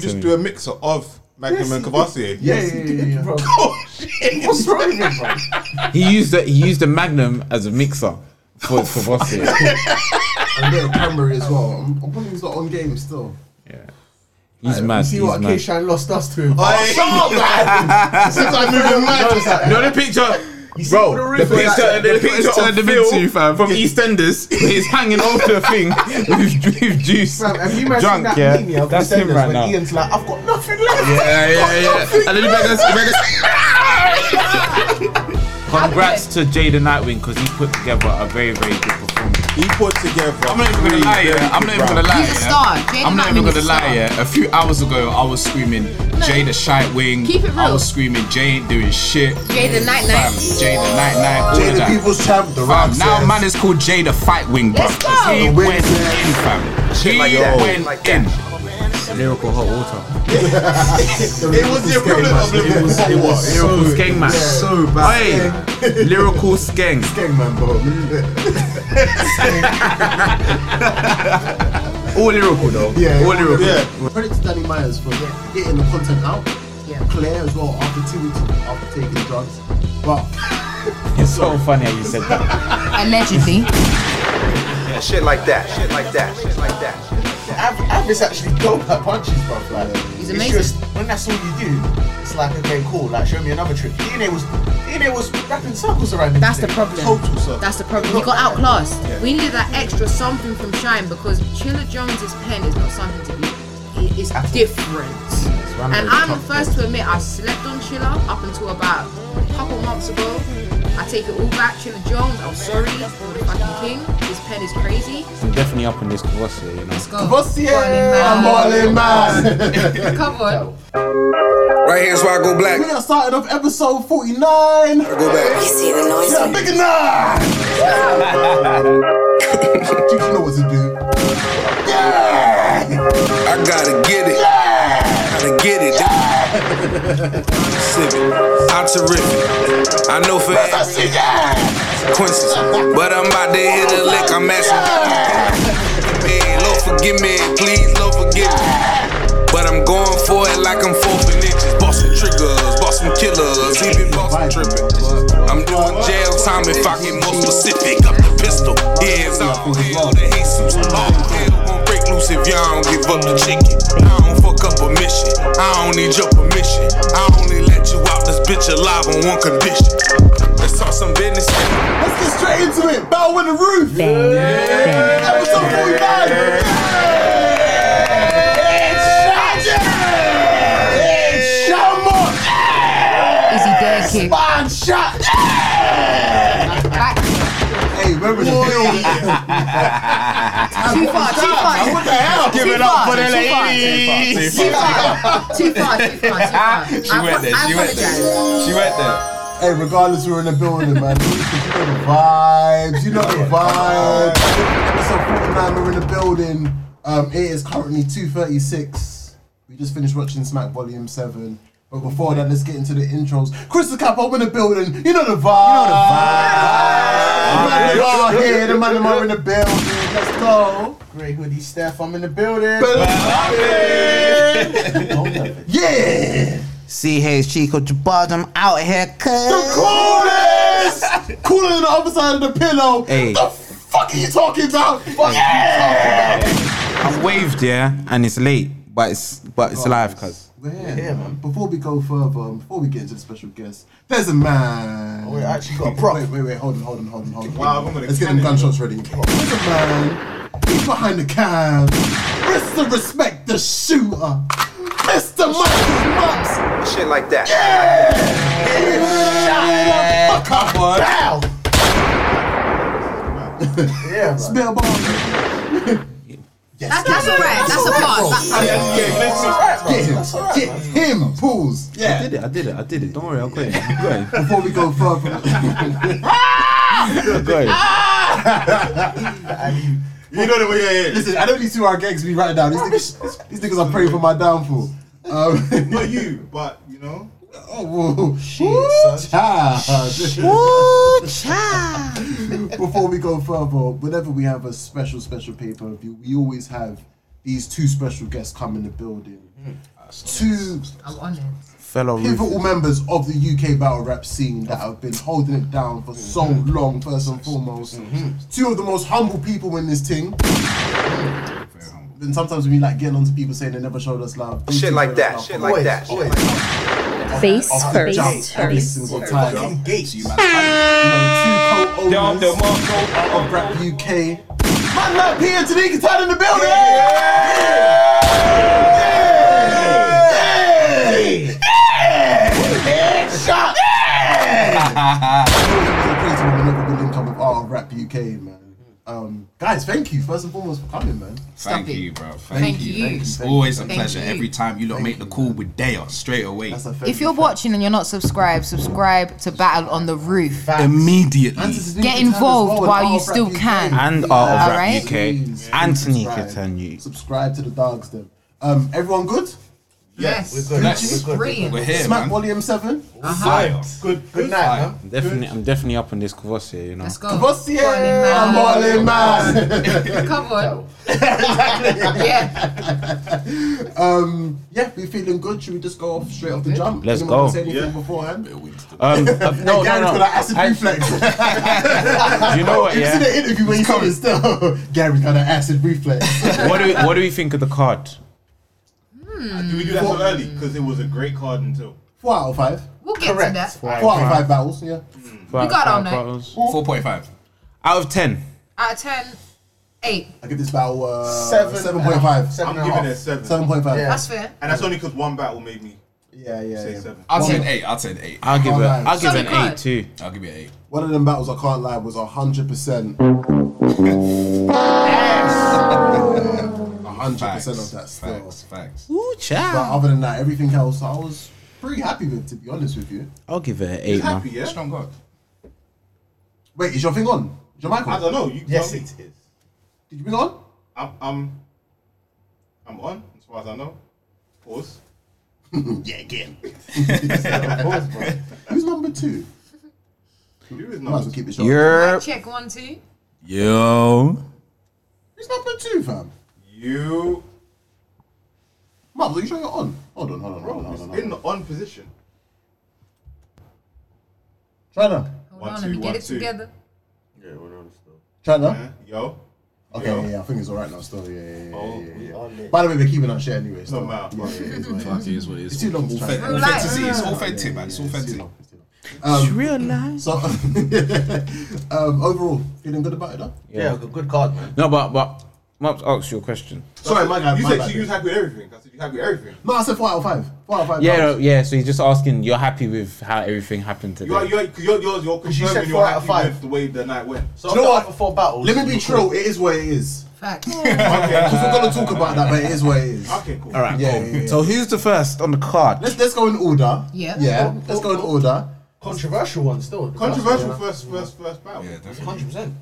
Just do a mixer of Magnum and Cavassier. Yeah, yeah, yeah, yeah, Oh, yeah. What's wrong with him, bro? He used the, he used the Magnum as a mixer for for Vossi. And little Cranberry as well. I'm, I'm probably he's not on game still. He's mad. You see He's what mad. K-Shine lost us to him. Hey. Since I knew him, man, just like, You know the picture. Bro, what the the roof was picture, like? the They put picture us of turned him Phil into, fam. from EastEnders, where he's hanging off the thing with, with juice, Fam, have you man seen drunk. that yeah, meme of that's him EastEnders right when now. Yeah, Ian's like, I've got nothing left. yeah, yeah. And then he beggars, he beggars- Congrats to Jaden Nightwing because he put together a very, very good performance. He put together. I'm not even gonna lie, yeah. I'm not even gonna lie. He's a yeah. star. Jada I'm not even Pinkett gonna is a lie, star. yeah. A few hours ago, I was screaming, Jay the shite wing. Keep it I real. was screaming, Jay ain't doing shit. Jay the night Fam, night. Jay the night night. All of The that. people's champ, the Fam, Rams. now man is called Jay the fight wing, bro. Let's go. He The wing went says- in, fam. He like that. went Like in. Lyrical hot water. It was the equivalent of Liverpool. It was. Lyrical skeng man. so bad. Oi, lyrical skeng. Gang man, bro. All lyrical though. Yeah, All yeah, lyrical. Yeah. Credit to Danny Myers for get- getting the content out. Yeah. Claire as well after two weeks after taking drugs. But It's so funny how you said that. Allegedly. Shit like that. Shit like that. Shit like that. Av- Avis actually don't like punches, bro. Like, He's it's amazing. Just, when that's all you do, it's like okay, cool. Like show me another trick. DNA was DNA was wrapping circles around him. That's the today. problem. Total circles. That's the problem. He got outclassed. We needed that extra something from Shine because Chilla Jones's pen is not something to be. It is different. And I'm the first to admit I slept on Chilla up until about a couple months ago. I take it all back. Chilla Jones, I'm sorry. You're the fucking king. His pen is crazy. I'm definitely up in this Kawasaki, you know. Let's go. Bossy, Come on in, yeah, I'm all in, man. man. Come on. Right here's why I go We black. got started off episode 49. I go back. Yeah, big enough. you know what to do. Yeah, I gotta get it. Gotta get it. Civic. I'm terrific. I know for that's it, yeah. consequences. But I'm about to hit a lick. I'm asking. Man, Lord forgive me. Please, Lord forgive me. But I'm going for it like I'm forfeit inches. Bought some triggers, bought some killers, even bought some tripping. I'm doing jail time if I get more specific. Up the pistol, hands off, hell the Jesus. All hell gon' break loose if y'all don't give up the chicken. I don't fuck up a mission. I don't need your permission. I only let you out this bitch alive on one condition. Let's talk some business. Let's get straight into it. Bow with the roof. Episode 49. It's Shaggy. It's Shamrock. Is he dead, kid? Man shot. Back. Hey, remember the Too far, too far. What the hell? Give it up for the ladies. Too far, too far, too far, too Ah, far. She went there, she went there. Hey, regardless, we're in the building, man. You know the vibes. You know the vibes. Episode 49, we're in the building. Um, it is currently 2.36. We just finished watching Smack Volume 7. But before that, let's get into the intros. Chris the Cap, I'm in the building. You know the vibes. You know the vibes. Y'all here, the man and I are in the building. Let's go. Great hoodie, Steph. I'm in the building. Yeah. See, hey, it's Chico Jabard, I'm out here, cuz. coolest, cooler than the other side of the pillow. Hey. The fuck are you talking about? Fuck yeah. I've waved, yeah, and it's late, but it's but it's live, cuz. We're here, man. Before we go further, um, before we get into the special guest, there's a man. Oh, we actually got a prop. Wait, wait, wait, hold on, hold on, hold on, hold on. Wow, I'm gonna Let's get can them it. gunshots ready. There's a man. He's behind the cam. Mr. Respect the Shooter. Mr. Michael Mops. Shit like that. Shut the fuck up. Bow. yeah, Spellball. That's that's alright. That's a pass. That- Get him. Get him. Pools. I Yeah. did it, I did it, I did it. Don't worry, I'll go in. I'll go in. Before we go further. I'll go in. You know the way. Yeah, yeah. Listen, I don't need to our gangs be right now. These niggas, these niggas are praying for my downfall. Um, Not you, but you know. oh, whoa. Woo, child. Before we go further, whenever we have a special, special pay per view, we always have these two special guests come in the building. Two I'm on it. Fellow Rufus. pivotal members of the UK battle rap scene that have been holding it down for so long, first and foremost. Two of the most humble people in this thing. And sometimes we like getting onto people saying they never showed us love. They Shit do like show us that, love shit from like the- that. off the Face jump, first. every first. single time. You Fucking Gates. You know, two co-owners Down the Mongo, out of Rap UK. Man, man, P and Tanika Tan in the building! Rap UK, man. Um, guys, thank you first and foremost for coming, man. Thank Stop it. you, bro. Thank, Thank you. you. Thank you. It's Thank always a Thank pleasure. you. Every time you lot make the call with Daya straight away. That's a thank If you. you're watching and you're not subscribed, subscribe to Battle on the Roof. Immediately. And Tanika Get Tan as involved well, and while all you of Rap still UK. can. And Art of Rap Alright. UK. Anthony Subscribe. Catanu. Subscribe to the dogs, then. Um, everyone good? Yes. We're good. Nice. We're good. Brilliant. Uh-huh. We're here, Smack man. Volume 7? Fire. Good, good night, Fire. huh? I'm definitely, I'm definitely up on this Kvassier, you know. Let's go. What's the Morning, man. I'm all in, man. Come on. yeah. Yeah, we feeling good. Should we just go off straight off the jump? Let's Anyone go. wanna Say anything beforehand? Um, uh, no, Gary's no, got no. that acid reflex. Do you know what? you see Yeah. the interview where you said it still. Gary's got that acid reflex. What do we, what do we think of the card? Do we do that so early? Because it was a great card until. Four out of five. We'll get to Correct. that. Four out of five battles. Yeah. Five- got on five it. bottles. 4.5. Out of ten. Out of 10, 8. I give this battle uh, Seven. seven point five. I'm Seven giving it a seven. point five. Yeah. That's fair. And that's only because one battle made me Yeah, yeah, say yeah. seven. Ah, I'll take an 8. I'll take an 8. I'll give it. nice. I'll give it Solid an card. eight too. I'll give you an 8. One of them battles I can't lie was hundred percent. hundred Facts. percent of that still. Facts. Facts. Ooh, But child. other than that, everything else I was pretty happy with. To be honest with you. I'll give it an eight, Happy, man. yeah? Strong God. Wait, is your thing on? Is your mic I on? don't know. You Yes, tell me. it is. Did you bring it on? I'm, I'm, I'm on, as far as I know. Pause. Yeah, again. Pause, bro. Who's number two? You is Might not. as well keep it short. You're Check one, two. Yo. Who's number two, fam? You. Might as well you sure you're on. Hold on, hold on, hold on, Bro, hold it's on. in the on position. China. Hold One, on, two, let me one, get it two. together. Yeah, we're on still. Huh? China. Yo. Okay, Yo. yeah, yeah, I think it's alright now. Still, yeah, yeah, yeah. Oh, yeah, yeah. On it. By the way, we're keeping our shit anyway. It's No matter. Yeah, yeah, it's all right. It is what it is. It's too long, it's Authentic. fine. Authenticity. It's Relax. authentic, man. It's It's too authentic. long, it's too long. Um, real life. so, um, overall, feeling good about it, though? Yeah, good- good card, man. No, but but Mops asked you a question. Sorry, my bad, You my said bad. you was happy with everything. I said you happy with everything. No, I said four out of five. Four out of five. Yeah, that no, was- yeah. So you're just asking. You're happy with how everything happened today? You are, you are, cause you're, you're, you're you said confirming you're four out happy of five. with the way the night went. So you know after- what? after four battles. Let me be we're true. It is what it is. Facts. Okay, Because we're gonna talk about that, but it is what it is. okay, cool. All right. Yeah, cool. yeah, yeah. So who's the first on the card? Let's let's go in order. Yeah. Yeah. Let's go in order. Controversial one still. Controversial first, first, first battle. Yeah, definitely. Hundred percent.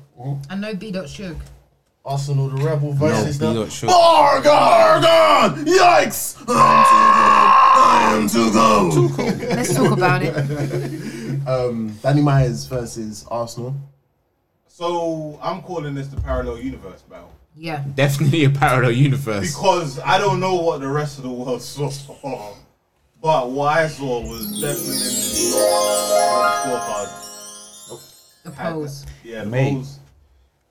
I know B. Dot Shug. Arsenal, the rebel versus Be the. not sure. Bargargon! Yikes! I am too good. I am too good. Let's talk about it. Danny Myers versus Arsenal. So I'm calling this the parallel universe battle Yeah. Definitely a parallel universe. because I don't know what the rest of the world saw, but what I saw was definitely on The the scorecard. pose. Yeah, the Mate. polls.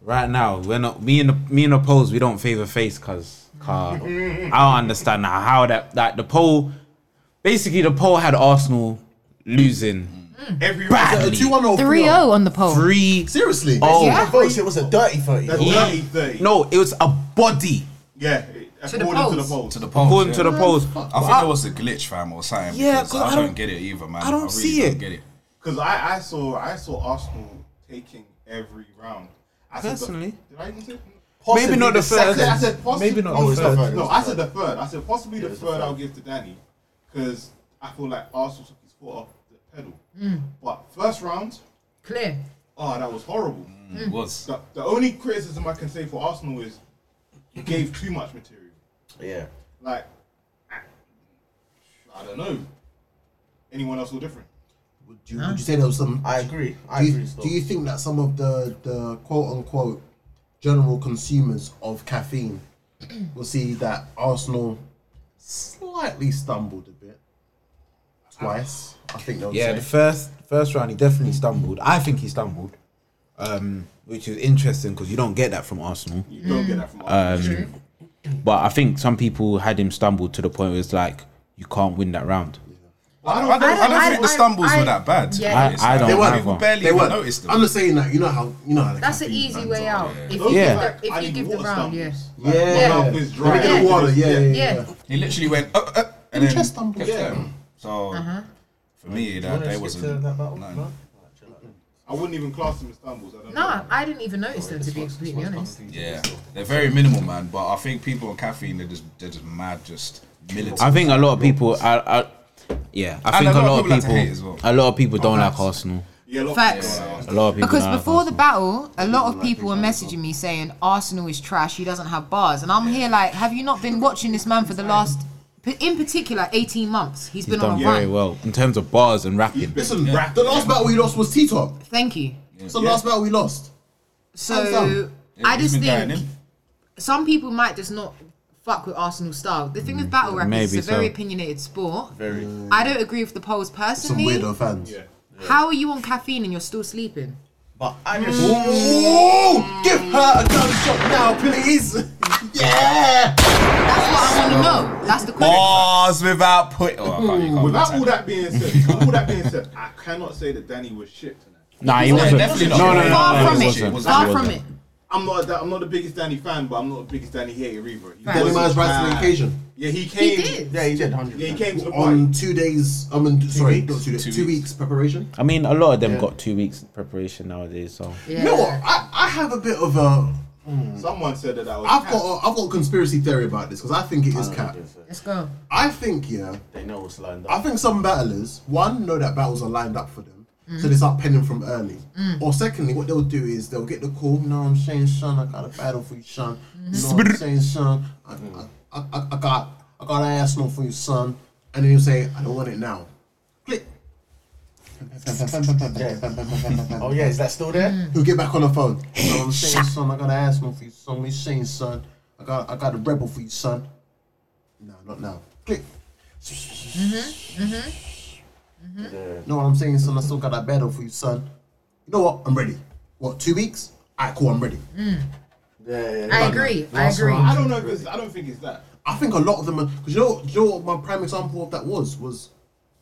Right now, we're not me and the, me and the polls. We don't favor face, cause car. I don't understand how that that the poll. Basically, the poll had Arsenal losing Every A badly. 2 1 or 3 0 on the poll. Three. oh Seriously? Oh Yeah. Votes, it was a dirty thirty. That's though. Yeah. 30 30. no, it was a body Yeah, it- the according to the polls. polls. To the polls. according yeah. to the polls. I think there was a glitch, fam, or something. Yeah, because 'cause I, I don't, don't- get it either, man. I don't really see don't it. Get it. Because I, I saw I saw Arsenal taking every round. I said the- Personally. did I even say? Possibly Maybe not the I first. said, I said possibly, Maybe not oh, the it's not third. third. No, I said the third. I said possibly the third I'll give to Danny because I feel like Arsenal took his foot off the pedal. Mm. But first round, Clear. oh, that was horrible. Mm. It was. The, the only criticism I can say for Arsenal is you gave too much material. Yeah. Like, I, I don't know. Anyone else feel different? Would you, would you say there was some. I agree. I do, you, agree. Still. do you think that some of the, the quote unquote general consumers of caffeine we'll see that Arsenal slightly stumbled a bit. Twice, I think they'll Yeah, say. the first first round he definitely stumbled. I think he stumbled, um, which is interesting because you don't get that from Arsenal. You don't Mm. get that from Arsenal. But I think some people had him stumbled to the point where it's like you can't win that round. I don't, I don't, I don't- think the I- stumbles I- were that bad. to be Yeah. honest. I- I Like, don't people either. People barely they even weren't. noticed them. I'm just saying that. You know how you know how. the That's an caffeine easy fans way are. out. If you Those Yeah. are like give the, if you Ali give the water round, yeah. stumbles. Yeah, Like, my mouth is Let me dry. get the water. Yeah, yeah, yeah. Yeah. He literally went up, up, and then Chest stumble. kept Yeah. going. So Uh-huh. for me, that Wanna day skip was to that battle? no. No? I wouldn't even class him as stumbles. I don't Nah, know. I didn't even notice them to be completely honest. Yeah, they're very minimal, man. But I think people on caffeine, they're just they're just mad, just militant. I think a lot of people, I, I, yeah, I And think a lot, of like to people, hate as well. a lot of people don't like Arsenal. Yeah, look, Facts. yeah. A lot of people Because don't like before the Arsenal. battle, a lot of people were messaging me saying Arsenal is trash. He doesn't have bars, and I'm here like, have you not been watching this man for the last, in particular, 18 months? He's he's been on done a very run. well in terms of bars and rapping. Listen, the last battle we lost was T Top. Thank you. It's the last battle we lost. Hands So down. I He's just been think guiding him. some people might just not fuck with Arsenal style. The thing with battle rap is maybe it's a very so. opinionated sport. Very. I don't agree with the polls Some personally. weirdo fans. Yeah. How are you on caffeine and you're still sleeping? But I Mm. just. Give her another shot now, please. yeah. That's what I want to know. That's the question. bars without put. Oh, I can't- you can't Without do all that being said, with all that being said, I cannot say that Danny was shit tonight. Nah, he wasn't. definitely no, not. no, no, no, Far no, from he it. wasn't. He Far from wasn't. it. I'm not. that- I'm not the biggest Danny fan, but I'm not the biggest Danny hater either. He Danny wasn't Man's rise to the bad. occasion. Yeah, he He came. did. Yeah, he did. 100. Yeah, he came to the On party. two days, I mean, sorry, weeks. not two days, two, Two weeks. preparation. I mean, a lot of them got two weeks preparation nowadays. So Yeah. You know what? I, I have a bit of a. Someone said that that was. I've cat. got a, I've got a conspiracy theory about this because I think it is Uh, cap. Let's go. I think yeah, They know what's lined I up. think some battlers, one, know that battles are lined up for them. So they start penning from early. Or secondly, what they'll do is they'll get the call, no, I'm Shane Sean, I got a battle for you, Sean. No, I'm Shane Sean, I, Mm. I, I, I got I got an arsenal for you, son. And then you'll say, I don't want it now. Click. Oh yeah, is that still there? Mm. He'll get back on the phone. No, I'm Shane son, I got an arsenal for you, son. We Shane son. I got I got a rebel for you, son. No, not now. Click. Know what I'm saying, son? I still got that battle for you, son. You know what? I'm ready. What, two weeks? Alright, cool, I'm ready. Yeah, yeah, yeah. I agree. I agree. I don't know if it's. I don't think it's that. I think a lot of them are because you know, you know what my prime example of that was was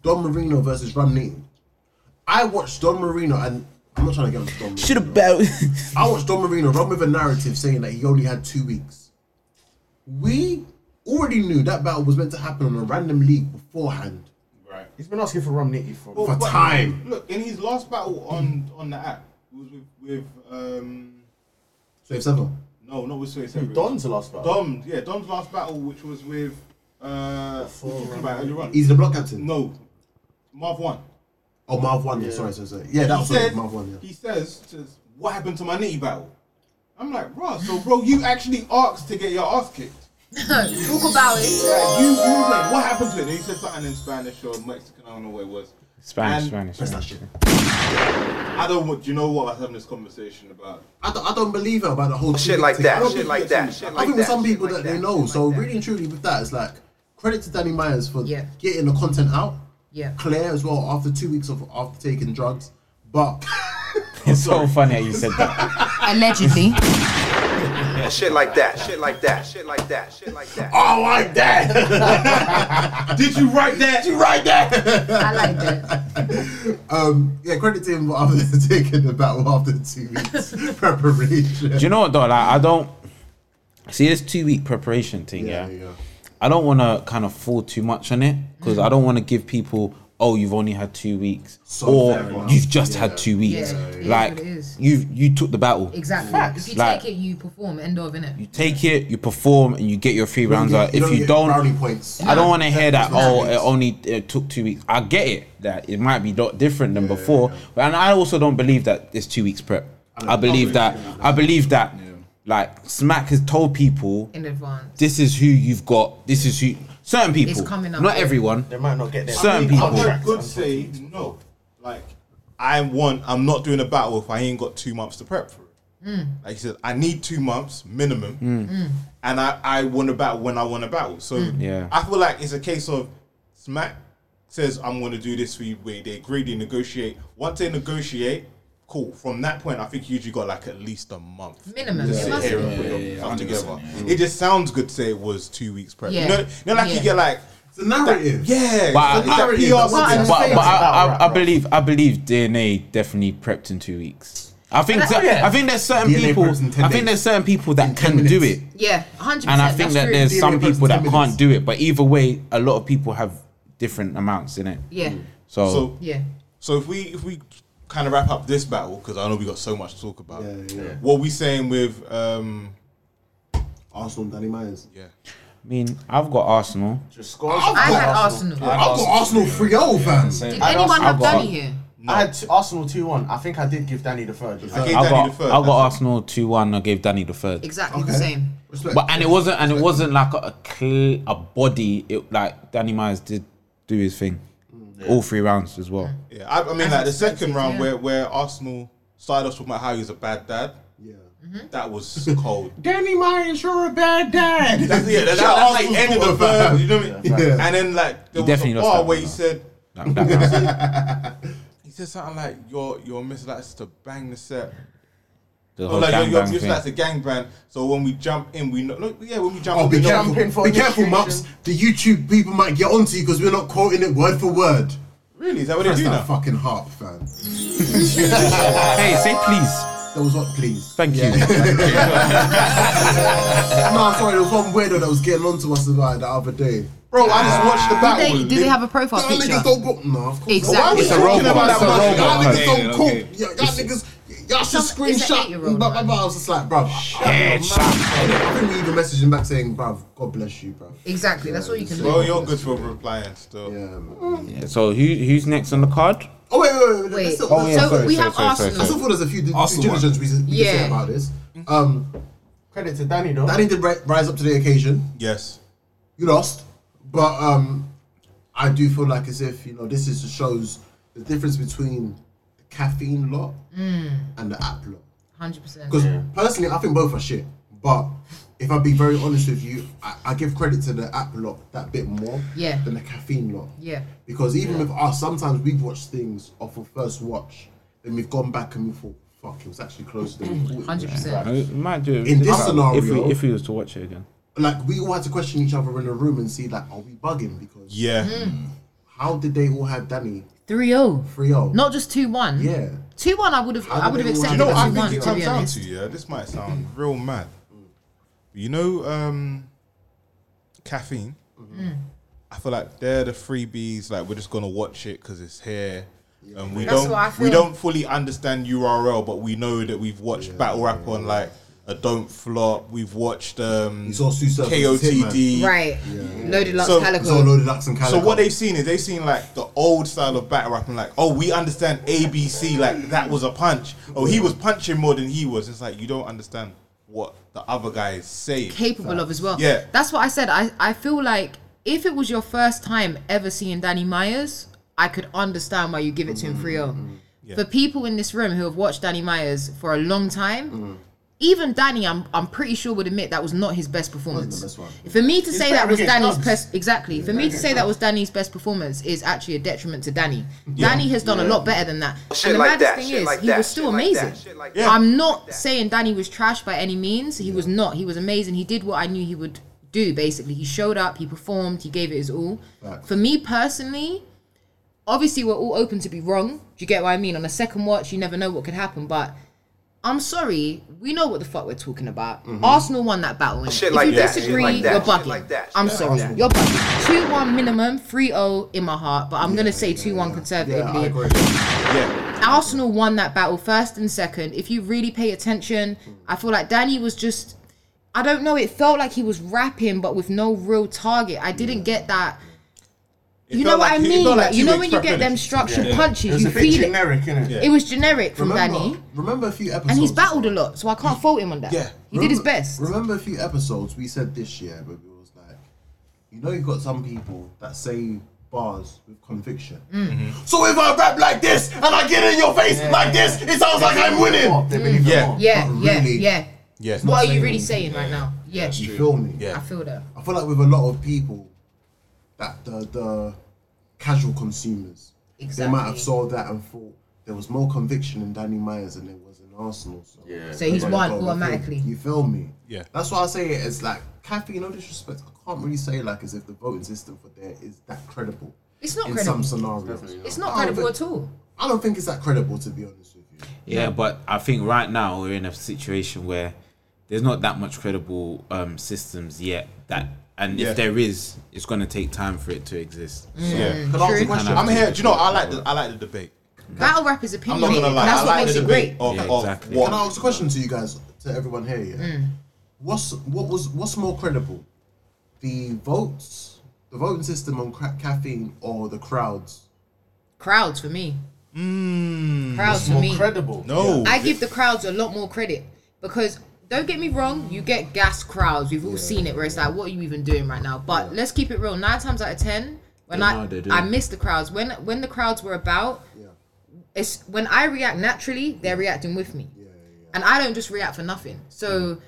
Don Marino versus Ramney. I watched Don Marino and I'm not trying to get on Don Marino. should have battled. I watched Don Marino run with a narrative saying that he only had two weeks. We already knew that battle was meant to happen on a random league beforehand. Right. He's been asking for rum nitty for. Well, For but time. Look, in his last battle on on the app, it was with, with um So if ever. no, not with Who, Suicide. Don's last battle. Dom, yeah, Dom's last battle, which was with uh, what we talked about earlier on. He's the block captain. No, Marv one. Oh Marv one, yeah. sorry, sorry, sorry. Yeah, that he was said, Marv one, yeah. he says, says, "What happened to my knee battle?" I'm like, "Bro, so bro, you actually asked to get your ass kicked. Talk about it. Like, you, you was like, what happened to it?" And he said something in Spanish or Mexican. I don't know what it was. Spanish, And- Spanish, Spanish. I don't. want- Do you know what I was having this conversation about? I don't, I don't believe her about the whole Oh, Shit like ticket. I that, don't shit think like it's that, true. shit I like think that. there's some shit people like that they know. so really and truly with that, it's like credit to Danny Myers for Yeah. getting the content out. Yeah. Claire as well after two weeks of after taking drugs, but It's so funny how you said that. Allegedly. Shit like that, shit like that, shit like that, shit like that. I like that. Did you write that? you right there. I like that. Um, yeah, credit to him for after taking the battle after two weeks preparation. Do you know what though? Like I don't see this two week preparation thing. Yeah, yeah. I don't want to kind of fall too much on it because I don't want to give people. Oh, you've only had two weeks, So or fair enough. you've just Yeah. had two weeks. Yeah, it is Like what it is. you, you took the battle. Exactly. If you Like- take it, you perform. End of, innit? You take it, you perform, and you get your three rounds out. If don't you get don't, brownie points. I don't want to hear that. That's not Oh, two it weeks. only it took two weeks. I get it that it might be lot different than before, but and I also don't believe that it's two weeks prep. I believe that. I believe that. Like Smack has told people, In advance. this is who you've got. This is who certain people. coming up, Not yeah. everyone. They might not get their Certain people. I contract. could say no. Like, I want. I'm not doing a battle if I ain't got two months to prep for it. Hmm. Like he said, I need two months minimum, and I I want to battle when I want to battle. So Hmm. Yeah. I feel like it's a case of Smack says I'm going to do this for you. Wait, they agree, they negotiate. Once they negotiate, cool. From that point, I think you usually got like at least a month. Minimum. to It sit must here be. and put your Yeah, yeah, yeah, stuff together. 100%, It just sounds good to say it was two weeks prep. Yeah. You know, you know like Yeah. you get like It's a narrative. yeah, But it's like I- PR I- something. But, It's but fake. I, Right, I, I right. believe I believe DNA definitely prepped in two weeks. I think Oh, cer- yeah. I think there's certain DNA people. I preps in think 10 days. there's certain people that can do it, Yeah, hundred percent. and I think that there's DNA some preps in people that 10 minutes. can't do it. But either way, a lot of people have different amounts in it. yeah, So, So yeah. So if we if we kind of wrap up this battle because I know we got so much to talk about. Yeah, yeah, yeah. What we saying with um Arsenal, Danny Myers. yeah. I mean, I've got Arsenal. Just scores. I had Arsenal. I've got Arsenal 3 0, fam. I Did had anyone Arsenal. have Danny here? I had t- Arsenal 2 1. I think I did give Danny the I third. gave I Danny the Uh, got third. I got Arsenal two one. I gave Danny the third. Exactly the Okay. same. Respect. But and it wasn't and it wasn't like a, a cl- a body. It like Danny Myers did do his thing, all three rounds as well. yeah. I, I mean like the second round yeah. where where Arsenal started us with my how he's a bad dad. yeah. That was cold. Danny Myers, you're a bad dad. That's, yeah, that, that, that like ended the third. You know what I mean? Yeah. And then like there He was definitely a lost bar that where one, he though. said Like, that round. he said something like your your miss likes to bang the set. The Oh, whole like your, gang your bang miss thing. likes to gangbang. So when we jump in, we know. Look, yeah, when we jump Oh, in, be we know. careful. jumping for Be careful, illustration. Mumps. The YouTube people might get onto you because we're not quoting it word for word. Really, is that what they Press do that now? fucking harp, fam. Hey, say please. That was what, please. Thank you. No, Ah, sorry, there was one weirdo that was getting onto us about it the other day. Bro, I just watched the Did battle. they, did they have a profile Y'all picture? niggas don't go. No, of course. Exactly. Why are we It's a talking robot. about that It's a much? Y'all robot. niggas don't Okay, cook. Y'all y'all niggas, y'all should Some- it's an eight-year-old, screenshot. But, but, man. but I was just like, bruv. I I think we even messaged him back saying, bruv, God bless you, bruv. Exactly. That's all you can Bro, do. Oh, you're good for replying still. Yeah, man. Yeah, so who who's next on the card? Oh, wait, wait, wait. wait. Wait. Let's still, Oh, yeah, so sorry, we sorry, have sorry, sorry, I Arsenal. still thought there's a few due due Arsenal diligence we, we can Yeah. say about this. Um, Credit to Danny, though. Danny did ri- rise up to the occasion. Yes. you lost, but um, I do feel like as if you know this is shows the difference between the caffeine lot Mm. and the app lot. Hundred percent. Because personally, I think both are shit. But if I be very honest with you, I, I give credit to the app lot that bit more Yeah. than the caffeine lot. Yeah. Because even with us, sometimes we've watched things off of first watch, then we've gone back and we thought, fuck, it was actually closer than we thought. Hundred percent. We might do it In this if we scenario- if we was to watch it again. Like we all had to question each other in a room and see like, are we bugging? Because Yeah. Mm. how did they all have Danny 3-0. 3-0 oh. Not just two one. oh. Yeah. Two one. I would have. I would have You accepted. You know, the what I 2-1, think it to be comes down honest. to yeah. This might sound real mad. You know, um, caffeine. Mm-hmm. I feel like they're the freebies. Like we're just gonna watch it because it's here, and we That's what I don't feel. we don't fully understand URL, but we know that we've watched battle rap on like a don't flop. We've watched um, He's all Sue Surface, KOTD. Right. Loaded Lux So- It's all Calico. loaded up some So calico. what they've seen is they've seen like the old style of battle rap and like, oh, we understand ABC, like that was a punch. Oh, he was punching more than he was. It's like you don't understand what the other guy is saying. capable of as well. Yeah. That's what I said. I, I feel like if it was your first time ever seeing Danny Myers, I could understand why you give it to him 3 0. For people in this room who have watched Danny Myers for a long time, even Danny, I'm I'm pretty sure would admit that was not his best performance. best one. For me to say that better was against Danny's Dubs. best, exactly. For me to say that was Danny's best performance is actually a detriment to Danny. Danny has done a lot better than that. Shit and the like maddest that. thing Shit is, like he that. was still shit like that, amazing. shit like Yeah. that. I'm not saying Danny was trash by any means. He was not. He was amazing. He did what I knew he would do, basically. He showed up, he performed, he gave it his all. Facts. For me personally, obviously, we're all open to be wrong. Do you get what I mean? On a second watch, you never know what could happen, but. I'm sorry, we know what the fuck we're talking about. Arsenal won that battle. innit? Shit if like you that, shit disagree, like that, you're shit bugging. like that, shit I'm like sorry, you're bugging. 2 1 minimum, 3 0 in my heart, but I'm going to say 2 1 conservatively. yeah, I agree. Yeah. Arsenal won that battle first and second. If you really pay attention, I feel like Danny was just I don't know, it felt like he was rapping but with no real target. I didn't get that. It you know felt what like I he- it mean? felt Like, like you two know weeks when you get prep, them innit? structured It punches, was you a bit feel it. generic, innit? It was generic from Remember, Danny. remember a few episodes. And he's battled a lot, so I can't fault him on that. Yeah. He did his Remember- best. Remember a few episodes we said this year, but it was like, you know, you've got some people that say bars with conviction. Mm. Mm-hmm. So if I rap like this and I get in your face like this, it sounds like I'm winning. They believe Yeah. it more. Yeah, yeah, really. yeah. Yes. What are you really saying right now? Yeah, You feel me? Yeah. I feel that. I feel like with a lot of people, that the the casual consumers, they might have Exactly. saw that and thought there was more conviction in Danny Myers than there was in Arsenal. So yeah. So he's one automatically. You feel me? Yeah. That's why I say it as like Kathy. No disrespect, I can't really say like as if the voting system for there is that credible. It's not in credible. some scenarios. It's not I don't credible think- at all. I don't think it's that credible to be honest with you. Yeah, but I think right now we're in a situation where there's not that much credible um, systems yet. That and Yeah. if there is, it's going to take time for it to exist. Yeah. Can I ask a True. question? I'm here. Do you know? what? I like the I like the debate. Battle rap is I'm not opinionated. gonna lie. and that's I what like makes the it great. debate of, Yeah, of exactly. what Can I ask a question to you guys, to everyone here? Yeah. Mm. What's what was what's more credible, the votes, the voting system on cra- caffeine, or the crowds? Crowds for me. Hmm. Crowds for me. More credible. No. I give the crowds a lot more credit because don't get me wrong, you get gas crowds. We've all seen it where it's like, what are you even doing right now? But let's keep it real. Nine times out of ten, when They I know they do. I miss the crowds. When when the crowds were about, it's when I react naturally, they're reacting with me, and I don't just react for nothing. So.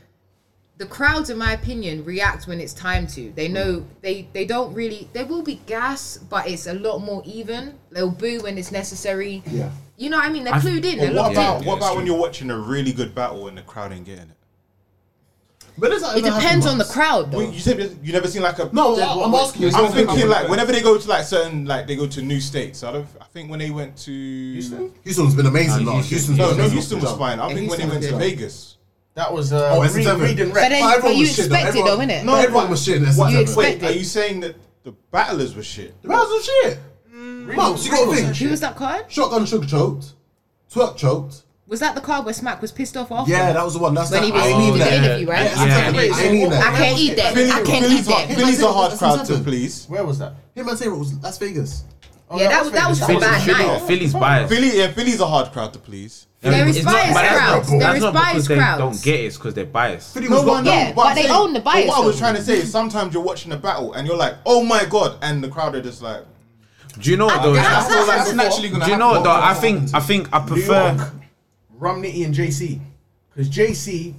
The crowds, in my opinion, react when it's time to. They know they they don't really. There will be gas, but it's a lot more even. They'll boo when it's necessary. Yeah. You know what I mean? They're I- clued But in. They're what locked in. about Yeah, what it's about when true. you're watching a really good battle and the crowd ain't getting it? But it's It depends on the crowd, though. Wait, you said you never seen like a No, I- I'm asking you. I'm thinking like whenever they go to like certain like they go to new states. I don't. I think when they went to Houston's been amazing. No, last. Houston's Houston- no, been no, amazing. Houston was fine. I Yeah, think when they Houston went was to good. Vegas. That was uh, Oh, oh, it's read, seven. read and But rec. then- Everyone but you was shit, though. expected, Everyone- though, innit? No, everyone was shit. That's What you seven. expect? Wait, are you saying that the battlers were shit? The crowds was shit. Mumps, you got to think. Who was that card? Shotgun sugar choked, twerk choked. Was that the card where Smack was pissed off after? Yeah, that was the one. That's when that. he was I ain't doing need the that. interview, right? Yeah, I Yeah. took it. I ain't need that. I can't eat that. I can't eat Philly's, that. a, Philly's a hard That's crowd to seven. please. Where was that? Him and Taylor was Las Vegas. Yeah, that was that was just a Philly, bad Philly, night. Philly's biased. Philly, yeah, Philly's a hard crowd to please. There is It's not- biased but that's not- crowds. There that's is not biased because they crowds. don't get it. It's because they're biased. Philly was No, I know, locked Yeah, but I'm but they saying- own the but bias, What I was though. trying to say is sometimes you're watching a battle and you're like, oh my god, and the crowd are just like, Do you know what though? that's- Do Well, that's naturally gonna you happen. know what though? I think I think I prefer. Romney and JC, because JC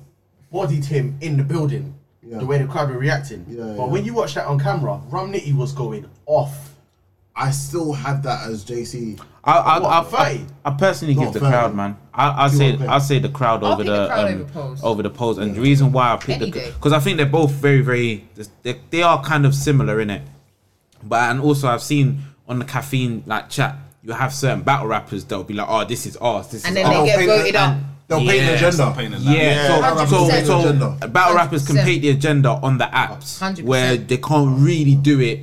bodied him in the building. Yeah. The way the crowd were reacting. Yeah, but yeah. when you watch that on camera, Romney was going off. I still have that as JC. I I, What, I, I, thirty? I personally Not give the thirty. crowd, man. I I say okay. I say the crowd I'll over pick the, the crowd um, over Pose. over the polls, and the reason why I picked Any the day. because I think they're both very very they, they are kind of similar in it, but and also I've seen on the caffeine like chat you have certain battle rappers that'll be like oh this is ours this And is then ours. they get voted up. They'll paint an Yeah. agenda. Yeah, so, so, 100%. so battle rappers can 100%. paint the agenda on the apps 100%. where they can't really do it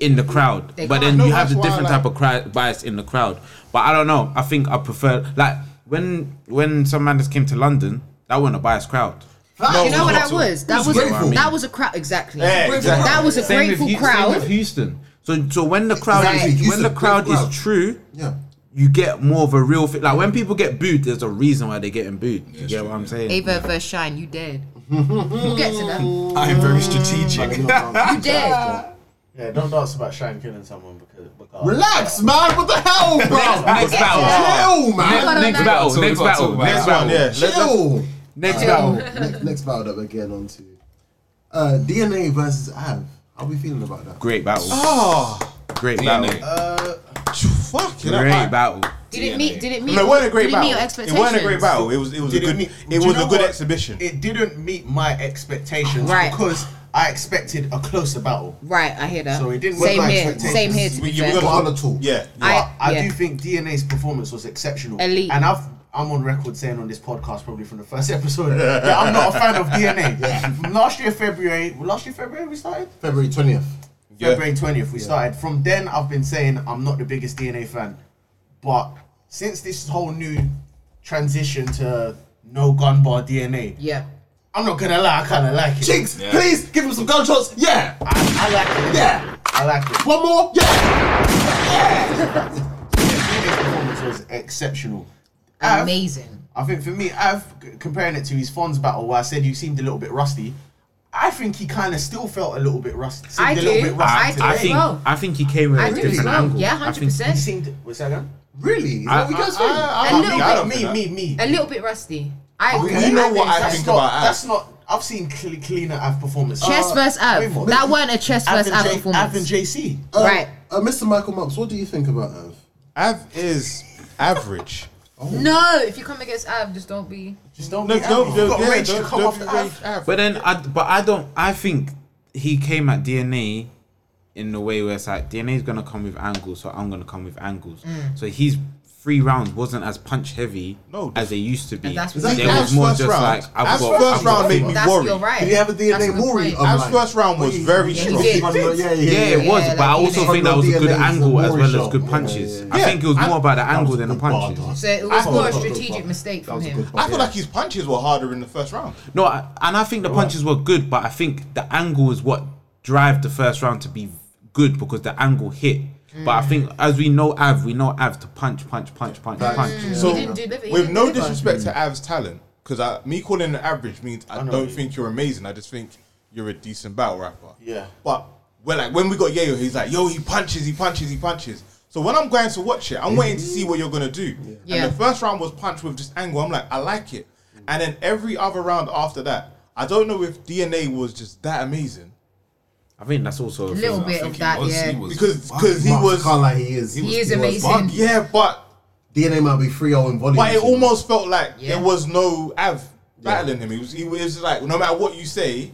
in the crowd. They but can't. then No, you have that's the why I different like- type of cri- bias in the crowd. But I don't know. I think I prefer like when when some madness came to London, that wasn't a biased crowd. Do you know what that all. was? That was was grateful. that was a crowd. Exactly. Yeah, exactly. That was a Same with, grateful Hu- same with crowd. Houston. So so when the crowd Exactly. is when Houston, the crowd great is crowd. true, Yeah. you get more of a real thing. Like when people get booed, there's a reason why they're getting booed. You get what I'm saying? Ava versus Shine, you dead. We'll get to that. I am very strategic. You dead. Yeah, don't dance about Shine killing someone because. because Relax, man. What the hell, bro? Next battle. Chill, man. Next- next battle, So next we've got to battle, talk about next that. yeah, let's- let's- Chill. Next Next, next battle that we're getting on to. Uh, DNA versus Av. How we feeling about that? Great battle. oh, Great battle. DNA. fucking Great battle. Did it meet? Did it meet? No, it wasn't a great did it meet battle. your It expectations? wasn't a great battle. It was it was a Did it good meet- it do you was a know good what? exhibition. It didn't meet my expectations Right. because I expected a closer battle. Right, I hear that. So it didn't Same work like here. expectations. Same here. To be We- we fair. got- Not at all. Yeah, yeah. I- I yeah. do think DNA's performance was exceptional. Elite. And I've I'm on record saying on this podcast probably from the first episode that I'm not a fan of DNA. From last year February, last year February we started. February 20th. Yeah. February 20th we started. From then I've been saying I'm not the biggest DNA fan. But since this whole new transition to no gun bar DNA, Yeah. I'm not gonna lie, I kinda like it. Jinx, please give him some gunshots. Yeah. I, I like it. Yeah. I like it. One more. Yeah. DNA's performance was exceptional. Av, Amazing. I think for me, I've comparing it to his Fonz battle where I said you seemed a little bit rusty. I think he kind of still felt a little bit rusty. I seemed a little do. bit I rusty do today. I think well. I think he came with Oh. I a do as different well. angle. Yeah, I hundred think- He percent. seemed. What's that again? Really? Is that what you guys think? A I, little Me, I bit. don't- me, me, me. A little bit rusty. I agree. You know what I That's think not, about Av. That's not. I've seen cle- cleaner Av performance. Chest versus wait Av. for- That weren't a chest Av versus and, Av J- Av and performance. JC. Right. uh, Mr. Michael Mumps, what do you think about Earth? Av is average. No, if you come against Av, just don't be. Just don't. No, be Av. don't, You've don't, got yeah, rage to don't- come don't off be the rage Av. Av. But then, I, but I don't. I think he came at DNA in the way where it's like DNA's gonna come with angles, so I'm gonna come with angles. Mm. So he's three rounds wasn't as punch heavy No, as they used to be. And that's There what Exactly. Av's was more first just round- like I've Av's got. first I've got round made fingers. me That's worry. you're right. Did you have a That's a DNA good Maury? point. I'm Av's like- first round was very he strong. did. Yeah, yeah, yeah. Yeah, it Yeah, was, like but I he also didn't- think that was a From good the DNA angle as well as show. good Yeah, punches. yeah, I think it was I- more about the angle was than the a good bar, punches. though. So it was I more a thought- strategic mistake from was a him. good I feel like his punches were harder in the first round. No, I, and I think the punches were good, but I think the angle is what drive the first round to be good because the angle hit. But Mm. I think as we know Av, we know Av to punch, punch, punch, punch, punch. So, didn't deliver- he with didn't no deliver. disrespect to Av's talent, because me calling it average means I, know don't you- think you're amazing. I just think you're a decent battle rapper. Yeah. But when like when we got Yayo, he's like, "Yo, he punches, he punches, he punches." So when I'm going to watch it, I'm waiting to see what you're gonna do. And Yeah. the first round was punch with just angle. I'm like, I like it. And then every other round after that, I don't know if DNA was just that amazing I think that's also a A little thing. bit think of he that, was- he yeah. was because fucking because he Mumps, was Can't lie, he is. He is was amazing. yeah, but DNA might be 3 0 in volume. But it almost felt like Yeah. there was no Av battling him. He was, he was like, no matter what you say,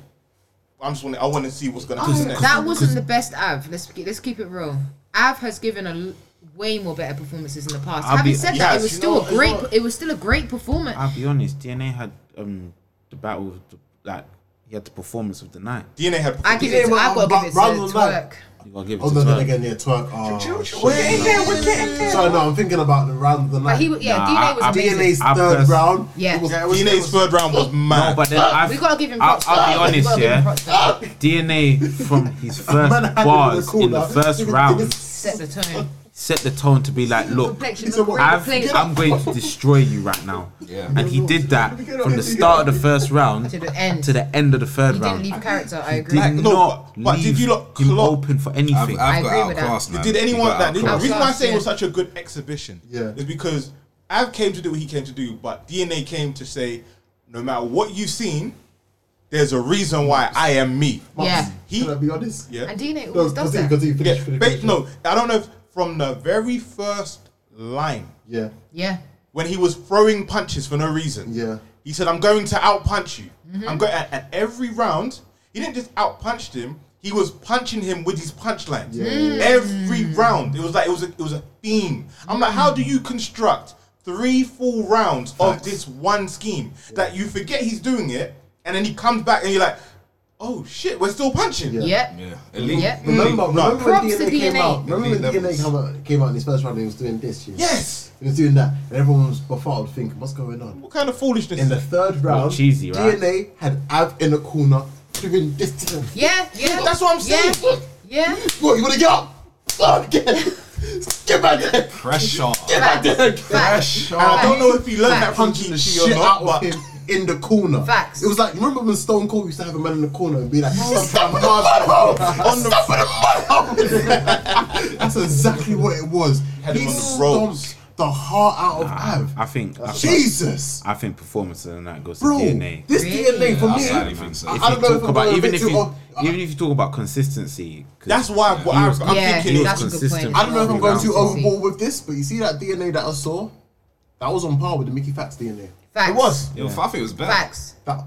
I'm just want I want to see what's gonna happen next. Oh, That wasn't the best Av. Let's ke- let's keep it real. Av has given a l- way more better performances in the past. I'll Having be- said that, Yes, it was you still know a what, great. you know what? It was still a great performance. I'll be honest, DNA had um the battle with the, like he had the performance of the night. DNA had. I give Yeah, it. To, well, I've got to but give it to rather than that- Twerk. You gotta give it Oh, to no, then Twerk. again, yeah, twerk. Oh, We're in there, we're getting there. So, no, I'm thinking about the round of the But night. he, wa- yeah, Nah, DNA was I- I- amazing. DNA's I third pers- round. Yeah. It was, Yeah, it was- DNA's third round was No, mad. but then I've, we gotta give him I'll, props. I'll be We honest, gotta give him yeah. props for that. DNA from his Man, I first had him in the bars in the corner. first round Set the tone. set the tone to be like, look, Complexion It's a- look great, I've, plate. I'm going to destroy you right now. Yeah. And he did that from the start of the first round To the end. to the end of the third He didn't round. leave character. I agree. Did no, not but- but leave did you lot him clock- open for I've, anything. I've agree got with outclassed, man. Did anyone He got that? The outclassed. reason why I say it was Yeah. such a good exhibition Yeah. is because Av came to do what he came to do, but DNA came to say, no matter what you've seen, there's a reason why I am me. Yeah. He Can I be honest? yeah. And DNA No, always does continue, that. continue, finish, Yeah, finish, ba- finish. no, I don't know if from the very first line Yeah. Yeah. when he was throwing punches for no reason. Yeah. He said, "I'm going to outpunch you." Mm-hmm. I'm going at, at every round. He didn't just outpunch him. He was punching him with his punchlines Mm. every round. It was like it was a, it was a theme. I'm like, how do you construct three full rounds of this one scheme that you forget he's doing it, and then he comes back and you're like, oh shit, we're still punching. Yeah. Yeah, elite. Yeah. Mm. Remember, remember when Props to DNA, came DNA. out? Remember when Elite DNA levels. come out, came out in his first round and he was doing this? Yeah? Yes. He was doing that. And everyone was befuddled thinking, what's going on? What kind of foolishness? In the third round, cheesy, right? DNA had Av in the corner doing this to him. Yeah. Yeah. that's what I'm saying. Yeah. Yeah. What, you want to get up? Start again. Get back there. Pressure. Get back there. Facts. and I don't know if he learned Fact. that from Punching the Kiki or shit not, out of but him in the corner. Facts. It was like, you remember when Stone Cold used to have a man in the corner and be like, stop in the mud hole. on the Stop in the mud hole. That's exactly what it was. Had him he on the ropes. stomped the heart out of Av. I think I think, Jesus. I think performance of the night goes to Bro, DNA. this DNA for I me. slightly think so. I- If I don't you know if talk I'm about going a even bit if too you off- even if you talk about consistency, 'cause That's why what he I, was I'm Yeah, thinking it that's was a good consistent. point. I don't know if I'm going too Consistency. overboard with this, but you see that DNA that I saw? That was on par with the Mickey Facts DNA. Facts. It was. Yo, Fafi was better. Facts. That,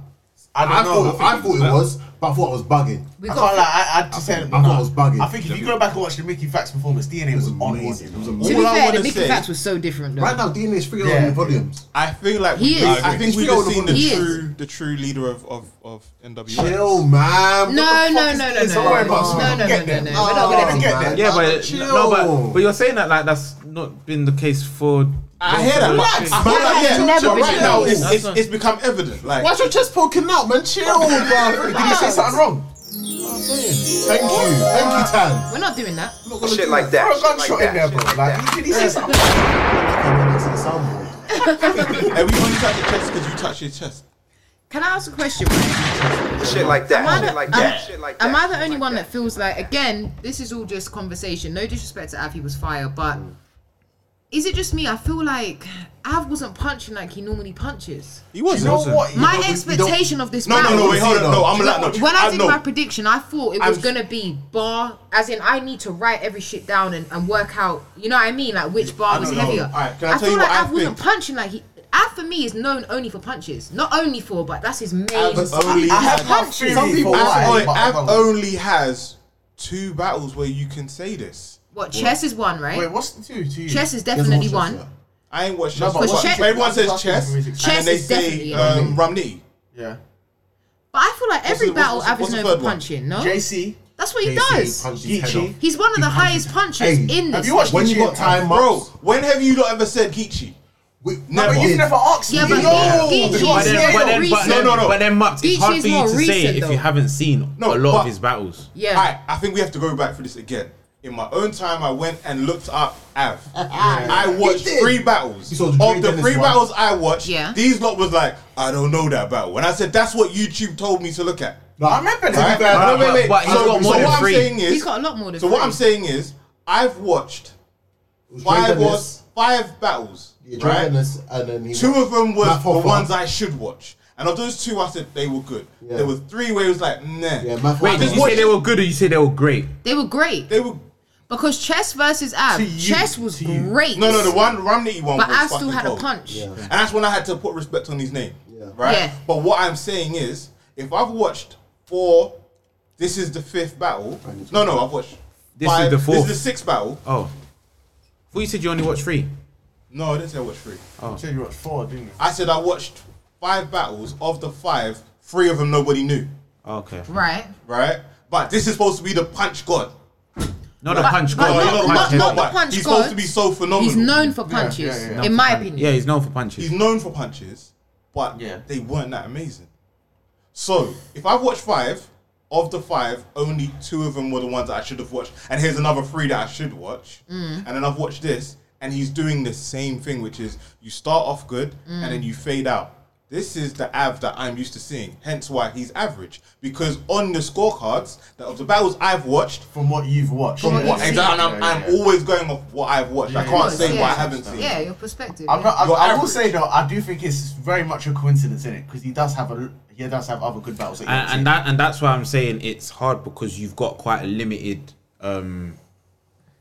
I don't I know. thought, I thought it was, but I thought I was bugging. We I can't got. lie, I, I just said I thought it was bugging. I think if you go back and watch the Mickey Facts performance, DNA was, on amazing. It was To All be I fair, wanna the Mickey say- Facts was so different though. Right now, DNA is free on Yeah. the volumes. I feel like we, He is. I think He's we've still just seen the the one. true the true leader of of of NWA. Chill, man. No, What the no, fuck no, is no, this? no, Don't worry no, about no, it. no, no, Get no, there. no, no. We're not gonna Oh, get get there. there. Yeah, but Chill. no, but but you're saying that like that's not been the case for. I hear that. Like, I feel like, yeah, Never so been right now true. it's, That's it's, not- it's become evident. Like Why's your chest poking out, man? Chill, bro. Did you say something wrong? Thank you. Thank you, Tan. We're not doing that. I'm not gonna Shit do like Throw that. a Shit like gunshot in there, that. bro. Shit like Like, that. did he say something? Okay, we're next to the soundboard. everyone touched your chest because you touched your chest. Can I ask a question? Right? Shit like that. Am I the- Shit like am- that. Shit like that. Am I the shit only like one that feels like again? This is all just conversation. No disrespect to Av, he was fire, but is it just me? I feel like Av wasn't punching like he normally punches. He was. You know what? My but we- we expectation of this No, no, battle. no. Wait, hold on. No, I'm allowed. No, When I did no. my prediction, I thought it was I'm- gonna be bar, as in I need to write every shit down and, and work out. You know what I mean? Like which bar was don't know. heavier. Alright, can I tell feel you like what I Av wasn't think? punching like he. Av for me is known only for punches, not only for, but that's his main. Av's only- I have my Punches. theory Some people. for why, Av, but I Av don't- only has two battles where you can say this. What chess is one, right? Wait, what's the two to you? chess is definitely one. I ain't watched No, chess. but but what- but everyone says what- chess, what- and Chess then they is say definitely um, Ramni. Yeah. But I feel like every the- what's- battle what's- Av is what's the known third for one? punching. No, JC. that's what he JC does. punched his head Geechee. off. He's one of the highest punchers Hey, in this. Have you watched When this you shit? got time, Bro, when have you not ever said Geechee? We, No, but you've never asked me. Yeah, but no. But Geechee- But Geechee's then, more but then, but recent. then, No, no, no. But then, Mux, it's Geechee's hard for you more to say recent, if though. you haven't seen No, a lot but- of his battles. Yeah. Alright, I think we have to go back for this again. In my own time, I went and looked up Av. I watched You did. three battles. You saw the Dre of the Dennis three one. battles I watched, Yeah. these lot was like, I don't know that battle. And I said, that's what YouTube told me to look at. I remember Right? that. No, wait, wait. but he's so got more so than what three. I'm saying is, He's got a lot more than So what three. I'm saying is, I've watched five or five battles. right? and then he Two of them were Matt the Hoffa. ones I should watch. And of those two, I said they were good. Yeah. There were three where it was like, nah. Yeah, Matt Wait, Hoffa. did just you watch say they it. were good or you say they were great? They were great They were because chess versus Av. To you, Chess was to you. great. No, no, the one Ramney one. But was Av still fucking had a cold. punch. and that's when I had to put respect on his name, Yeah. right? Yeah. But what I'm saying is, if I've watched four, this is the fifth battle. No, no, I've watched. This is five, the This fourth. is the sixth battle. Oh. I thought you said you only watched three. No, I didn't say I watched three. You said you were at four, didn't you? I said I watched five battles. Of the five, three of them nobody knew, Oh, Okay. Right. right? But this is supposed to be the punch god. Not a punch but god. not- you know, not- punch not god, the but punch He's god. supposed to be so phenomenal. He's known for yeah, punches, yeah. in my opinion. yeah, he's known for punches. he's known for punches, but Yeah. they weren't that amazing. So if I've watched five of the five, only two of them were the ones that I should have watched, and here's another three that I should watch, Mm. and then I've watched this, and he's doing the same thing, which is you start off good Mm. and then you fade out. This is the Av that I'm used to seeing, hence why he's average. Because on the scorecards that of the battles I've watched, From what you've watched. from what what you've and seen. I'm, I'm Yeah, yeah. always going off what I've watched. I can't Because, say yeah. what I haven't seen. Yeah, your perspective. I'm yeah. not, I, You're I will average. say though, I do think it's very much a coincidence in it because he does have a he does have other good battles. That you and, haven't and that and that's why I'm saying it's hard because you've got quite a limited um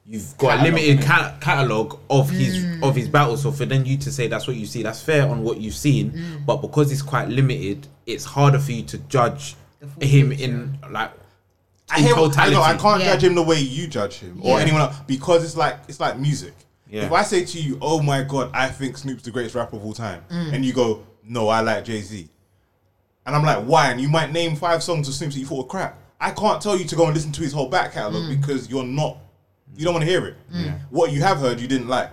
you've got a limited ca- catalog of his of his battles so for then you to say that's what you see that's fair on what you've seen but because it's quite limited it's harder for you to judge him in like I in hear what- I totality know I can't Yeah. judge him the way you judge him or Yeah. anyone else because it's like it's like music. Yeah. If I say to you, "Oh my god, I think Snoop's the greatest rapper of all time," Mm. and you go, "No, I like Jay Z," and I'm like, "Why?" and you might name five songs of Snoop's that you thought were crap. I can't tell you to go and listen to his whole back catalog Mm. because you're not, you don't want to hear it. What you have heard, you didn't like.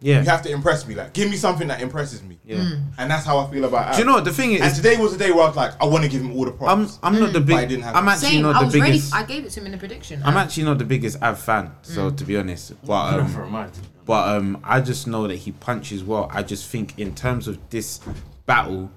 Yeah. you have to impress me. Like, give me something that impresses me. Yeah, Mm. and that's how I feel about. Do you Ab. know what the thing And is today was the day where I was like, I want to give him all the I'm props. I'm not the I big didn't have I'm it. actually Same. not I the was ready. biggest I gave it to him in the prediction. I'm actually not the biggest Av fan, so to be honest. But seen. um, For a mind. But um, I just know that he punches well. I just think in terms of this battle,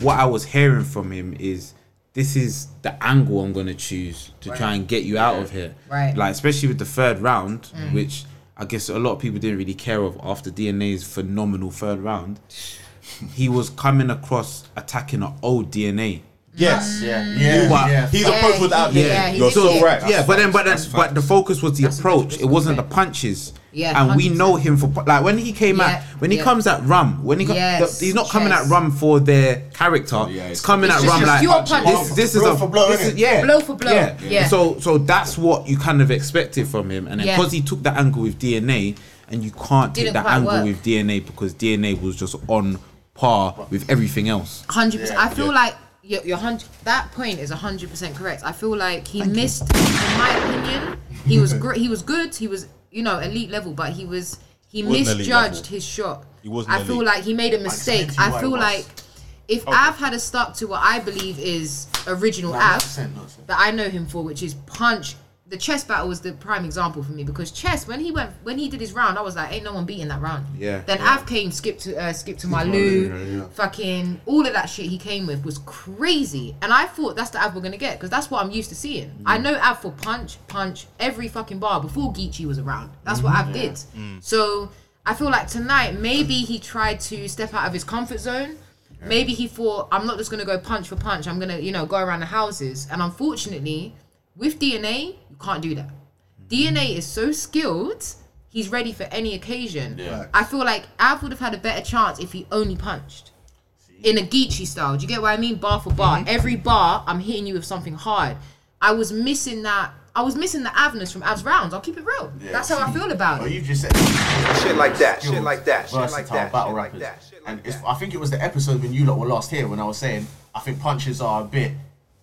what I was hearing from him is this is the angle I'm gonna choose to try and get you out of here. Right. Like especially with the third round, which I guess a lot of people didn't really care of after DNA's phenomenal third round. he was coming across attacking an old DNA. yes, Yeah, yeah, But yeah. His Yeah, approach was he- out yeah, there. he You're did so it. right. yeah, but then but then but the focus was the That's a approach. different It wasn't the perspective. punches. Yeah, and we 100%. know him for pu- like when he came at Yeah, when he yeah. comes at Rum when he co- Yes, the- he's not coming at yes. Rum for their character. Yeah, he's it's- coming It's at just Rum a like pure punch. this. This is Blow a for blow, this innit? is- yeah Blow for blow, Yeah. yeah. So so that's what you kind of expected from him, and Yeah. because he took that angle with DNA, and you can't take Didn't that quite angle work. with DNA because DNA was just on par with everything else. hundred percent. I feel like your, your hundred that point is hundred percent correct. I feel like he missed, in my opinion, he was great. He was good. He was you know elite level, but he was he wasn't elite misjudged level. his shot. He wasn't I feel elite. like he made a mistake. explained to you I why feel it was. like if Av had a stuck to what I believe is original Av 100%, 100%. that I know him for, which is punch the chess battle was the prime example for me because chess when he went when he did his round I was like ain't no one beating that round Yeah. then Av came skip to uh, skip to my loo fucking all of that shit he came with was crazy and I thought that's the Av we're gonna get because that's what I'm used to seeing I Mm. know Av for punch punch every fucking bar before Geechee was around that's Mm, what Av did so I feel like tonight maybe he tried to step out of his comfort zone maybe he thought I'm not just gonna go punch for punch I'm gonna you know go around the houses and unfortunately with DNA, you can't do that. DNA is so skilled, he's ready for any occasion. I feel like Av would have had a better chance if he only punched. In a Geechee style. Do you get what I mean? Bar for bar. Every bar, I'm hitting you with something hard. I was missing that. I was missing the avness from Av's rounds. I'll keep it real. That's how I feel about Oh, it. you just said. Shit like that. Shit like that. Shit versatile like that. battle shit like rappers. that, shit like and it's, that. I think it was the episode when you lot were last here when I was saying I think punches are a bit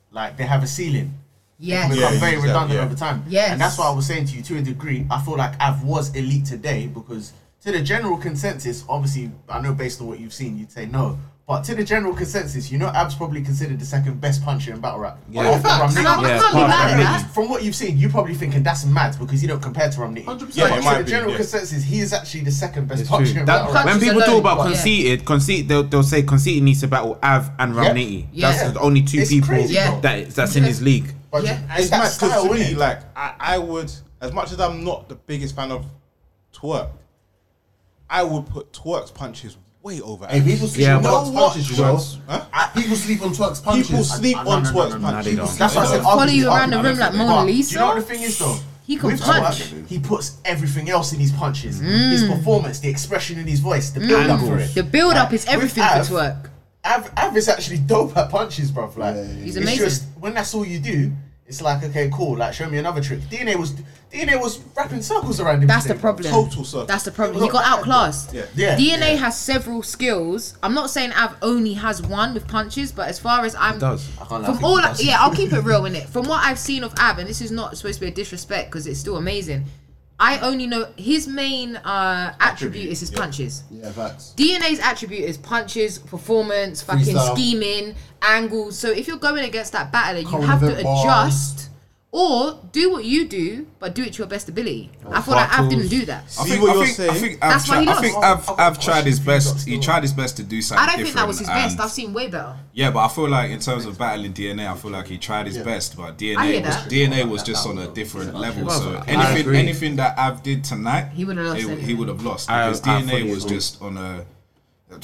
like they have a ceiling. Yes. Become Yeah. very exactly, redundant yeah. over time. Yes. And that's why I was saying to you to a degree, I feel like Av was elite today because to the general consensus, obviously I know based on what you've seen, you'd say no. But to the general consensus, you know Av's probably considered the second best puncher in battle rap. Yeah. After Facts. Ramney. And I- I Yeah, can't be part of mad at Ramney. that. From what you've seen, you're probably thinking that's mad because you don't compare to Romney. 100%. Yeah, it But might to the be, general yeah. consensus, he is actually the second best It's true. puncher in That- battle rap. when Punches people talk alone, about but- conceited, conceit, they'll, they'll say conceited needs to battle Av and Ramniti. Yeah. That's the only two It's people crazy, Yeah. that that's in his league. But Yeah. It's mad because to me, innit? like I, I would, as much as I'm not the biggest fan of twerk, I would put twerk's punches way over. Hey, Av's. people sleep Yeah, on but- twerk's punches, you know. Huh? Uh, People sleep on twerk's punches. People sleep I- no, on no, no, twerk's no, no, punches. they People don't. sleep That's why I on said it. Follow arguably- you around the arguably- room like But Mona do Lisa? you know what the thing is though? He can With Twerk, punch. Mm. he puts everything else in his punches. His performance, the expression in his voice, the build up for it. The build up is Like, with everything Av, for twerk. Av, Av is actually dope at punches, bruv. Like it's He's amazing. Just, when that's all you do, it's like okay, cool. Like show me another trick. DNA was DNA was wrapping circles around him. That's the today, bruv. problem. Total circle. That's the problem. He got outclassed. Yeah. Yeah. DNA Yeah. has several skills. I'm not saying Av only has one with punches, but as far as I'm does. I can't lie, I from think all he does. yeah, I'll keep it real in it. From what I've seen of Av, and this is not supposed to be a disrespect because it's still amazing. I only know his main uh, attribute is his punches. Yeah, facts. DNA's attribute is punches, performance, fucking Freestyle. scheming, angles. So if you're going against that battler, you Current have to event bars. adjust or do what you do, but do it to your best ability. Oh, I feel like Av buckles. didn't do that. I I See think, what I you're think, saying. I think That's I've, why he tried, I lost. think I've, I've got I've a tried his question for you best. guys He still. tried his best to do something I don't think that was his different best. and- I've seen way better. Yeah, but I feel like in terms of battling DNA, I feel like he tried his best, but DNA hear was that. DNA was just on a different level. So I anything agree. anything that Av did tonight, He would've lost it- anyway. He would have lost I- because I fully DNA was agree. just on a. Like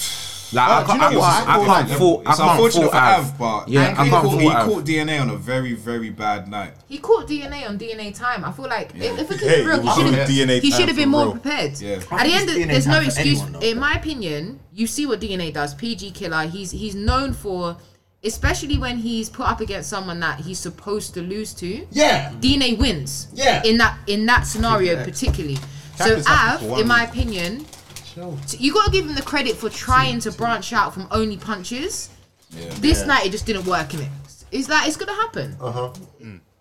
Oh, I do can't, you know I what? can't, I I can't can't fault. I It's can't unfortunate fault for Av, Av, but yeah, I he, can't caught, he fault Av. caught DNA on a very very bad night. He caught DNA on DNA time. I feel like if, if we keep Hey, it real, it he was should on have DNA he time should have been for more real. prepared. Yeah. At the end, of, DNA there's no time for excuse. anyone, though. in my opinion, you see what DNA does. PG Killer. He's he's known for, especially when he's put up against someone that he's supposed to lose to. Yeah. DNA wins. Yeah. In that in that scenario particularly. So Captain's happy Av, for one in my reason. opinion, t- you gotta give him the credit for trying to branch out from only punches. This night it just didn't work in it. It's like it's gonna happen. Uh huh.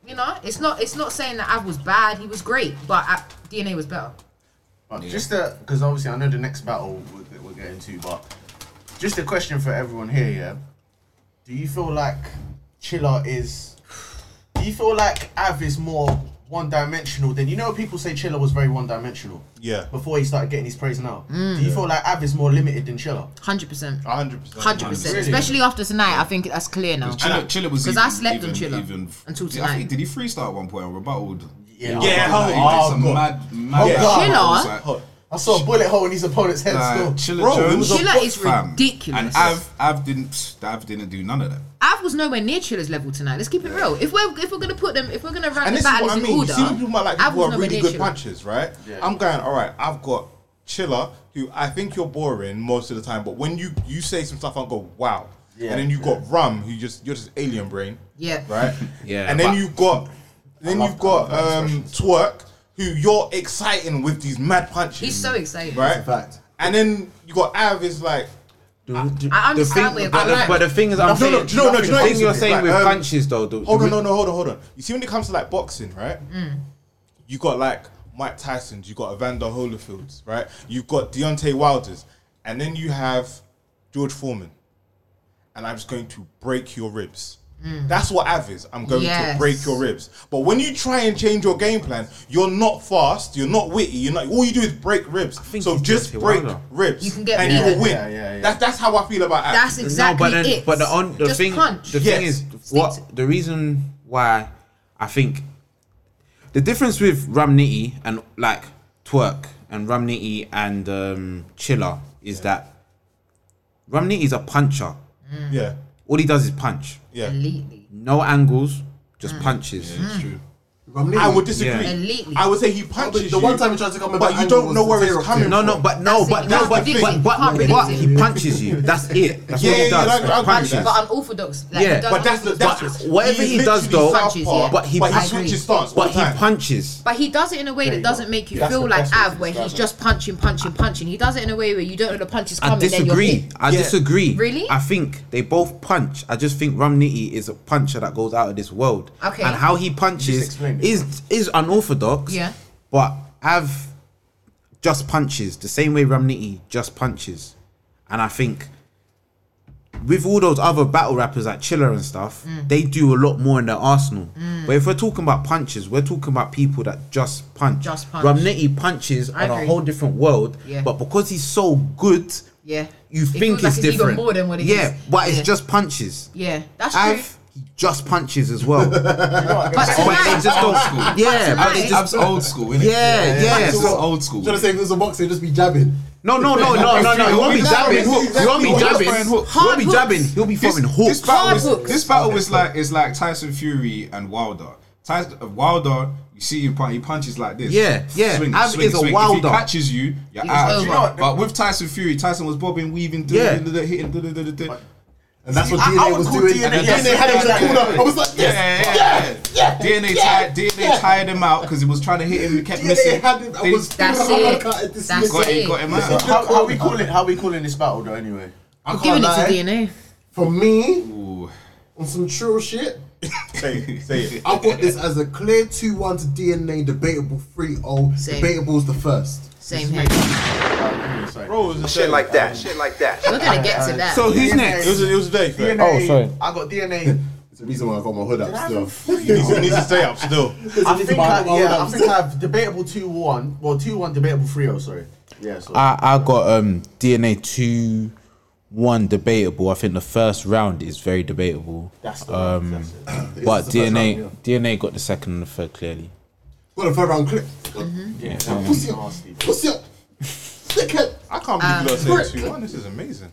You know, it's not it's not saying that Av was bad. He was great, but uh, DNA was better. But just to, because obviously I know the next battle we're, that we're getting to, but just a question for everyone here, yeah. Do you feel like Chiller is? Do you feel like Av is more one-dimensional than you know? People say Chiller was very one-dimensional. Yeah. Before he started getting his praise now, do you feel like Av is more limited than Chiller? Hundred percent. 100%. Hundred percent. Really? Especially after tonight, I think that's clear now. Chiller, Chiller was 'Cause even, I slept on even, Chiller even, until I tonight. think, did he freestyle at one point and rebutted? Yeah. Yeah, Like, he oh, did some God. mad, mad Yeah. shit. Chiller? I was like, Hot. I saw a bullet hole in his opponent's head. Nah, still. Chiller Bro, it Jones. was a Chiller is fam. ridiculous. And Av, Av didn't, psst, Av didn't do none of that. Av was nowhere near Chiller's level tonight. Let's keep it real. If we're if we're gonna put them, if we're gonna rank And the this is battles what I in mean. order, you see, people might like Av people was who are nowhere really near good Chiller. punches, right? I'm going, all right, I've got Chiller, who I think you're boring most of the time, but when you you say some stuff, I'll go, wow. and then you got Rum, who just you're just alien brain. Yeah. Right? Yeah, And then but- you got then you've got um Twerk, who you're exciting with these mad punches. He's so excited. right? fact. And then you got Av is like I The understand thing, where you're but, going. the, but the thing is, I'm No, saying no, no, no, the no, thing you're it's- saying like, with um, punches though. the- Hold the- on, no, no, hold on, hold on. You see, when it comes to like boxing, right? Mm. You got like Mike Tyson's, you got Evander Holyfield's, right? You've got Deontay Wilder's, and then you have George Foreman, and I'm just going to break your ribs. That's what Av is. I'm going Mm. Yes. to break your ribs. But when you try and change your game plan, you're not fast, you're not witty, you're not. All you do is break ribs. think So he's just Deontay break Wilder. ribs, You can get and beat. you will Yeah, win. yeah, yeah, yeah. That's that's how I feel about Av. That's No, exactly but then, it. but the on the Just thing, punch. the thing is, Sneak what it. the reason why I think the difference with Ramniti and like Twerk and Ramniti and um, Chiller is that Ramniti is a puncher. yeah, All he does is Mm. punch. yeah. Elitely. No angles, just Mm. punches. Romney. I would disagree. Yeah. Elitely. I would say he punches you, The one time he tried to come in but back you angle don't was know the where it's zero coming. kick. No, no, but no, That's but it. no, That's but the but thing. but, Can't but, predict he it. punches you. That's it. That's Yeah, what yeah, he does. yeah, like, I agree punches. with But I'm orthodox. Like, Yeah, he does But that's the things that's backwards. whatever he does, literally though, southpaw, Punches, yeah. But he but he punches. switches stance. all But the time. he punches. But he does it in a way that doesn't make you That's feel the- like that's what Av, where he's it's just punching, punching, punching. He does it in a way where you don't know the punch is I coming. Then you're disagree. hit. I Yeah. disagree. Really? I think they both punch. I just think Romney is a puncher that goes out of this world. Okay. And how he punches explained it. is is unorthodox. Yeah. But Av just punches the same way Romney just punches, and I think with all those other battle rappers like Chiller and stuff, Mm. they do a lot more in their arsenal. But if we're talking about punches, we're talking about people that just punch. Just punch. Romney punches I on a agree. whole different world. Yeah. But because he's so good, Yeah. you It think feels like it's it's even different. more than what it yeah, is. but Yeah. it's just punches. Yeah, that's true. I've he just punches as well. but but they tonight, just don't. Old Yeah, but they Tonight- just. Ab's old school, innit? Yeah, yeah. Ab's So- old school. Trying to say if it was a boxer, he'd just be jabbing. No, no, no, no, no, no. He won't be jabbing. He won't be jabbing. He won't be jabbing. He'll be this, fucking this hooked. battle, Hard is, hooks. this battle is like is like Tyson Fury and Wilder. Tyson, uh, Wilder, you see him punch, he punches like this. Yeah, yeah. Swing, Ab swing, is a swing. If Wilder. he catches you, you're It's out. Do you over. know what? But with Tyson Fury, Tyson was bobbing, weaving, doing, Yeah. da- da- da- hitting, da- da- da- da- da. And that's what I- I DNA would was call doing. DNA, And then yeah, DNA had him in yeah, the corner. yeah. I was like, Yeah, yes. yeah, yeah, yeah. DNA tired, DNA tired him out because he was trying to hit him, he kept DNA missing. had him. I They was That's doing a it. uppercut and That's dismissed got, it. he got him So out. how, how we calling? How we calling this battle though? Anyway, I giving can't it to lie. DNA. For me, Ooh. on some true shit, Say it, say it. I got this as a clear 2 1 to DNA, debatable 3 0. Same. Debatable's the first. Same here. Bro, it was a Shit day. like that. Shit like that. We're gonna get to that. So It Yeah. who's was next? a, it was a day. fam. DNA. Oh, sorry. I got DNA. It's the reason why I got my hood up still. He needs, he needs to stay up still. I think why I, I got my hood yeah, I up think still. I've debatable two one. Well, two one debatable three oh. Sorry. Yeah. Sorry. Uh, I I got um DNA two one debatable. I think the first round is very debatable. that's the um, one. That's it. But the first DNA DNA got the second and the third clearly. Got a third round clip. Mm-hmm. Yeah, that was Pussy up. nasty. Pussy up. Dickhead. I can't believe you lot Um, said two one. This is amazing.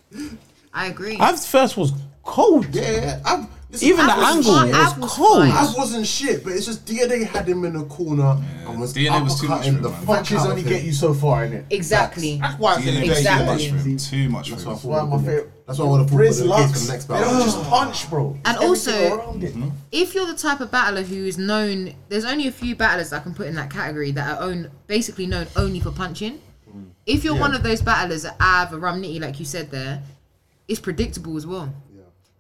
I agree. Av's first was cold. Yeah. I've, this- Even the I've- angle fine. was Av was cold. fine. I wasn't shit, but it's just DNA had him in the corner and was DNA was too much uppercutting for the him, man. fuck Punches out only of him. get you so far, innit? Exactly. That's why I said a DNA day. too Exactly. much for him. Too much for him. One of my favorite. That's what I want to put Riz in the case for the locks. next They don't battle. Mm-hmm. just punch, bro. And Everything also- around it. if you're the type of battler who is known, there's only a few battlers I can put in that category that are own basically known only for punching. If you're one of those battlers that have a Ramniti, like you said there, it's predictable as well.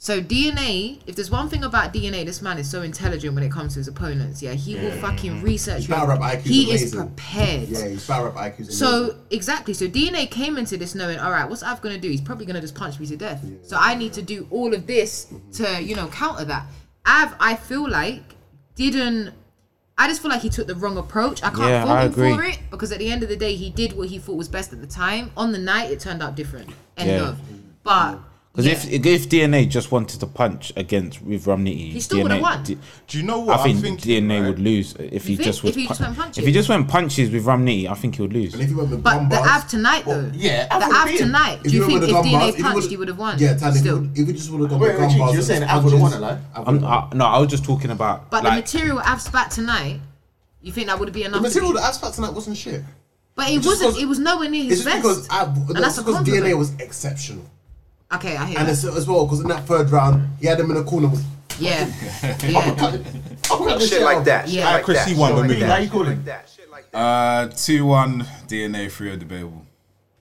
So DNA, if there's one thing about DNA, this man is so intelligent when it comes to his opponents. Yeah, he will fucking research you. battle rap IQ is He is amazing. prepared. Yeah, he's battle rap IQ's amazing. So exactly. So DNA came into this knowing, all right, what's Av gonna do? He's probably gonna just punch me to death. so I need to do all of this to, you know, counter that. Av, I feel like didn't. I just feel like he took the wrong approach. I can't Yeah, fault I him for agree. it because at the end of the day, he did what he thought was best at the time. On the night, it turned out different. End Yeah. of. But Because yeah. if if DNA just wanted to punch against with Romney, He still DNA, would've won. D- Do you know what I think I'm thinking? DNA right? would lose if he You think? just was If he just pun- went punches? if he just went punches with Romney, I think he would lose. and if you went with but Gumbars- the Av tonight though, yeah, Av the would've Av beat him. tonight. Do you you went think if with the Gumbars, DNA you punched, he would have won? Yeah, Tan, if, still. you- if you just would have gone Wait, with wait, Gigi, Gumbars, you're and saying Av would've won punches, it, like? Av I'm, would've uh, won. I, no, I was just talking about. But the like, material Av spat tonight, you think that would have been The enough? to material beat- that Av spat tonight wasn't shit. But it just wasn't. 'cause- It was nowhere near his It's just best. because Av, no, that's it's a because compliment. DNA was exceptional. okay, I hear And that. it's, as well, because in that third round, he had him in the corner. Was, yeah, yeah. uppercut the Shit like that. Shit Yeah. like that. Accuracy one Shit for like me. that. How you calling? That shit like that. Uh, two one DNA three are debatable.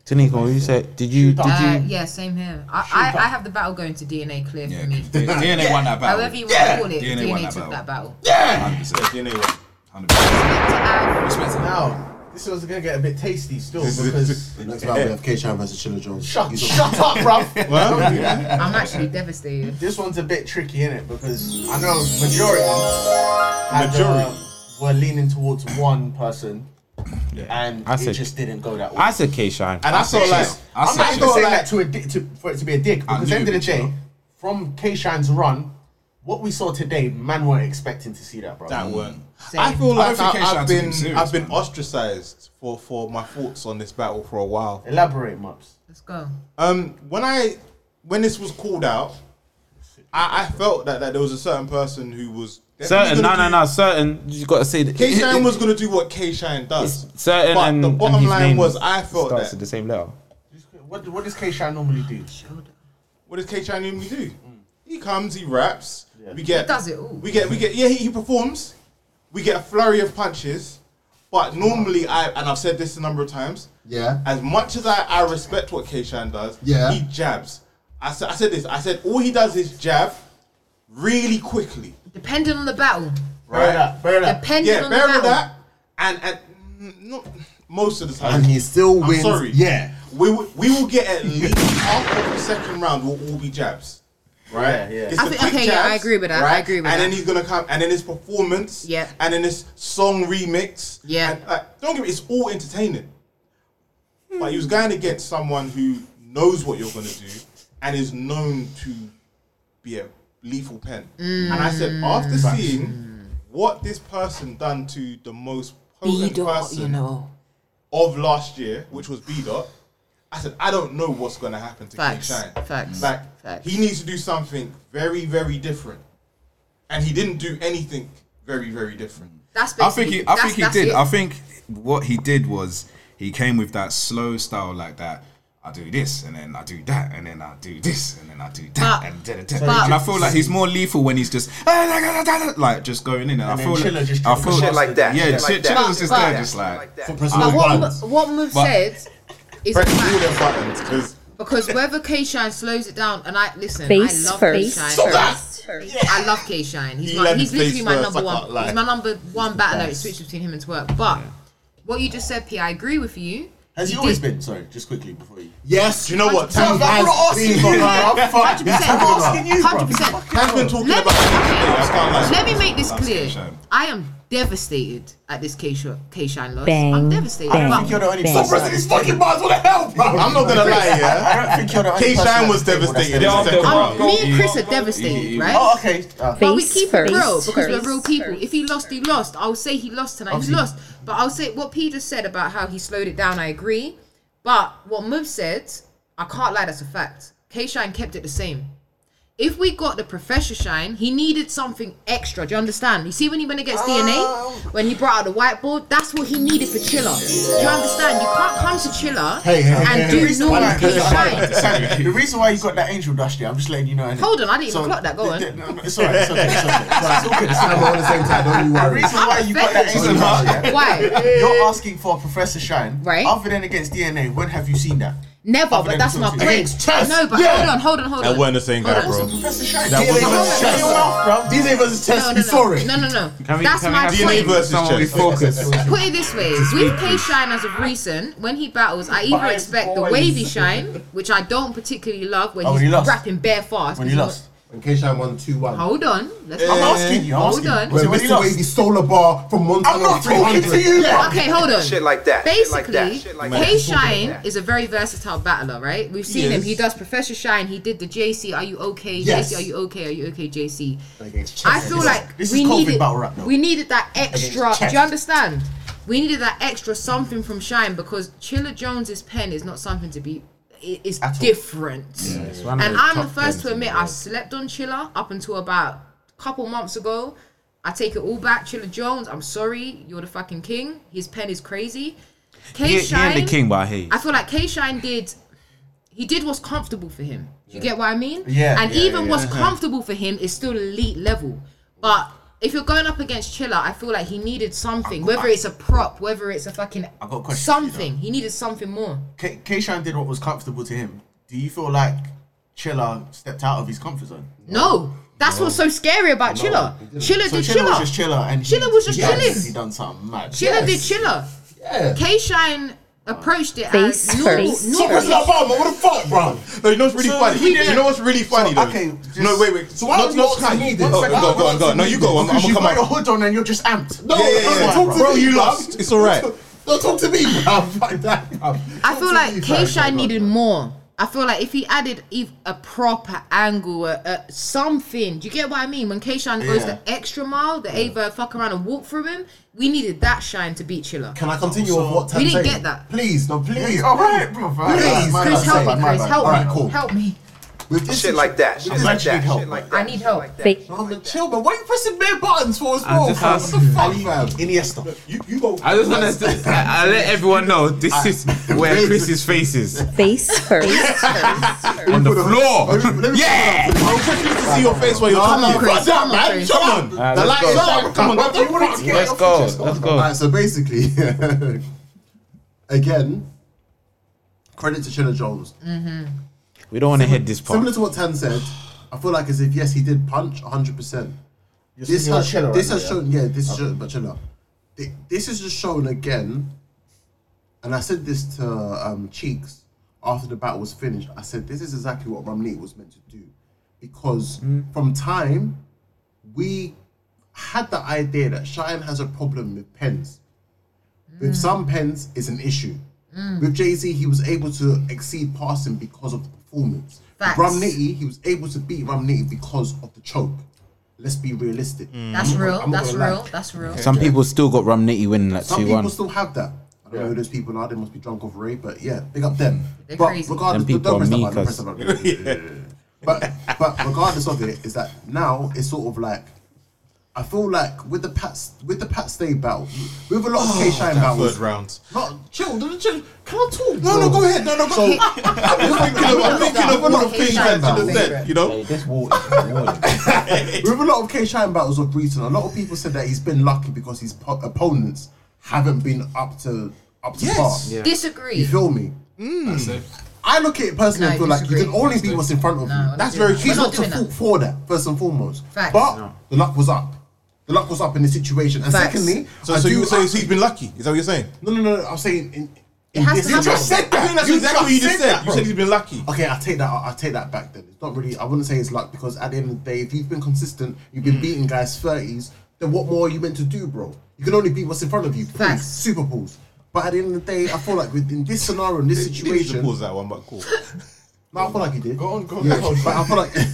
Tanico, you said, did you? Did you? Uh, yeah, same here. I, I, I have the battle going to DNA clear Yeah, for me. 'cause D- DNA won that battle. Mm. However you want to call it, DNA DNA, won that battle. took that battle. Yeah, DNA would. Back to Av. Respect it. Now, This one's gonna get a bit tasty still because. The next round we have K Shine versus Chilla Jones. Shut, He's shut up, bruv! Don't do that. I'm actually devastated. This one's a bit tricky, innit? Because I know majority, had, uh, were leaning towards one person, and I it said- just didn't go that way. I said K Shine. and I saw said- like I I'm said- not even saying like- that to a dick, to, for it to be a dick because knew end of the it, day, bro. from K Shine's run, what we saw today, man, weren't expecting to see that, bro. That weren't. Same. I feel like think I Kesha have took it been serious, I've been man. ostracized for for my thoughts on this battle for a while. Elaborate, Mubs. Let's go. Um, when I when this was called out, I, I felt that, that there was a certain person who was Certain, no, gonna no, do- no. Certain, you got to say that. K Shine was going to do what K Shine does. certain, but and the and bottom his line name was I felt starts that. at the same letter. What, what does K Shine normally do? what does K Shine normally do? He comes, he raps. We get He does it all. We get we get yeah. He, he performs. We get a flurry of punches. But normally, I and I've said this a number of times. Yeah. As much as I, I respect what Keishan does, Yeah. he jabs. I, sa- I said this. I said all he does is jab really quickly. Depending on the battle. Bear that, bear that. Depending Yeah, on the bear battle. with that. And, and mm, not most of the time. And he still I'm wins. sorry. Yeah. We, will- we will get at least after the second round, we'll all be jabs. Right? Yeah, yeah. It's I the think- quick okay, yeah, I agree with that, I agree with and that. then he's going to come, and then his performance. Yeah. And then his song remix. Yeah. And, like, don't give me, it's all entertaining. But he was going against someone who knows what you're going to do and is known to be a lethal pen. And I Mm. said, after seeing what this person done to the most potent person of last year, which was B Dot, I said, I don't know what's going to happen to King Facts. Shine. Facts. Like, Facts. he needs to do something very, very different. And he didn't do anything very, very different. That's I think basically- he, I that's- think he that's did. it. I think what he did was he came with that slow style like that. I do this and then I do that and then I do this and then I do that But- and da, da, da. but- and I feel like he's more lethal when he's just "Ah, da, da, da, da," like just going in and, And I then feel Chilla like just I feel Shit like that. Yeah, Shit Chi- like that. Chilla was just But- there, but- just like For pressing But all what, buttons. Mo- what Move said is a Press all fact. their buttons because Because whether K Shine slows it down, and I listen, Face I love K first. Shine. Stop I love K Shine. He's, He my, landed he's literally face my first, number I one. can't lie. He's my number one battler. It's switched between him and Twerk. But what you just said, P, I agree with you. Has he You always did- been? Sorry, just quickly before you. Yes. do you know what? Tam's, Sounds like- I'm not asking you, bro. I'm fucking- I'm asking you, bro. 100%. Tam's been talking Let about me- it. I can't lie. Let me make this clear. K-Shine. I am devastated at this K Shine loss. Bang. I'm devastated. Bang. But I think you're the only Bang. person. Stop pressing these fucking buttons. What the hell, bro? I'm not gonna lie, I yeah. don't think you're the only K person. Shine at was the table that's devastated in Yeah, the I'm second the- round. me and Chris are devastated, right? Oh, okay. Uh, But we Face keep it real first. because we're Face real people. first. If he lost, he lost. I'll say he lost tonight. He lost. But I'll say what Peter said about how he slowed it down, I agree. But what Move said, I can't lie, that's a fact. K Shine kept it the same. If we got the Professor Shine, he needed something extra. Do you understand? You see when he went against Oh. DNA, when he brought out the whiteboard, that's what he needed for Chiller. Do you understand? You can't come to Chiller Hey, hey, and hey, do hey. normal Sorry, K Shine. sorry. the reason why you got that angel dust there, I'm just letting you know. innit? Hold on, I didn't even clock that, go on. th- th- It's alright, it's okay, it's okay. It's all right, it's all good, it's all I'm good. on the same time. Don't you The worry. reason why you got that angel dust yeah, Why? you're asking for a Professor Shine. Right. Other than against DNA, when have you seen that? Never, Other but than that's my Chelsea. point. Against Chelsea, No, but yeah. hold on, hold on, hold on. That weren't the same guy, bro. Professor Shine. That DNA wasn't versus the Shine. chest. Your mouth, bro. DNA versus Chess. No, we no, no. saw it. No, no, no. Can we, That's can we my have DNA point. someone- versus someone we Chess. focus? Put it this way: with K Shine as of recent, when he battles, I either expect the boys. wavy shine, which I don't particularly love, when Oh, when he's he lost. rapping bare fast. When you lost. And K Shine won 2 1. Hold on, let's. I'm asking you. I'm Hold asking on. you. When So when you Mr. lost, Wavy stole a bar from Montana. I'm not talking to you, bro. Okay, hold on. Shit like that. Shit like that. Basically, Shit like K that. Shine is a very versatile battler, right? We've seen him. He does Professor Shine. He did the JC. Are you okay? Yes. JC, are you okay? Are you okay? JC. Against I feel like This is we COVID needed battle rap, though. we needed that extra. Against Do Chess. you understand? We needed that extra something from Shine because Chilla Jones's pen is not something to be. it- It's different, one of and the I'm the top first pens to in the admit I slept on Chilla up until about a couple months ago. I take it all back, Chilla Jones. I'm sorry, you're the fucking king. His pen is crazy. He, K he ain't the king, but hey, I feel like K Shine did. He did what's comfortable for him. Do you get what I mean? Yeah, And yeah, even yeah. what's comfortable for him is still elite level. But if you're going up against Chiller, I feel like he needed something. Whether it's a prop, whether it's a fucking got a question for you, something, he needed something more. K- Kayshawn did what was comfortable to him. Do you feel like Chiller stepped out of his comfort zone? No, that's what's so scary about Chiller. Chiller So did Chiller Chiller. was just Chiller, and he- Chiller was just he done- chilling. He done something mad. Chiller did Chiller. Yeah. K Shine approached it Face as normal, first. Fuck normal. President Obama, what the fuck, bro? No, you know what's really So funny? he You know what's really funny though? okay, no, just- wait, wait. so why not, would you not want to Kai. me then? Go, Like, Oh, go, I go, don't go, want go. to No, me you go. then. I'm, I'm Because gonna you come got your out. hood on and you're just amped. No, yeah, no, yeah, yeah. talk to Bro, me, you bruv. lost. It's all right. Don't talk to me, bruv. Fuck that, bruv. I feel like K Shine Shine needed more. I feel like if he added ev- a proper angle, a, a something, do you get what I mean? When K Shine goes the extra mile, the Ava fuck around and walk through him, we needed that shine to beat Chiller. Can I continue with what Tam We didn't saying? get that. Please, no, please. All right, bro. Please, Please, my Chris, bad, help my me, bad, Chris, my bad. help Alright, me, cool. help me. With this Shit like that. Shit This like actually that. help. Shit like that. I need help. Fake. I'm like, chill, man. Why are you pressing bare buttons for as well? just fam? What the fuck, fam? Iniesta. You, you go. I just want to. I, I let everyone know this is where Chris's face is Face first. on the floor. Yeah! I was just used to see your face while you're Come on, talking. Chris. Chris, come Come on, man. Chris. Come on. Alright, The let's light go. is shining. Come on. Come on. You wanted to get Let's off go. your chest. Let's go. Alright, so basically, again, credit to Chilla Jones. We don't want to hit this Similar part. to what Tan said, I feel like as if, yes, he did punch 100%. This speaking about has, Chilla this right has now, shown, yeah, this is shown, but Chilla. Thi- This is just shown again, and I said this to um, Cheeks after the battle was finished. I said, this is exactly what Ramneet was meant to do. Because Mm. from time, we had the idea that Shine has a problem with pens. With some pens, it's an issue. With Jay Z, he was able to exceed passing because of the performance. With Facts. Ramnitty, he was able to beat Ramnitty because of the choke. Let's be realistic. That's I'm not- real. I'm not That's gonna lie. real. That's real. Some people still got Romnitty winning that Some two people one. still have that. I don't know who those people are. They must be drunk off rape, but yeah, big up them. They're but crazy. regardless, Them people don't press are that me, button, don't press cuz- that button. But but regardless of it, is that now it's sort of like I feel like with the Pat with the Pat Stay battle, with a lot Oh, of K Shine Third battles. round. Not chill, chill, chill. Can I talk? No, no, go ahead. No, no, go ahead. I'm thinking of, I'm thinking of a lot of K-Shine things that battles. Chilla said, you know? This water, water. With a lot of K Shine battles of recent, a lot of people said that he's been lucky because his po- opponents haven't been up to up to par. Yes. Disagree. You feel me? Mm. I look at it personally No, and feel I like you disagree. can only be what's in front of you. we're That's not very doing true. that. We're He's not not to doing fault that. for that, first and foremost. Facts. But the luck was up. The luck was up in this situation. And Facts. secondly, So, I so, do you, so I- he's been lucky. Is that what you're saying? No, no, no, no. I'm saying in, in It has this. to You happen. just said I think that's You exactly what you just said. that, you bro. said he's been lucky. Okay, I take that. I take that back. Then it's not really. I wouldn't say it's luck because at the end of the day, if you've been consistent, you've Mm. been beating guys thirties. Then what more are you meant to do, bro? You can only beat what's in front of you. Facts. Please, Super Bowls. But at the end of the day, I feel like within this scenario, in this Situation. situation, Pause that one, but cool. no, I feel like he did. on, go on, Yeah, go on. but I feel like in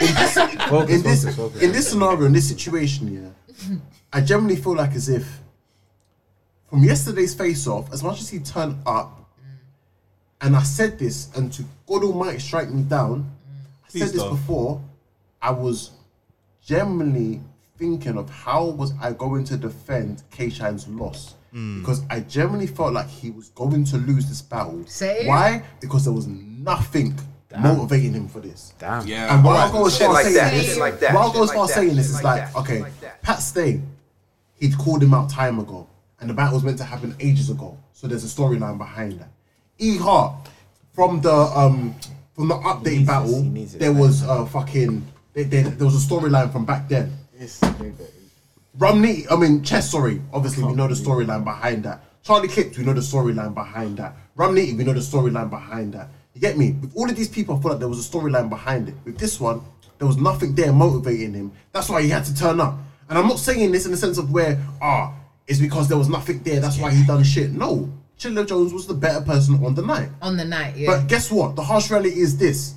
this, in this, in this scenario, in this situation, yeah, I generally feel like as if from yesterday's face-off, as much as he turned up, and I said this, and to God Almighty strike me down, I Please said this don't. before, I was generally thinking of how was I going to defend K Shine's loss. Because I generally felt like he was going to lose this battle. Same. Why? Because there was nothing motivating him for this. Yeah. And while I go alright. as Shit far like as that. saying Shit this, like that. while I go Shit as far like as that. saying this, Shit like it's like, that. Shit okay, like that. Pat Stay, he'd called him out time ago, and the battle was meant to happen ages ago. So there's a storyline behind that. E Hart, from the um from the update needs battle, this, he needs it. there was a fucking there, there, there was a storyline from back then. Romney, I mean Chess, sorry. Obviously, we know the storyline behind that. Charlie Clips, we know the storyline behind that. Romney, we know the storyline behind that. You get me? With all of these people, I feel like there was a storyline behind it. With this one, there was nothing there motivating him. That's why he had to turn up. And I'm not saying this in the sense of where ah, it's because there was nothing there. That's why he done shit. No, Chandler Jones was the better person on the night. On the night, yeah. But guess what? The harsh reality is this.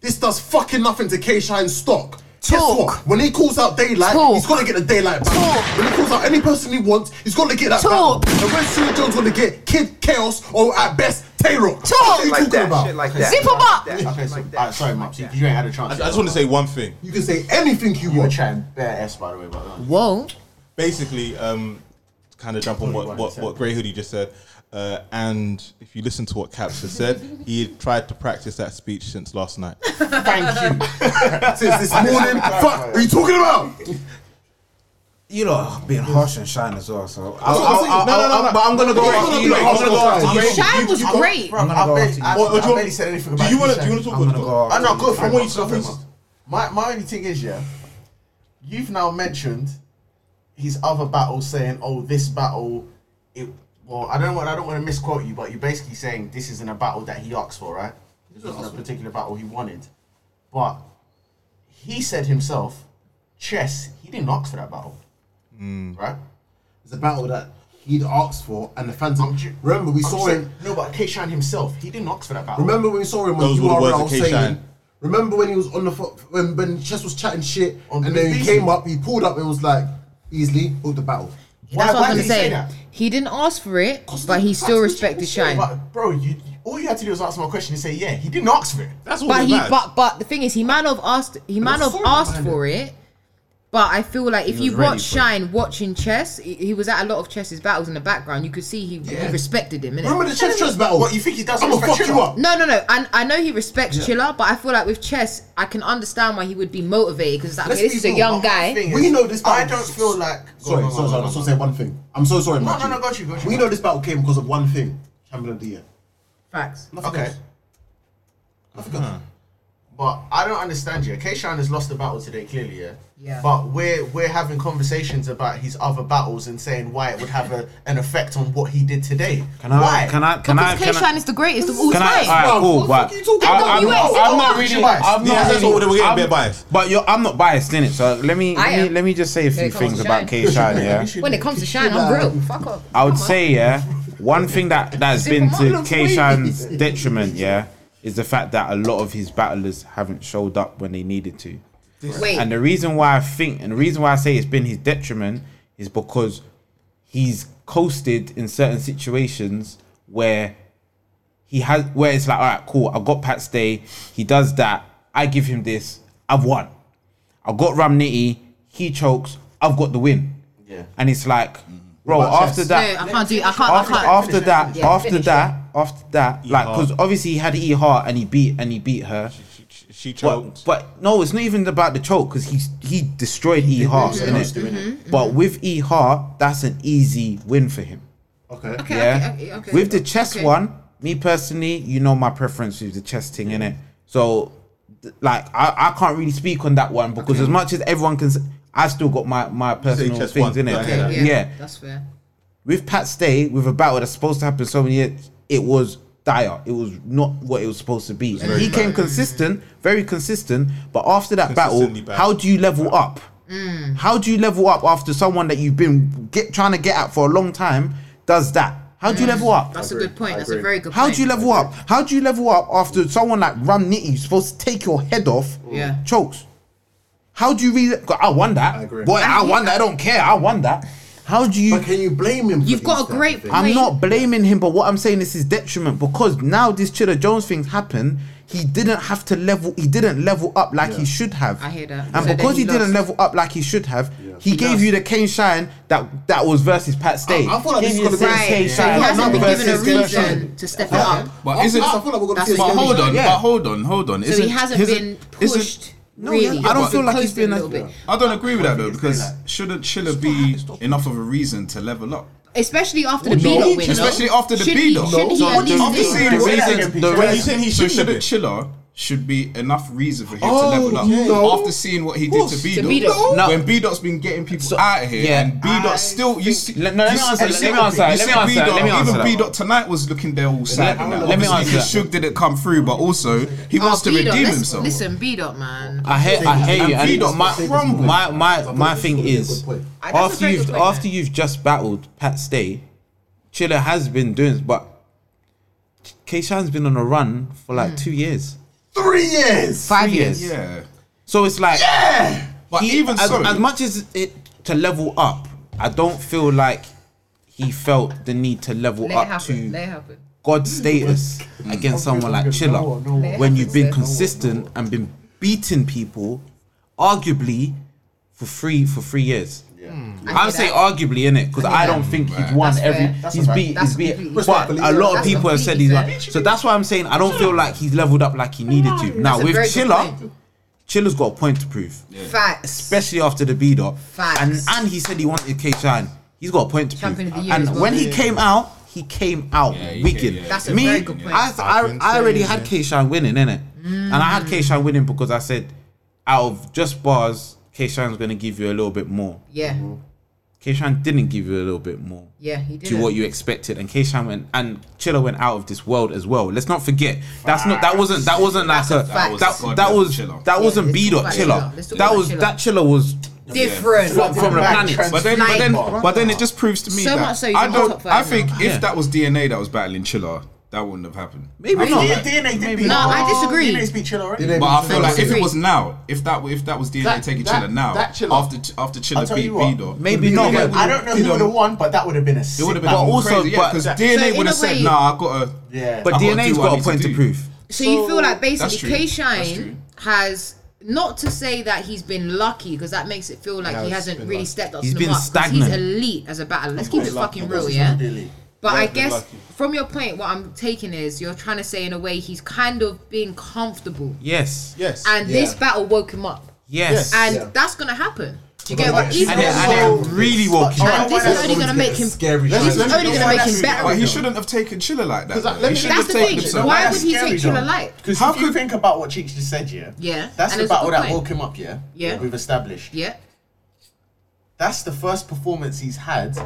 This does fucking nothing to K Shine's stock. Guess Talk. what? When he calls out daylight, Talk. he's gonna get the daylight back. Talk. When he calls out any person he wants, he's gonna get that Talk. back. And when Cena Jones gonna get Kid Chaos or at best Tay-Rock. Talk. What are you Shit like talking that. about? Shit like that. Zip 'em up. Shit like Okay, that. so, Shit like that. alright, sorry, Mopsy, because you ain't had a chance. I just want to say one thing. you can say anything you You were want. chatting bare S, by the way, but no. Whoa. basically, um, to kind of jump on what what, what Grey Hoodie just said, uh, and if you listen to what Caps has said, he had tried to practice that speech since last night. thank you. Since this morning, fuck, are you talking about? You know, being harsh and shine as well. So, That's what I'm saying. No, no, no, no. but I'm gonna go You're after gonna you. be I'm gonna go harsh after and you. shine. Shine was great. Bro, I go barely, after I, Or- or do I you barely want- said do anything about you want Keyshawn. to do you want to talk? I'm gonna go I after know, good for I him. want you man, to- good for him, man. My my only thing is, yeah, you've now mentioned his other battle, saying, "Oh, this battle, it well, I don't want I don't want to misquote you, but you're basically saying this isn't a battle that he asked for, right? This wasn't a particular battle he wanted, but he said himself, chess. He didn't ask for that battle, right? It's a battle that he'd asked for, and the Phantom. I'm ju- Remember, we I'm saw saying- him. No, but Keishan himself, he didn't ask for that battle. Remember when we saw him on Those were the words URL of K-Shine. saying. Remember when he was on the fo- when when Chess was chatting shit, On and then he Beasley. came up, he pulled up, it was like Beasley booked the battle. Why- That's what why I'm did gonna he say say. that? He didn't ask for it, but he still respected Shine. But bro, you all you had to do was ask my question and say, yeah, he didn't ask for it. That's all But that he, matters. but but the thing is, he might have asked. He might have asked for it. But I feel like if you watch Shine watching chess, he, he was at a lot of chess's battles in the background. You could see he, he respected him. Innit? Remember the Chess Chess battle? What, you think he does I'm gonna respect fuck you Chilla? up. No, no, no. I, I know he respects Chiller, but I feel like with chess, I can understand why he would be motivated because like, Let's okay, this be is a real, young But my guy. thing We is, know this I battle- don't feel like. Sorry, Go on, go sorry, on, sorry. go I'm on, just go on. gonna say one thing. I'm so sorry, no, Matthew. no, got you, got you, We got know you. this battle came because of one thing: champion of the year. Facts. Nothing Okay. Uh-huh. else. Nothing else. But I don't understand you. Keishan has lost the battle today, clearly, yeah. Yeah. But we're we're having conversations about his other battles and saying why it would have a, an effect on what he did today. Can I? Why? Can I? Can I? Because Can K-Shine I? is the greatest of all Can I? time. Alright, cool. What the fuck are you But talking I- about? I'm You ain't not. said I'm not that. really. You're biased. I'm Yeah, not that's what really. we're getting, I'm- bit biased. But you're, I'm not biased in it. So let me I let me, am. let me just say a When few it comes things to about K shine. Shine. Yeah, When it comes to Shine, I'm real. Fuck up. I would say yeah. One thing that that's been to K Shine's detriment, yeah, is the fact that a lot of his battlers haven't showed up when they needed to. Wait. And the reason why I think, and the reason why I say it's been his detriment, is because he's coasted in certain situations where he has, where it's like, all right, cool, I've got Pat Stay, he does that, I give him this, I've won. I've got Ramniti, he chokes, I've got the win. Yeah. And it's like, bro, after no, that, I can't do. I can't. I after, can't. after that, Yeah, after finish that, after that, like, because obviously he had E Heart and he beat and he beat her. She- She But, choked. but no, it's not even about the choke because he he destroyed E Heart, innit? Mm-hmm. But with E Heart, that's an easy win for him. Okay. Okay, Yeah. okay, okay, okay. With the chess Okay. one, me personally, you know my preference with the chess thing, innit? So, th- like, I, I can't really speak on that one because as much as everyone can, s- I still got my my personal chess things one, in it. okay, Yeah, yeah. that's fair. With Pat Stay, with a battle that's supposed to happen so many years, it was dire. It was not what it was supposed to be. And he came consistent, very consistent. But after that battle, Consistently bad. how do you level up? How do you level up after someone that you've been get, trying to get at for a long time does that? How do you level up? Mm. That's a good point. That's a very good How point. do you level up? How do you level up after someone like Ram Nitty who's supposed to take your head off? Yeah. Chokes. How do you really? I won that. I agree. Boy, I won that. I don't care. I won that. How do you? But can you blame him? for You've got these a great type of things? I'm Wait. not blaming him, but what I'm saying is his detriment because now this Chiller Jones thing's happened. He didn't have to level. He didn't level up like he should have. I hear that. And So then because he he, didn't lost. level up like he should have, he, He gave lost. you the Kane Shine that that was versus Pat Stay. I- I feel like Gave this you is the gonna be- same Right. Kane So Shine he hasn't been given a versus Kane Shine. reason to step it up. But is it? I feel like we're gonna That's see a what- But scandal. hold on, Yeah. but hold on, hold on. So he hasn't his- been his- pushed. No, really, yeah, I don't He's feel been like he's coasted a been little a- bit. I don't agree with that though because shouldn't Chiller be enough of a reason to level up? especially after the B dot win. Especially no? after the Should B he- dot. should he No, at least Obviously, do- the Say that reason, again, Pete. the Say that reason- again. He so shouldn't should have a been. chiller should be enough reason for him Oh, to level up no. after seeing what he did to B To B-Dot. Dot. No. When B Dot's been getting people out of here, yeah, and B I Dot still you see. Let- no, let you me see- answer you that, see- let me answer that, you let see me answer that, B-Dot, let me answer Even that. B Dot tonight was looking there all sad. and that. let me Obviously, answer His Suge didn't come through, but also he wants Oh, to B-Dot, redeem let's- himself. Listen, B dot man. I hate, I hate you. And And Vidot my, must crumble. my, my, my That's thing a really is, good point. That's a after very you've, good point, after man. you've just battled Pat Stay, Chiller has been doing, but Keishan's been on a run for like two years, Three years. Hmm. Five years. Yeah, so it's like, but he- even as, so, as much as it to level up, I don't feel like he felt the need to level Let it up happen. to Let it happen. God status Mm. against someone like Chilla when you've been consistent and been beating people, arguably for three for three years. Hmm, hear Mm. I'd say that. arguably in it because I, don't think he's won That's every. fair. That's he's fair. beat. That's He's beat. completely But fair. a lot of That's people have said completely he's fair. won. So that's why I'm saying I don't feel like he's leveled up like he needed to. Now a with very good Chilla, point. Chilla's got a point to prove, Facts. especially after the beat up. Facts. And and he said he wanted K Shine. He's got a point to Champion prove. of the year and as well. when he came out, he came out Yeah, he wicked. came- yeah. That's a Me, very good point. I, I, I already had K Shine winning, innit? And I had K Mm. Shine winning because I said, out of just bars, K Shine's going to give you a little bit more. Yeah. Keishan didn't give you a little bit more Yeah, he did. to what you expected, and Keishan went and Chilla went out of this world as well. Let's not forget that's not that wasn't that wasn't like a, That's a that fact. was God that level was Chilla. that wasn't let's B talk dot about Chilla. Chilla. Let's talk That about was Chilla. that Chilla was different. From- from the Back planet. trans- But then, but then, Sniper. but then it just proves to me So that much so he's I in the don't. top five I think now. if Yeah. that was DNA that was battling Chilla, that wouldn't have happened. Maybe DNA, not. DNA did Maybe beat No, her. I disagree. DNA speak chill already. Did they But I beat feel Chilla? like if it Agree. was now, if that if that was DNA That- taking that- Chilla now, that Chilla- after Ch- after I'll Chilla tell beat you what. Bedo, Maybe it not. would've- but- I don't know who would have won, but that would have been a It would have sick been battle. also- crazy, yeah, but- because So DNA in would a have said, way- "Nah, I gotta." Yeah. But I gotta DNA's do what I got a need to point to do. prove. So you feel like That's basically true. K That's Shine true. has not to say that he's been lucky because that makes it feel like Yeah, he it's hasn't been really lucky. stepped up He's to the been mark 'cause he's stagnant. elite as a battler. Let's keep it fucking real, Versus yeah. Dilly. But I He's been guess lucky. from your point, what I'm taking is you're trying to say in a way he's kind of being comfortable, Yes. Yes. and Yeah. this battle woke him up, Yes. and Yeah. that's gonna happen. Do you get But what? it's Even And it, so, and it really woke him and up. this That's is only always gonna make him. scary. This is only gonna make him better. But he though. shouldn't have taken Chilla like that. Because, like, though. let He me- shouldn't have That's the taken thing. himself. Why out. would he take Chilla light? Because How if you could- think about what Cheeks just said, yeah, Yeah, that's and the it's a battle good that point. woke him up, yeah, Yeah. that we've established. Yeah, That's the first performance he's had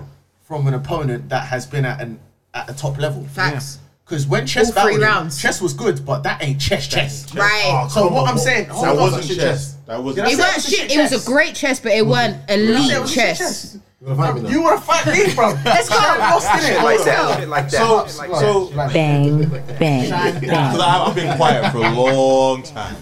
from an opponent that has been at an at a top level. facts. Because when chess All three battled, him, rounds. chess was good, but that ain't chess, chess. Right. So what I'm saying- hold that on, wasn't that's your chess. chest. That Did I wasn't. It said it weren't was shit. shit It was chess. a great chess, but it weren't elite Yeah, it was just chess. You're gonna fight me now? You want to fight me, bro? Let's go. Shit like that. Shit like So, that. Shit like that. so, so Bang, bang. I- I've been quiet for a long time.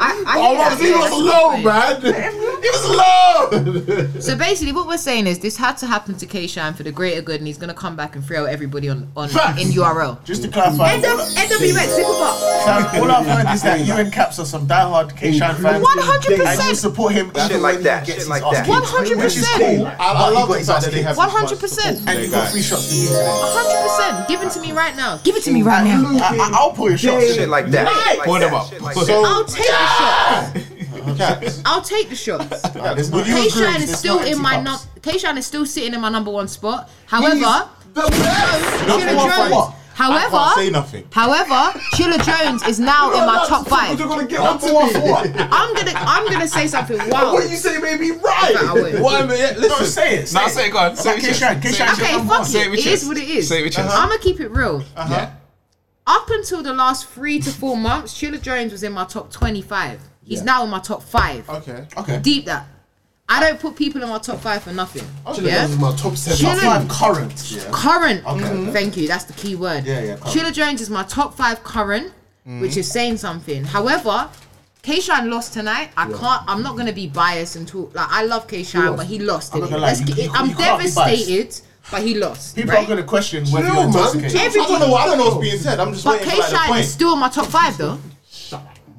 I, I Oh, hear that, man, he yeah, was that's a good low, point. man. He was low. So basically, what we're saying is this had to happen to K-Shine for the greater good, and he's gonna come back and throw everybody on on Facts. in URL. Just to clarify, N W X Superbot. Sam, all I've heard is that you and Caps are some diehard K-Shan fans. One hundred And you percent. support him Shit even like when that, he gets shit his like ass that. kicked. 100%. Which is cool. I, I but love he got the his fact ass that they kicked. have One hundred percent. And you got three shots to use it. One hundred percent. Give it to me right now. Give it to me right now. I, I'll pull your shots. Shit like that. Shit Point him like up. that. Shit like So- that. I'll take the shots. Cats, I'll take the shots. cats, would you agree? K-Shine is there's still no in my empty num. cups. K-Shine is still sitting in my number one spot. However, The best. Chilla Number one Jones. fight. However, I can't say nothing. however, Chilla Jones is now in my top five. You're gonna get up to one for I'm gonna I'm gonna say something wild. what you say may be I would. right. What I mean, yeah, No, listen. say it. Nah, say it. Go on. Say it. with K-Shine, chest. K-Shine. Say it Okay, with fuck chest. it. Say it. with It is chest. what it is. Say it with chest. I'ma keep it real. Uh-huh. Up until the last three to four months, Chilla Jones was in my top twenty-five. He's now in my top five. Okay. Okay. Deep that. I don't put people in my top five for nothing. That Yeah. was my top Chilla- Top seven. five current. Yeah. Current. Mm-hmm. Thank you. That's the key word. Yeah, yeah, current. Chilla Jones is my top five current, which is saying something. However. K-Shine lost tonight. I can't. I'm not gonna be biased and talk. Like I love K-Shine, but he lost. I'm not gonna didn't he? lie, Let's you- get- you- I'm you can't be biased. devastated, but he lost. People right? are going to question Chill, whether you're man. intoxicated. I don't know. I don't know what's being said. I'm just But waiting for like, the K-Shine point. is still in my top five though.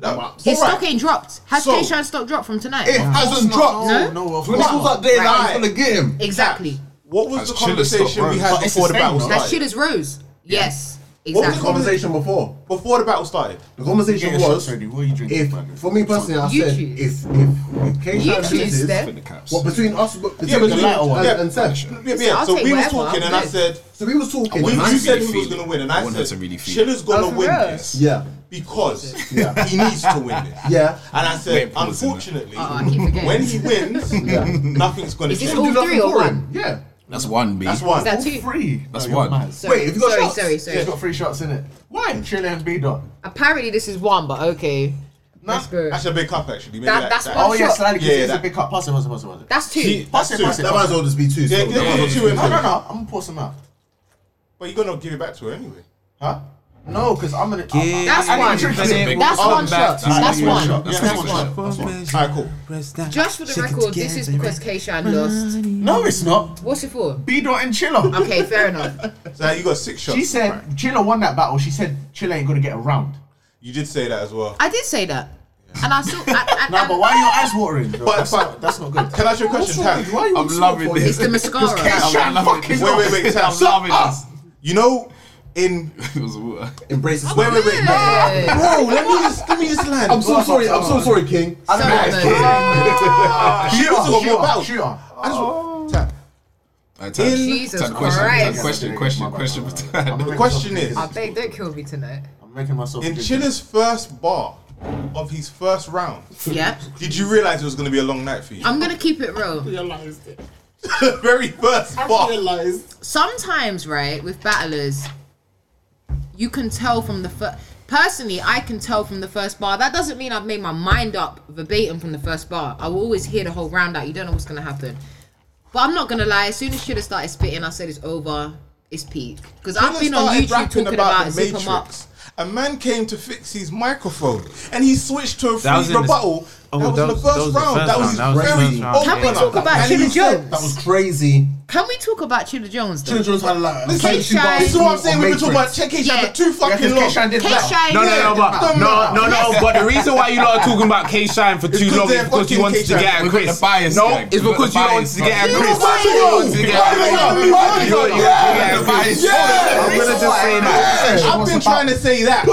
No, His alright. stock ain't dropped. Has So- K-Shine's stock dropped from tonight? It hasn't dropped. No? No, of When course this was not. up there, Right. I was gonna get him. Exactly. What was That's the chill as conversation fuck, we bro. had But it's before the the same, battle though. started? That shit is rose. Yes. What was the Exactly. conversation before? Before the battle started. You The get conversation your shots was ready. What are you drinking? if man? for me personally, I You said choose. if if if K You Shine choose, loses, Steph. the caps. what between us, between Yeah, the but you- lighter one yeah. and Seth. Yeah, but yeah. I'll So take we was whatever, talking, I'm and I good. said, So we was talking. We- you and I really said who feel was it. gonna win, and I I want her said to really feel Chilla's gonna Oh, for win real? this. Yeah. because Yeah. he needs to win this. Yeah. And I said, Wait, pause in there. unfortunately, Oh, I keep forgetting. when he wins, nothing's going to Is this change. all Do nothing three or for one? him. Yeah. That's one, B. That's one. Is that two? free. That's you're one. mad. Sorry. Wait, if you got sorry, shots- sorry, He's sorry. got three shots in it. Why? Chilla and B dot. Apparently this is one, but okay. Let's go. That's a big cup, actually. Maybe That- that- that's that- one Oh yeah, shot. slightly. Yeah, Yeah, it's a that- big cup. Pass it, pass it, pass it, pass it. That's two. Pass it, two. pass it. That might as well just be two. Yeah, so- yeah, yeah, two in No, no, there. no. I'm gonna pour some out. But you're going to give it back to her anyway. Huh? No, because I'm gonna. I- I- That's I didn't one. drink That's it. a big That's one. one shot. That's one one. shot. That's Yeah, one that's one. That's one. All right, cool. Just for the record, this is because K-Shine lost. No, it's not. What's it for? B dot and Chilla. Okay, fair enough. So now you got six shots. She said Chilla won that battle. She said Chilla ain't gonna get a round. You did say that as well. I did say that. And I still. I, I, No, but why are your eyes watering? But, But- that's, but- not, that's not good. Can I ask you a question, Tam? Why are you I'm so loving funny? this. It's the mascara. Shut fucking Wait, wait, wait, Tam. I'm loving this. You know, in. It was water. Embrace this. Wait, wait, wait. Yeah. Bro, let me just, let me just land. I'm so sorry. I'm so sorry, King. I Sorry, man. She also got more battles. Shooter. I just want- Tam, Alright, Tad. Jesus Tad, question, Tad, Christ. question, question, question, for Tad. The question is, I beg, don't kill me tonight. I'm making myself. in good. Chilla's first bar of his first round, Yeah. did you realize it was going to be a long night for you? I'm gonna keep it real. very first I bar. realised. sometimes right with battlers you can tell from the first personally i can tell from the first bar that doesn't mean i've made my mind up verbatim from the first bar i will always hear the whole round out you don't know what's gonna happen but i'm not gonna lie as soon as should have started spitting i said it's over it's peak because i've Dylan been on started youtube rapping talking about, the zip 'em up Matrix. A man came to fix his microphone, and he switched to a free That was in the- rebuttal. oh, that was that in the was- first that was the round. first that was his round. That very was the first round. opener. Can we talk about And he Chilla said- Jones? That was crazy. can we talk about chilla jones though? Children's had like a This is K-Shine. this is what I'm saying. We've been talking about Check H Yeah. yeah. too Yeah, 'cause fucking long. K-Shine did K that. Shine, No, no, no, but Come no, on. no, no. But the reason why you lot are talking about K Shine for too 'cause long they're is because fucking you wanted to K-Shine. get at We've got Chris. the bias, No, like, it's we've got because the you bias, wanted to get at like- Chris. Yeah. I'm gonna just say that. I've been trying to say that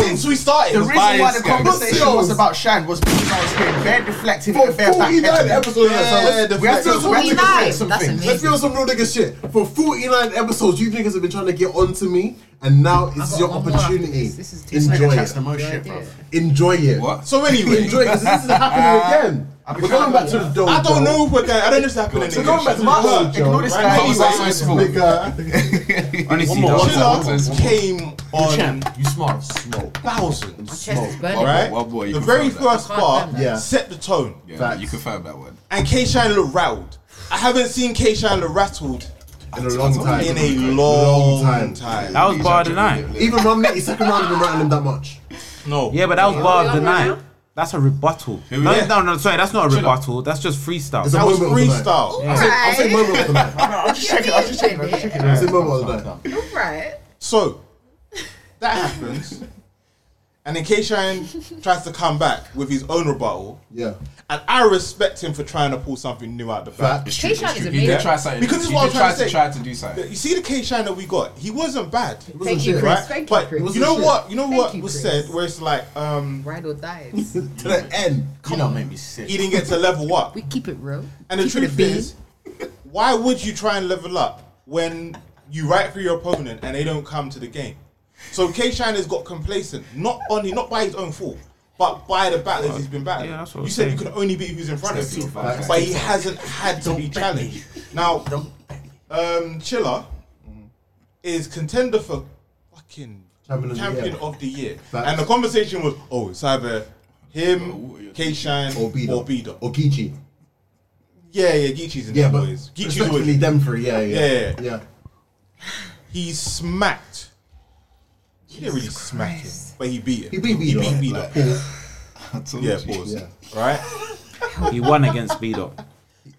since we started. The reason why the Bias, yeah. conversation was about Shine was because I was hearing bare deflecting For and bare backhanded. 49 episodes, Yeah, so the we have to, fact- we have to 49, deflect some that's things. amazing. Let's be on some real nigga shit. For 49 episodes, you niggas have been trying to get onto me, and now it's got your one more after opportunity. this. This is too Enjoy That's it. the most shit, bro. Enjoy it. What? So anyway, Enjoy it, because this is happening again. We're going back to the dome. I don't bro. know if we're going. I don't know if it's happening. We're going back to my Look, old Ignore this joke. guy. He's He's so small. Nigga. Honestly, Chilla that was- that was- came on You smart. Smoke. thousands, chest is burning right? Well, boy, you the can very tell that. first bar I can't Yeah. set the tone, Yeah, Facts. you confirm that one. and K Shine looked rattled. I haven't seen K Shine look rattled In a long time. in a long, time. time. That was bar the night. Even Rum Nitty, second round didn't rattle him that much. No, Yeah, but that was bar of the Yeah. night. That's a rebuttal. we No, at? no, no, sorry, that's not a rebuttal. That's just It's freestyle. a- that was Moment of the night. freestyle. Oh. I'll say moment of the night. I'm just checking. I'm just checking. I'm just checking. I'll say moment of the night. right So that happens, and then K Shine tries to come back with his own rebuttal. Yeah. And I respect him for trying to pull something new out the bag. Fact. K Shine He is did amazing try something. Because this is he what did I'm trying try to to say. try to do something. You see the K Shine that we got, he wasn't bad. thank you shit, Chris Right, thank you but Chris you wasn't know shit. what? You know what you, was Chris. said, where it's like, um, ride or dies To the end. You know, made me sick. he didn't get to level up. we keep it real And the Keep it a truth bean. is, why would you try and level up when you write for your opponent and they don't come to the game? So K Shine has got complacent, not only not by his own fault, but by the battlers he's been battling. yeah, that's what you I'm said saying. you can only beat who's in front of you, That's but he hasn't had to be challenged. Now, um, Chiller is contender for fucking Champion of champion, the year. of the year, Facts. and the conversation was, oh, it's either Oh, him, K Shine, or Obida. Bida. Okichi. Yeah, yeah, Geechee's in Yeah, yeah, but boys. Geechee's respectfully always them three. Yeah, yeah, Yeah, yeah. he smacked. He didn't really smack him, but he beat him. He beat He me. beat He beat beat up. Yeah, Yeah, pause. Yeah. Right. He won against B Dot.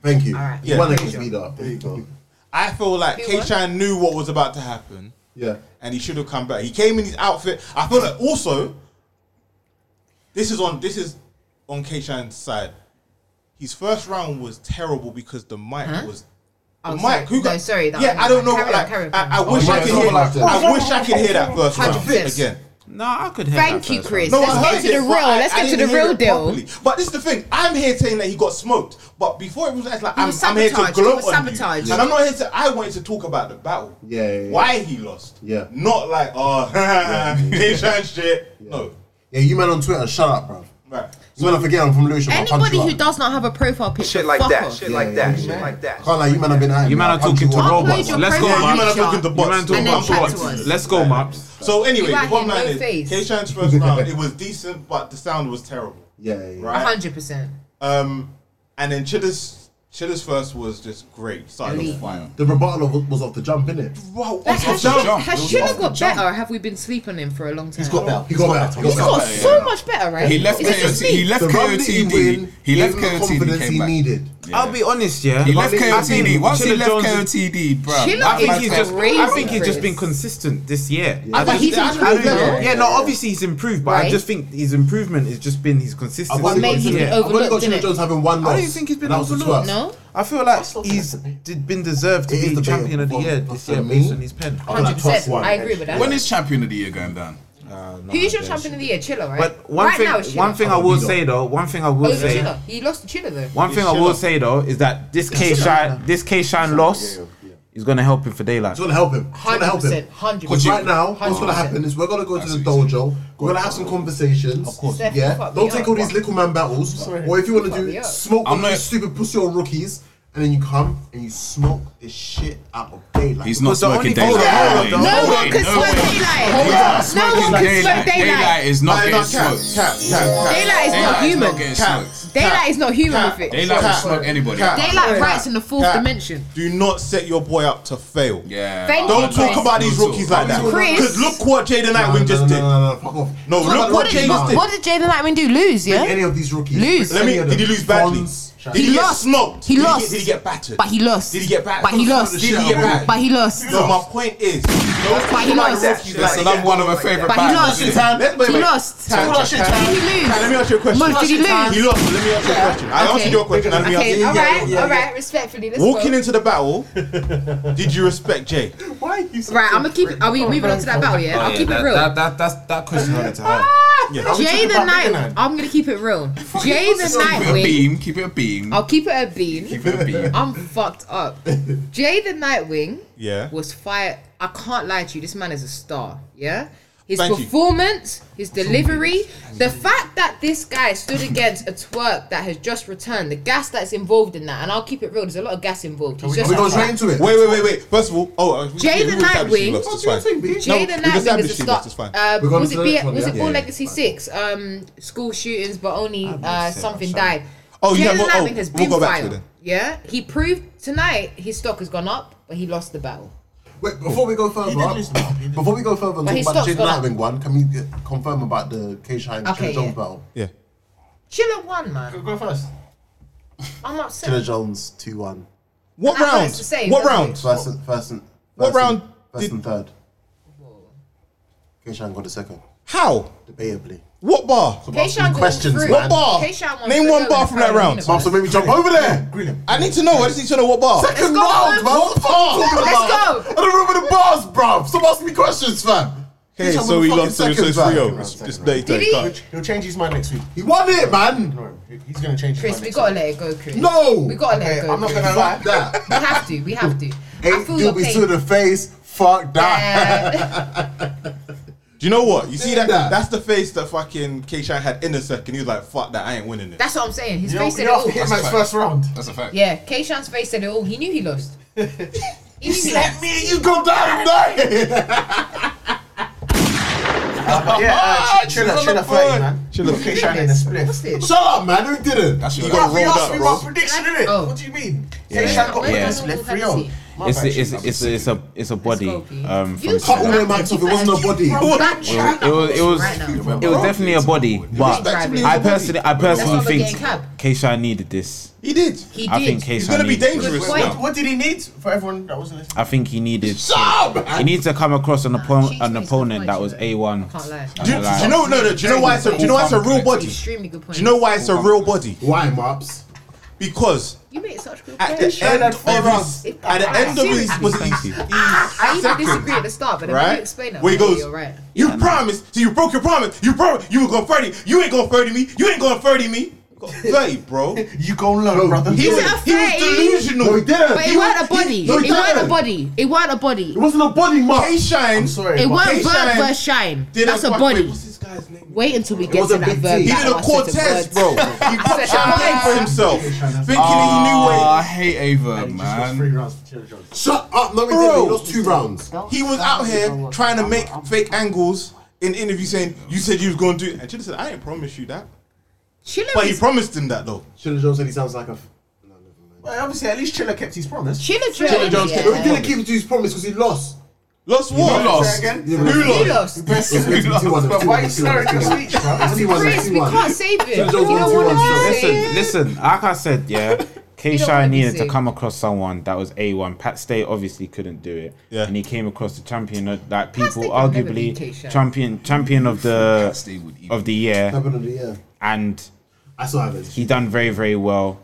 Thank you. right. Yeah. Yeah. One against me up. There you go. I feel like He K won? Shine knew what was about to happen, Yeah. and he should have come back. He came in his outfit. I feel like also, this is on this is on K Shine's side. His first round was terrible because the mic was. The Oh, mic, sorry. who got, No, sorry, that yeah, one- I don't know. carry on, like, carry on, I, I carry wish Oh, I could yeah, it's hear. all about that. I wish I could hear that first round Hundred again. No, I could hear Thank that you, first Chris. round. Let's I get heard to the it, real. but I- Let's I get to didn't the hear real it deal. properly. But this is the thing. I'm here saying that he got smoked. But before it was like, like He I'm, was I'm here to sabotaged. He gloat was on you. sabotaged. And I'm not here to. I wanted to talk about the battle. Yeah, yeah, yeah. Why he lost. Yeah. Not like oh, he shine shit. No. Yeah. You man on Twitter, shut up, bro. Right. You man, I forget I'm from Lewisham. I'll punch Anybody you who up. does not have a profile picture, Shit like fuck that. off. Shit like that. Shit like that. Can't lie, you man have been. You man are talking to Upload robots. your Let's go, profile Yeah, you man are picture. talking to You man bots. talking And then about chat bots. to us. Let's go, Maps. So anyway, You the out bottom here, line no is face. K Shine's first round. It was decent, but the sound was terrible. Yeah, yeah, yeah. Right. hundred percent. Um, and then Chiller's Chiller's first was just great. Started off Elite. fine. The rebuttal of- was off the jump, innit? Wow, Like, has off the Schiller- jump. has Schiller got better? Or have we been sleeping on him for a long time? He's got He got back. He He's got got back. so much better, right? He left Is this just KOTD. me? He left The Rum Nitty KOTD. win He left gave him KOTD. the confidence Came he back. needed. I'll be honest, yeah. He left Rum Nitty KOTD. win. Once he Chilla left Jones is- KOTD, bro. Chilla that I think man's he's That's just. crazy, I think he's just Chris. been consistent this year. Yeah. I But just- he's I don't improved. know. though. yeah, no, obviously he's improved, but I Right. just think his improvement has just been his consistency. I've only got Amazing. Jimmy- He I've only got overlooked, Jimmy innit? Jones having one loss. I don't think he's been and that was the overlooked. Spurs. No, I feel like still he's flexible. did, been deserved to It is be the champion of the best year one this for year me. based on his pen. I feel like hundred top percent. one. I agree with that. When is champion of the year going down? Who's your champion of the year? Chiller, right? But one right thing, now, it's one Schiller. thing I will Beat up. say though, one thing I will Oh, it's say, Schiller. He lost to Chiller though. one thing I will say though is that this K shine, this K shine loss is gonna help him for daylight. It's gonna help him. It's gonna Hundred help him. percent. Hundred Could percent. you- Right now, what's going to 100%. happen is we're going to go to That's the what he dojo. We're going to have some conversations. Of course. Yeah. Fuck me Don't take up. all these little man battles. Or if you want to Fuck me do up. smoke I'm all these not- stupid pussy old rookies and then you come and you smoke this shit out of daylight. He's not Because the smoking only- daylight. Hold on, No hold on, way, No hold on. one can no smoke way. daylight. No one can smoke Daylight. Daylight daylight. is not Nah, getting nah, cap, smoked. cap, cap, Daylight is not cap. Daylight is not human. getting Cap. smoked. Daylight is not human Cap. with it. Daylight will smoke anybody. Cap. Daylight writes in the fourth Cap. dimension. Do not set your boy up to fail. Yeah. Thank Oh, you, Don't talk Chris. about these rookies like that. Chris. Because look what Jaden No, Nightwing no, just no, did. No, no, no, fuck off. No, Talk look about what the James rookies. did. What did Jaden Lightwing do? Lose, Any yeah? of these rookies? Lose. Bring Let me. any of Did he them. lose badly? Fonz, Did he, He get lost. smoked? He Did lost. Did he get battered? But he lost. Did he get back? But he lost. Did he get back? But he lost. No, my point is, those But he people like lost. that, Shit that's like another that. one of my Shit like favorite. But he bands. lost. Listen, Tan, let's- wait, He wait. lost. Tan, Tan, Talk about shit, Tan, Tan. Did he lose? Tan, Let me ask you a question. Move, did he lose? He lost. Let me ask you a question. I answered your question. and Let me ask Okay, you. all right, all right. Respectfully, let's Walking go. into the battle, did you respect Jay? Why are you so Right, I'm gonna keep. Are we moving on to that battle? Yeah, I'll Oh, yeah, keep that, it real. That, that, that's, that question I wanted to have. Yeah. Jay the about Big Night. Man? I'm gonna keep it real. Jay Keep the it a Nightwing. beam. Keep it a beam. I'll keep it a bean. Keep it a beam. I'm fucked up. Jay the Nightwing Yeah. was fired. I can't lie to you. This man is a star. Yeah. His Thank you. performance, his delivery, the fact that this guy stood against a twerk that has just returned, the gas that's involved in that, and I'll keep it real. There's a lot of gas involved. He's Are just we going straight into it? Wait, wait, wait, wait. First of all, oh, uh, we- Jay yeah, the we've established Nightwing. he lost, What it's do you fine. think, bitch? Jay No, the we've Nightwing is a established he star. lost, it's fine. Uh, We're going was to it the be, next one, was yeah? it Yeah, Born Legacy Six? Um, school shootings, but only uh, something sorry. died. Oh, Jay you have the one- oh, Nightwing has we'll been go back to it fired. then. Yeah, he proved tonight his stock has gone up, but he lost the battle. Wait, before we go further, listen up, he did. before we go further But and talk his about the stock's Jade gone Nightwing one, can we uh, confirm about the K Shine Okay, Chiller Jones yeah. battle? Yeah. Chiller won, man. Go first. I'm upset. Chiller Jones two one. What That round? hurts to say, What doesn't round? First and first and What first and- round First did- and third. K Shine got a second, How? debatably. What bar? Keyshawn got questions, through. man. What bar? Keyshawn won Name through one in bar the from that final round. minute. Mom, so maybe jump over there. Green I need to know. I just need to know what bar. Second go, round, man. man. What the fuck are you talking Let's about? go. I don't remember the bars, bruv. Stop asking me questions, fam. Okay, Keyshawn won so the we fucking lost to second it's round. Rio. Second round, It's second it's round. day Did day. he? can't- He'll change his mind next week. He won it, man. Ignore him. He's gonna change Chris, his mind. we next gotta week. let it go, Chris. No. we gotta let it Okay, go. I'm not Chris. gonna lie. Fuck that. We have to. We have to. I Eight feel your doobies to pain. the face. Fuck that. Uh, Do you know what? You see Did that? that. That's the face that fucking K-Shine had in a second. He was like, "Fuck that, I ain't winning this." that's what I'm saying. His You know, face said "Oh, you it know all. after Hitman's fine. first round. That's a fact. Yeah, Keyshawn's face said it all. He knew he lost. He knew he lost. Me and you go down tonight. But yeah, uh, chill out, chill out, thirty man. Chill out. Okay, shining the What's spliff. this? Shut up, man. Who didn't? That's your You got You rolled asked up, me bro. my prediction, innit? Oh. What do you mean? Yeah, K-Shine got yeah. rolled up, spliff, Rio. My It's, bad, it's, Shine. it's, it's, a, it's a body. Let's go, B. Um, You from shut Cut all up. their mics off. It wasn't a body. Bro, that it was it was Right now. it was definitely a body, but Respectively, I it's a personally I why personally we're think getting cab. Keisha needed this. He did. He I did. think He's Keisha gonna be needed this. dangerous Wait. now. What did he need for everyone that wasn't listening? I think he needed. Shut up, He man. needs to come across an, Nah, oppo- she's an missed opponent the that point, was you A one. Can't lie. Do, you- do you know? No, no. Do you know why it's a? Do you know why it's a real body? Do Extremely good point. you know why it's a real body? Why, Mops? Because You make such good at the points. end of his, If- at the end of his, was Thank his, you. I even second, disagree at the start, but then when you right? explain that, Where he I'm like, goes, you're right. you promised, so you broke your promise. You promised you were gonna 30. You ain't gonna 30 me. You ain't gonna 30 me. You got 30, bro. He You go low, brother. was, he said was 30. delusional. No, he didn't. But He it weren't was- a body. he- It no, he weren't didn't. a body. It weren't a It body. wasn't a body, K Mops. Shine. Sorry, It but weren't verb Shine versus shine. did That's a a fuck- wait, body. What's this guy's name? Wait until we get was to a that big verb. T. He back did a or I said the Cortez, words. bro. He Such a popped champagne for man. himself, thinking Ah, that I hate Ava, He just lost three man. rounds to Taylor Jones. Shut up. No, he Bro. didn't. He lost two rounds. Uh, he knew it. He was out here trying to make fake angles in interview saying, "You said you was going to do," it." and Chilla said, "I ain't promise you that." Chiller But he was- promised him that though. Chiller Jones said he sounds like a. F- no, never mind. Well, obviously, at least Chiller kept his promise. Chiller Chilla Jones. Jones yeah. No, he didn't keep it to his promise because he lost. Lost what? lost. Yeah, Who but- You lost? lost. It's meant to be two ones, But two why are you ones, two ones, slurring two your ones. speech, bro? It's two ones, Chris, two we ones. can't save him. Chilla You Jones don't want won two to ones, be Listen, saved. listen. Like I said, yeah, wanna Keisha be needed to saved. come across someone that was A one. Pat Stay obviously couldn't do it, Yeah. and he came across the champion of, that people Stay could never beat arguably Keisha. champion champion of Pat Stay the would eat of the year, Happened on the year. and I saw it. he done very very well,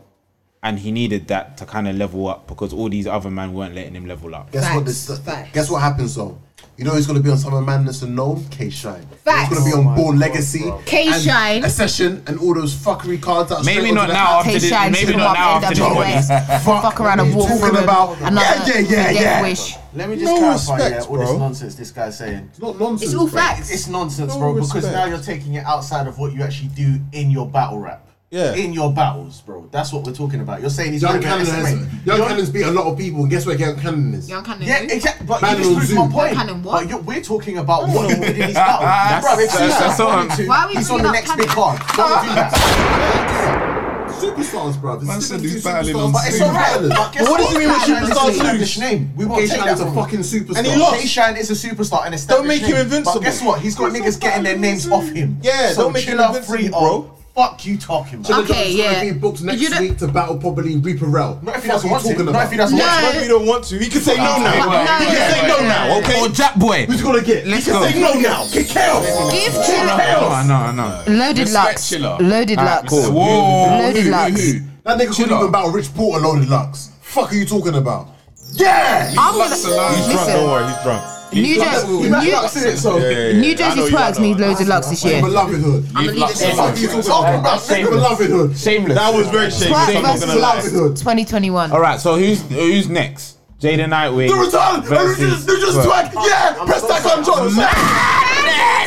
and he needed that to kind of level up because all these other men weren't letting him level up. Guess what? Facts, This, facts. Guess what happens though. You know he's gonna be on Summer Madness and Gnome? K Shine. Facts. He's gonna be Oh on my Born God, Legacy. bro. K-Shine. and A session and all those fuckery cards that are Maybe straight not onto the now app. after this. Maybe not now after this. body. Fuck, around and walk what are you through talking about. another yeah, yeah, yeah, death yeah. wish. Let me just No clarify respect, yeah, all bro. this nonsense this guy's saying. It's not nonsense. It's all bro. facts. It's nonsense, No bro, because respect. now you're taking it outside of what you actually do in your battle rap. Yeah. in your battles, bro. That's what we're talking about. You're saying he's Young going Cannon to has, estimate. Young Cannon's beat a lot of people, and guess what? Young Cannon is. Young Cannon. Yeah, exactly. But Man you just on proved Zoom. my point. Cannon what? But you- we're talking about what he did in his battle. That's- Bro, if that's- he's that's what I'm- to, Why are we he's on bringing the up next Cannon? big card. Don't do that. Superstars, bro. Man said he's battling on But it's Zoom. alright. But guess But what does it mean when Cannon is an superstars established lose? Name. We won't Gay take that Shannon's from a him. fucking superstar. And he Lost. lost. Shine is a superstar and established Don't make him name. invincible. But guess what? He's got niggas getting their names off him. Yeah, so don't make him Chiller invincible, free bro. of- Fuck you talking about. Chiller- Okay, He's gonna yeah. be booked next You don't- week to battle probably Reaper Rel. Not if he Fuck doesn't you want to. talking Not about? if he doesn't want to. Maybe you don't want to. He can say no now. no, he can say no, no no. now. Okay. Oh, Or Jack Boy. Who's gonna get? Let's he can go. say no now. Kick out. Give Oh, Chilla. I know, I know. Loaded Respect Lux. Chiller. Loaded Alright, Lux. cool. Whoa. Loaded Lux. That nigga couldn't Chill even out. battle Rich Porter loaded Lux. Fuck are you talking about? Yeah. I'm gonna Lux alone. He's drunk. Don't worry. He's drunk. New He backed Lux in Jersey. it, so. Yeah, yeah, yeah. I New know Jersey you, I Quirks know, I need know. loads of Lux this year. Beloved hood. I'm gonna leave it The fuck are you talking about? Nigga, Beloved hood. Shameless. That was very shameless. Quirks I'm not versus gonna lie. Lux. Livelihood. 2021. All right, so who's who's next? Jaden Nightwing. The return. versus- You just, you just Well, twerk. Yeah. Press that control. Hold on,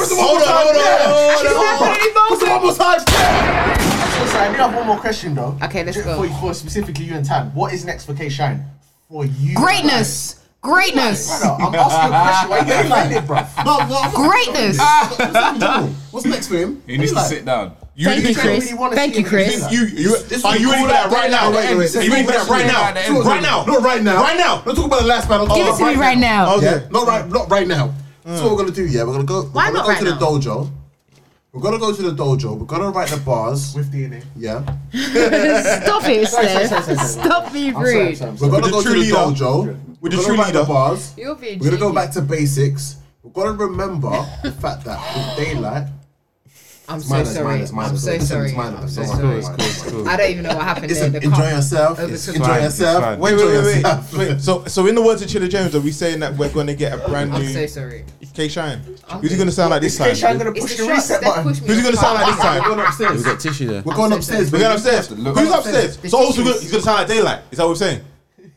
hold on, hold on, hold on. Put one more time. Yeah. Listen, I do have one more question though. Okay, let's Just go. For, for specifically you and Tan, what is next for K Shine? For you. Greatness. Greatness. Brother, I'm asking you a question. Why you getting offended, bro? But what- Greatness. What's next for him? He needs to sit down. You Thank you, need to- Chris. really wanna Thank see you, him Chris. You, you, are you ready for that right now? Wait, wait, wait. Are you ready for that right now? Sure, Right sure. now? Not right now. Right now. Let's talk about the last battle. Give it to me right now. Okay. Yeah, not right, not right now. That's what we're gonna do. Yeah, we're gonna go. We're Why gonna not go right to the now? dojo. We're gonna go to the dojo. We're gonna write the bars. With DNA. Yeah, Stop it, sorry, sorry, sorry, Steph. sorry. Stop being I'm sorry, I'm rude. sorry, I'm we're sorry. gonna the go to true the leader. dojo. With the We're true gonna write the leader. bars. You're being We're gonna go cheeky. back to basics. We're gonna remember the fact that with daylight. I'm It's so mine, it's mine, sorry. it's mine, I'm it's so mine, it's sorry. mine, I'm it's so mine, sorry. it's mine, it's mine. I don't even know what happened there. Listen, The enjoy car- yourself. It's Enjoy fine, it's yourself. fine. Wait, wait, Enjoy wait, yourself. wait, wait. So, so in the words of Chilla Jones, are we saying that we're going to get a brand I'm so new sorry. K Shine? Who's he going to sound like this Is K Shine time? gonna It's push the the shots. reset Steph button? pushed me. Who's he going to sound like this We're going time? We upstairs. got tissue there. We're going I'm so sorry. We're upstairs. baby. going upstairs. look. Who's upstairs? The So also tissues. he's going to sound like Daylight. Is that what we're saying?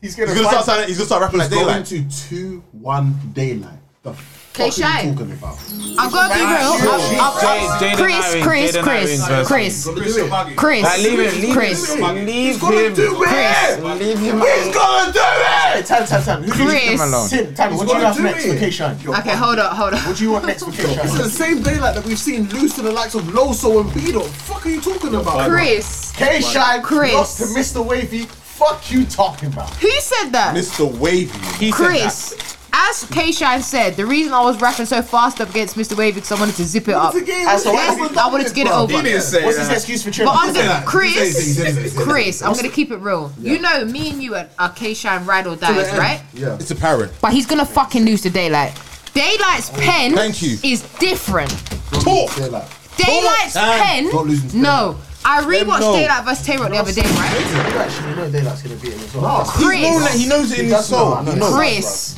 He's gonna He's going to fight- start sounding. He's going to start rapping like It's going Daylight. to two one daylight. The Okay, fuck are Shay. you talking about? I'm gonna be real. I'm- Jade- Jaden Chris, Irving, Chris, Jaden Chris, Irving versus- Chris, Christian Buggy. Like, leave Chris, him, leave Chris, him, leave Gonna him, do it. leave him. He's gonna do Hey, it. Tan, Tan, Tan. Who do you- Chris. alone. Tim, Tan, what do you gonna have do next it. for K Shine? Okay, hold up, hold What up. do you want next for K It's the Shine? same daylight that we've seen loose to the likes of Loso and Beto. Fuck are you talking about? Chris, K Shine Chris. lost to Mr. Wavy. Fuck you talking about. who said that? Mr. Wavy. He said that. Chris. As K Shine said, the reason I was rapping so fast up against Mr. Wave because I wanted to zip it up. It's a game. That's all It's I- over. I wanted to get it Bro, over. He didn't say What's his that. excuse for But I'm chilling? gonna, that. He's saying Chris, he's- Chris, I'm gonna keep it real. You know, me and you are, are K Shine ride or dies, right? Yeah. It's apparent. But he's gonna fucking lose to Daylight. Daylight's pen Thank you. is different. Talk. Daylight. Daylight's Damn. pen. Not losing to No, I rewatched no. Daylight vs. Tay Rock the other day, right? You actually know Daylight's gonna beat him as well. He's known that Chris, he knows it in He his does know, soul. I know. He knows. Chris,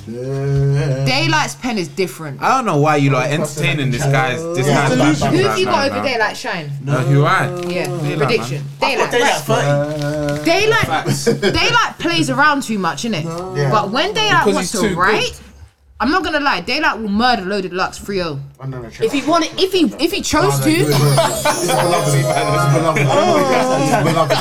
Daylight's pen is different. I don't know why you like entertaining this guy's this guy's He's back. delusional. Who have you got over Daylight Shine? No, who I? Yeah, Daylight, prediction. Daylight. Daylight's 30. Daylight, Daylight plays around too much, innit? Yeah. But when Daylight Because wants he's to too write, I'm not gonna lie, Daylight will murder Loaded Lux 3-0. Oh, no, no, chill If he out. wanted, if he if he chose to, I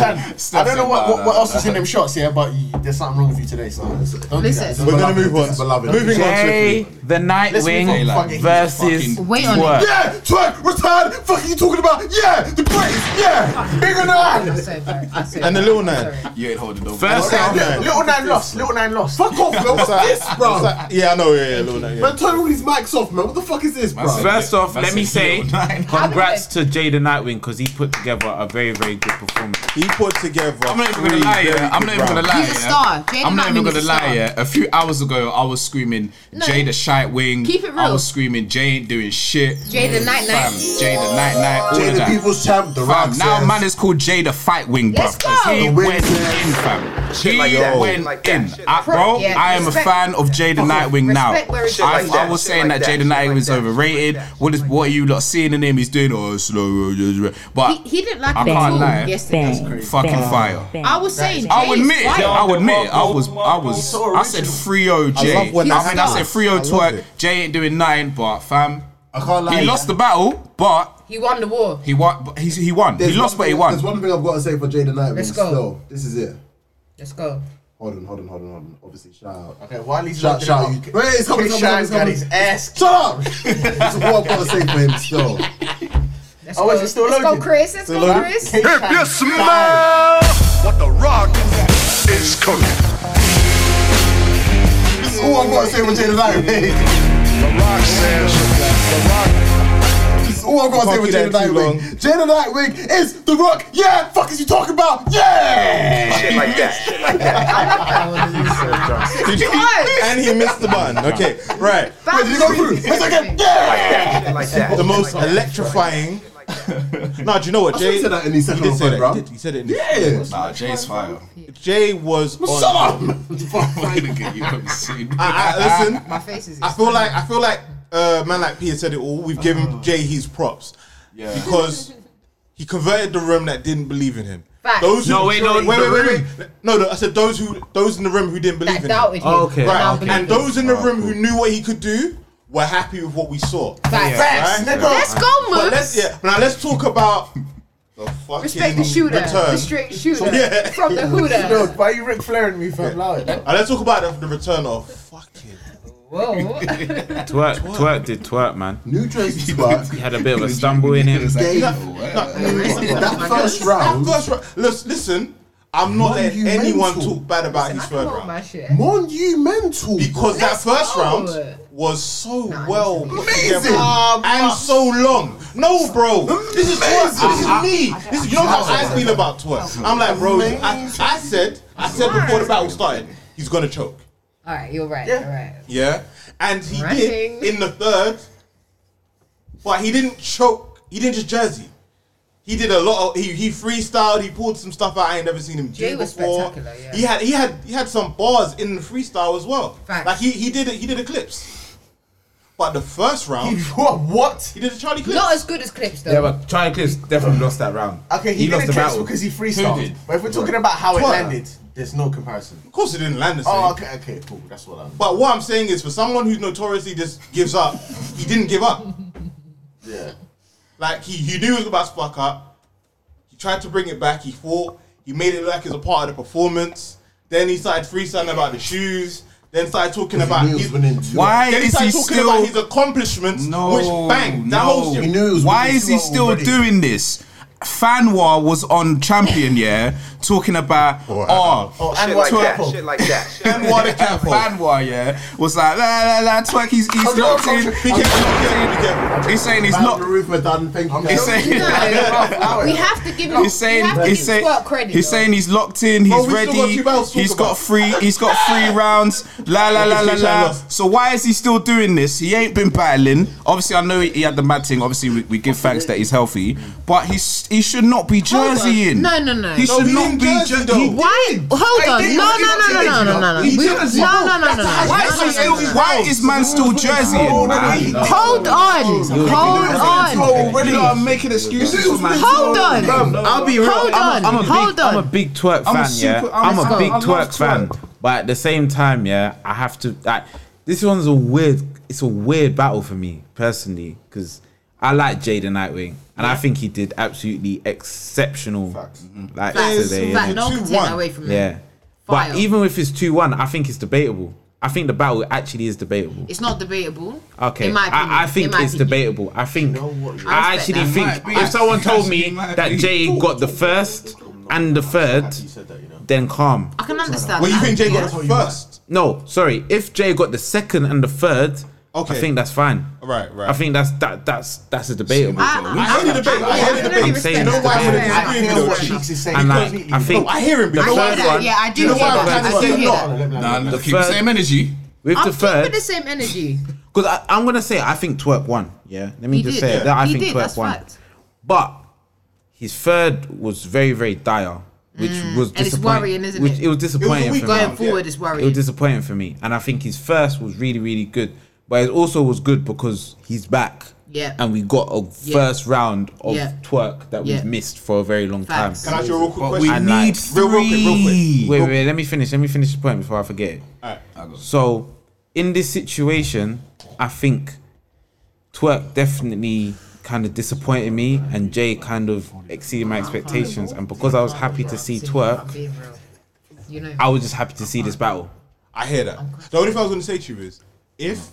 I don't know what, what, what else is in them shots, yeah, but you, there's something wrong with you today, so don't Listen. do that. We're going to move on. Beloved. Moving on Jay swiftly. the Let's move on. Fuck Nightwing it. versus Fucking- wait on it. Twerk. Yeah, twerk, return, fuck are you talking about? Yeah, the greatest, yeah, bigger I'm nine. so sorry, I'm so And the sorry, little I'm nine. sorry. You ain't holding no First Okay. round. Little, little Nine lost. Little Nine lost. Fuck off, man, what's this, It's bro? like- Yeah, I know. Yeah, yeah, little night, yeah. Man, turn all these mics off, man, what the fuck is this, bro? That's First off, That's let me a say little nine. congrats to Jay the Nightwing because he put together a very, very good performance. He put together. I'm not even gonna three lie, very yeah. I'm good not even gonna rounds. lie. He's a yeah. star. Jada I'm not even Nightwing is gonna a lie, star. yeah. A few hours ago, I was screaming Jay the Shite Wing. Keep it I real. was screaming Jay ain't doing shit. Jay the Night Night. Fam, Jay the Night Night. All Jay of the that. people's champ, the rock Fam, now man is called Jay the Fight Wing, bro. Let's go. He The Wing went says- in, fam. Shit he like that, went shit like that, in. shit like I- bro, that. I am a Respect. fan of Jay the Nightwing now. Respect where it's I, at. Shit like I was that, saying shit that Jay like the that, shit Nightwing is like that, overrated. shit like that. What is what are you lot seeing in him? He's doing oh slow, uh, uh, uh, but He, he didn't like I it at can't all lie. yesterday. fucking fire. I was saying, I would Jay's admit, right. I would admit, I was, I was, I said 3-0 Jay. I, love when that mean, I said happens. 3-0 I love twerk. it. Jay ain't doing nine, but fam, I can't lie. he lost the battle, but He won the war. He won. But he's, he won. There's he lost, one but he thing- won. There's one thing I've got to say for Jaden Knight. Let's Let's go. go. Still, this is it. Let's go. Hold on, hold on, hold on, hold on. Obviously, shout out. Okay, while he's Shout, looking it shout up, you. Wait, it's coming, Chris it's coming, Shine it's got coming. his ass. Shut up! this is what I've got to say for him still. Let's Oh, go. is it still loaded? Let's go, Chris. Let's Still go, loaded? Chris. Chris If you Shine. smell what the rock is cooking, That's all I've got to say for Jaden Knight, mate. the rock says the rock. That's all I've got to say for Can't Jaden keep that too Nightwing. Jaden Nightwing is The Rock. Yeah! Fuck is you talking about? Yeah! Shit like that. Shit like that. Did you- and he missed the button. Okay, right. Wait, did he go through? It's like a- yeah! Shit like that. The most electrifying. Nah, do you know what? should've Jay said that in his He second did one, say that. bro. He did- He said it. In his- Yeah! Nah, Jay's fire. Jay was on. Shut up! Way to get you on scene. I, I, listen, My face is. I feel like I feel like uh, man like Peter said it all. We've Uh-huh. given Jay his props Yeah. because he converted the room that didn't believe in him. Facts. Those who, No, wait, no, wait, the wait, wait, room- wait. No, no, I said those who those in the room who didn't believe That in doubted him. him. Okay, That Right, doubted and him. those in the room who knew what he could do were happy with what we saw. Facts. Right? Let's go, But Moose. let's yeah. Now let's talk about the fucking Respect the shooter, the return. straight shooter Yeah. from the No, hooter. why you Ric Flairing me, fam? Allow it. Now let's talk about the, the return of fucking Whoa, Twerk, twerk did twerk, man. New Jersey Spark. He had a bit of a stumble in him. Gave my that God. first Oh. round. First, right, listen, listen, I'm not letting Monumental. anyone talk bad about his third come on, my round shit. Monumental. because that Let's first go. round was so well put together Amazing. and so long. No, bro, this is twerk. This is me. This is you know how I feel about twerk. I'm like, bro, I, I said, I said before the battle started, he's gonna choke. All right, you're right. All right. Yeah, and he Running. did in the third, but he didn't choke. He didn't just jersey. He did a lot. Of, he he freestyled. He pulled some stuff out I ain't never seen him do Jay was before. spectacular, yeah. He had he had he had some bars in the freestyle as well. Facts. Like he he did it. He did a clips. But the first round, What? What? he did a Charlie clips. Not as good as clips though. Yeah, but Charlie Cliffs definitely lost that round. Okay, he, lost did the a text battle because he Who did? freestyled. But if we're talking about how it Twerk. landed, there's no comparison. of course, it didn't land the same. Oh, okay, okay, cool. That's what I'm. But what I'm saying is, for someone who notoriously just gives up, he didn't give up. Yeah. Like he, he knew he was about to fuck up. He tried to bring it back. He fought. He made it look like it's a part of the performance. Then he started freestyling about the shoes. Then started talking about He knew he his. was winning two. Why Then he is started he talking still? about his accomplishments, No, which bang, that no. whole He shit. knew he was Why winning is two he still already. doing this? Fanwar was on Champion, yeah, talking about oh, Oh, and Shit what like that. Twerk- Shit like that. Shit like And what a cap off. Fanwar, yeah, was like la la la twerk. He's he's locked Be in. careful, be careful, be careful. He's saying he's Man, not. the roof were done. Thank you. He's guys. saying. we have to give him. He's saying we Oh, have to he's give saying Twerk credit. he's though. saying he's locked in. He's Bro, Oh, we still got ready. two battles to He's talk got about. three. He's got three rounds. La la la la Obviously, Shine la. lost. So why is he still doing this? He ain't been battling. Obviously, I know he, he had the mad thing. Obviously, we, we give thanks that he's healthy, but he's he should not be jerseying. No, no, no. He No, should he didn't not be jersey, though. jerseying. Why? Hold on. did. No, He no, no, no, no, no, no, no. He We- did. No, no, no, no, no. Why is he No, no, no, still? no. Why is man still jerseying? man? Hold on. Hold on. You are making excuses for man. Hold on. I'll be real. Hold I'm, a- I'm a on, big, hold I'm a on. big twerk I'm a fan. super- yeah, I'm I'm, a a big fan. I love twerk fan. But at the same time, yeah, I have to. Like, this one's a weird. It's a weird battle for me personally because I like Jaden Nightwing and I think he did absolutely exceptional. mm-hmm. Like Facts. today, Facts. No Two, one can take one. that away from him. yeah. Fire. But even with his two-one, I think it's debatable. I think the battle actually is debatable. It's not debatable. Okay, In my opinion. I, I In think my it's opinion. debatable. I think I I respect actually that. think Might be. if someone told me Actually might that be. Jay got the first and the third, then calm. I can understand. Well, you that. think Jay Yeah. got it first? No, sorry. If Jay got the second and the third, Okay. I think that's fine. Right, right. I think that's that that's that's a debatable. I- I hear the debate. I hear the really debate. respect You know that. why I Yeah, wouldn't agree I hear what with you? though? Cheeks is saying. and like, completely. I think No, I hear him. But you know I why? hear that. Yeah, I do You know hear why I'm that. trying I to do say hear no? that. Nah, The look, keep the first- same energy. with I'm the keeping third, the same energy. because I'm gonna say I think Twerk won. Yeah, let me He just did. say it, that I He think did. Twerk That's won. fact. But his third was very very dire, which was Mm. And it's disappointing. worrying, isn't which, it? It was disappointing weak for me. Yeah. Going forward is It was worrying. disappointing for me, and I think his first was really, really good. But it also was good because he's back. Yeah. And we got a Yeah. first round of Yeah. twerk that Yeah. we've missed for a very long Facts. Can I time. ask you a real quick But we question? And, like, need real, real quick, real quick. three. Wait, wait, wait, let me finish. Let me finish the point before I forget it. Alright. So, in this situation, I think Twerk definitely kind of disappointed me, and Jay kind of exceeded my expectations. And because I was happy to see Twerk, Being real. You know, I was just happy to see this battle. I hear that. The only thing I was going to say to you is, if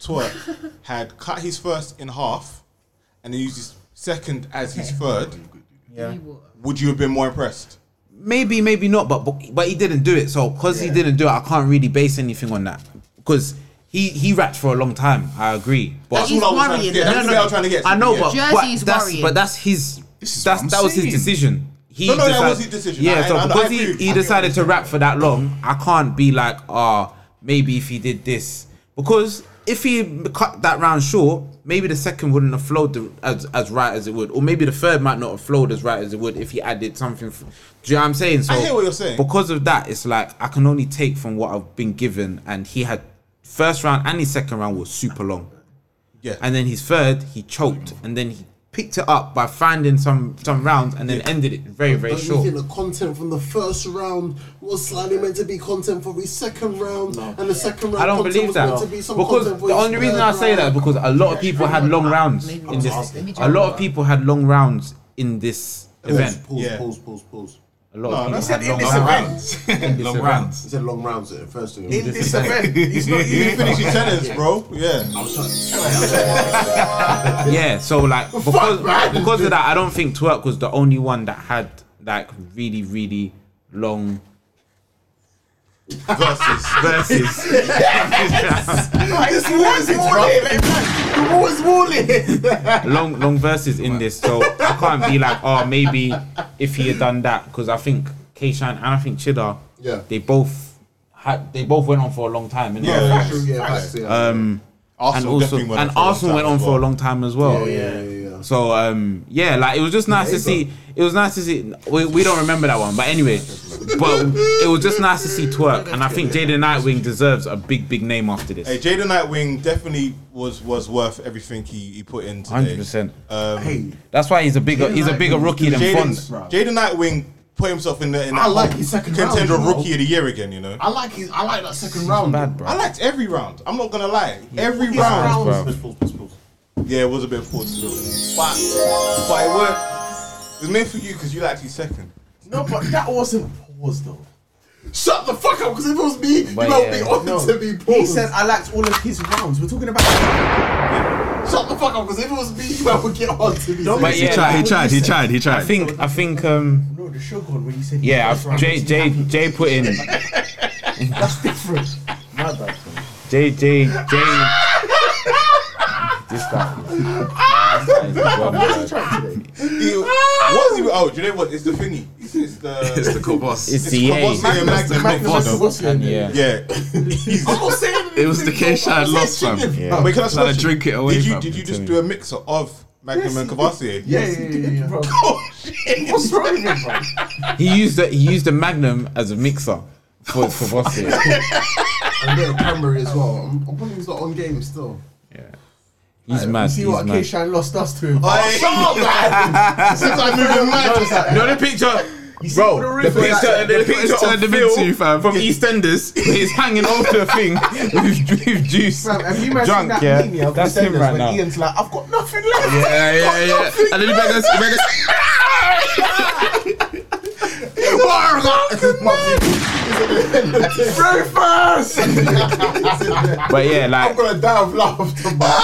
Twerk had cut his first in half and then used his second as his third, you will- would you have been more impressed? Maybe, maybe not, but but, but he didn't do it. So because he didn't do it, I can't really base anything on that. Because he he rapped for a long time. I agree, but That's all I was trying to worrying, get. That's though. the thing I was trying to get. I know, Yeah. but, Jersey's but that's worrying. but that's his. This is That's what I'm that was saying. his decision. He No, no, that was his decision. Yeah, I- so I- I because agree he, with you. I he get what decided to rap for that long, I can't be like, ah, maybe if he did this, because if he cut that round short, maybe the second wouldn't have flowed the, as as right as it would, or maybe the third might not have flowed as right as it would if he added something. f- do you know what I'm saying? So I hear what you're saying. Because of that, it's like I can only take from what I've been given, and he had first round and his second round was super long. yeah. And then his third, he choked, and then he picked it up by finding some some rounds, and then ended it very very Don't you short. think the content from the first round was slightly meant to be content for his second round, and the second round I don't content believe was that meant to be some because content for the his only reason third I say that round? is because a lot of people had long rounds Maybe in this. let me A try lot of that. people had long rounds in this event. Pause, Yeah. pause, pause, pause. A lot No, of that's people had it, long it's rounds. Long rounds. He said long rounds at first. didn't he? In this event, he's not You even finish your sentence, bro. Yeah. Yeah, so like because because of that, I don't think Twerk was the only one that had like really really long Versus. verses. This wall is walling. The wall is walling. long long verses in this, so I can't be like, oh, maybe if he had done that, because I think Keishan and I think Chidda, Yeah. they both had they both went on for a long time, innit? Yeah. Facts, yeah, facts, yeah. Um, and Arsenal also definitely went on and for a long Arsenal went time on as for well. a long time as well. yeah, yeah, yeah. So um, yeah, like it was just nice to see. It was nice to see. We, we don't remember that one, but anyway, but it was just nice to see twerk, and I think Jaden Nightwing deserves a big big name after Hey, this. Jaden Nightwing definitely was was worth everything he, he put in today. Hundred percent. Um, That's why he's a bigger he's a bigger rookie than Font. Jaden Jaden Nightwing put himself in the in I that like whole his second round, contender you know. rookie of the year again. You know, I like his. I like that second round. Bad bro. I liked every round. I'm not gonna lie, every His round. round. bro. Pause, pause, pause, pause. Yeah, it was a bit forced, but but it worked. It was meant for you because you liked his second. No, but that wasn't pause though. Shut the fuck up, because if it was me, you But would yeah. be on No. to be He paused. said I lacked all of his rounds. We're talking about Shut the fuck up, because if it was me, you would get on to be. But He yeah, tried. He like, tried. He tried. He tried. I think I think um no the sugar one where you said yeah I, Jay Jay Jay put in different. My bad. bro. Jay Jay Jay. This guy. This guy is rubbish. He, what's he? Oh, do you know what? It's the thingy. It's, it's it's the. the cool boss. It's it's DA. Kowalski and Magnus- Magnus- Magnus- Yeah. Yeah. It was the case I lost, fam. Yeah. Wait, can I ask a Trying to question? drink it away Did you from did you him, just tell do a mixer of Magnum and Cavassier? Yeah, yeah, yeah, yeah. Bro. What's wrong with him, bro? He used the, he used the Magnum as a mixer for for Vossi. And little Camry as well. I'm, I'm probably he's not on game still. He's mad. See He's what mad. Keishan lost us to. Oh, No, the picture. Bro, the picture, the picture Turn of them into you, Phil fam. from EastEnders, he's hanging off the thing with, with juice, Fam, have you man seen drunk. that yeah, meme yeah, of that's him EastEnders right when now. Ian's like, I've got nothing left. Yeah, yeah, yeah. And then he back us. Back us. Very fast! But yeah, I'm like gonna die of laughter, man.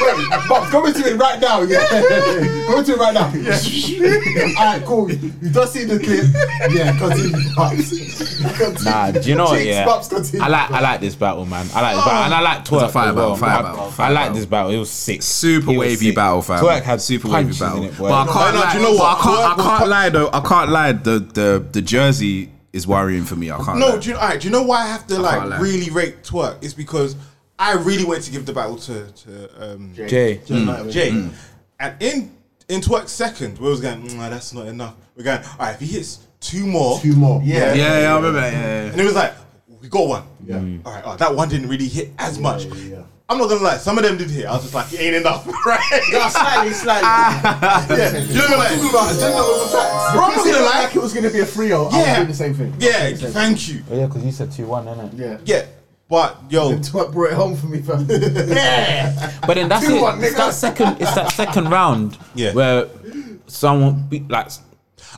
Wait, Bob, come into it right now, yeah. come into it right now. Alright, cool. You just see the clip. Yeah, continue, Bobs. Continue. Nah, do you know what? Jinx, Yeah, Bobs, continue. I like I like this battle, man. I like this battle, and I like Twerk. fire as well. battle, fire I- battle, I fire like battle. this battle. It was sick. Super It was wavy sick. battle, fam. Twerk had super wavy punches in battle. it, boy. but I No, can't, no, lie, do you know but what? I can't, I Twerk was can't pu- lie though. I can't lie. The the the jersey is worrying for me. I can't. No, lie. do you, all right, do you know why I have to like can't lie. really rate twerk? It's because I really went to give the battle to to um, Jay. Jay. Mm. And in in twerk's second, we was going, "Mm, nah, that's not enough. We're going, all right, if he hits two more, Two more. yeah, yeah, yeah, I remember that. Yeah, yeah. and it was like we got one. Yeah. Mm. All right, oh, that one didn't really hit as much. I'm not gonna lie, some of them did hit. I was just like, it ain't enough, right? Yeah, slightly, Ah. slightly. yeah, you know what I'm like? But agenda was attacked. Bro, Bro, I'm not gonna lie. like, Like it was gonna be a 3 0 I was yeah, doing the same thing. Yeah, thank you. yeah, because you said two one, innit? Yeah. Yeah, But yo, What brought it home for me, fam? yeah. But then that's Two it. one, it's nigga. that second. It's that second round. Yeah. Where someone be, like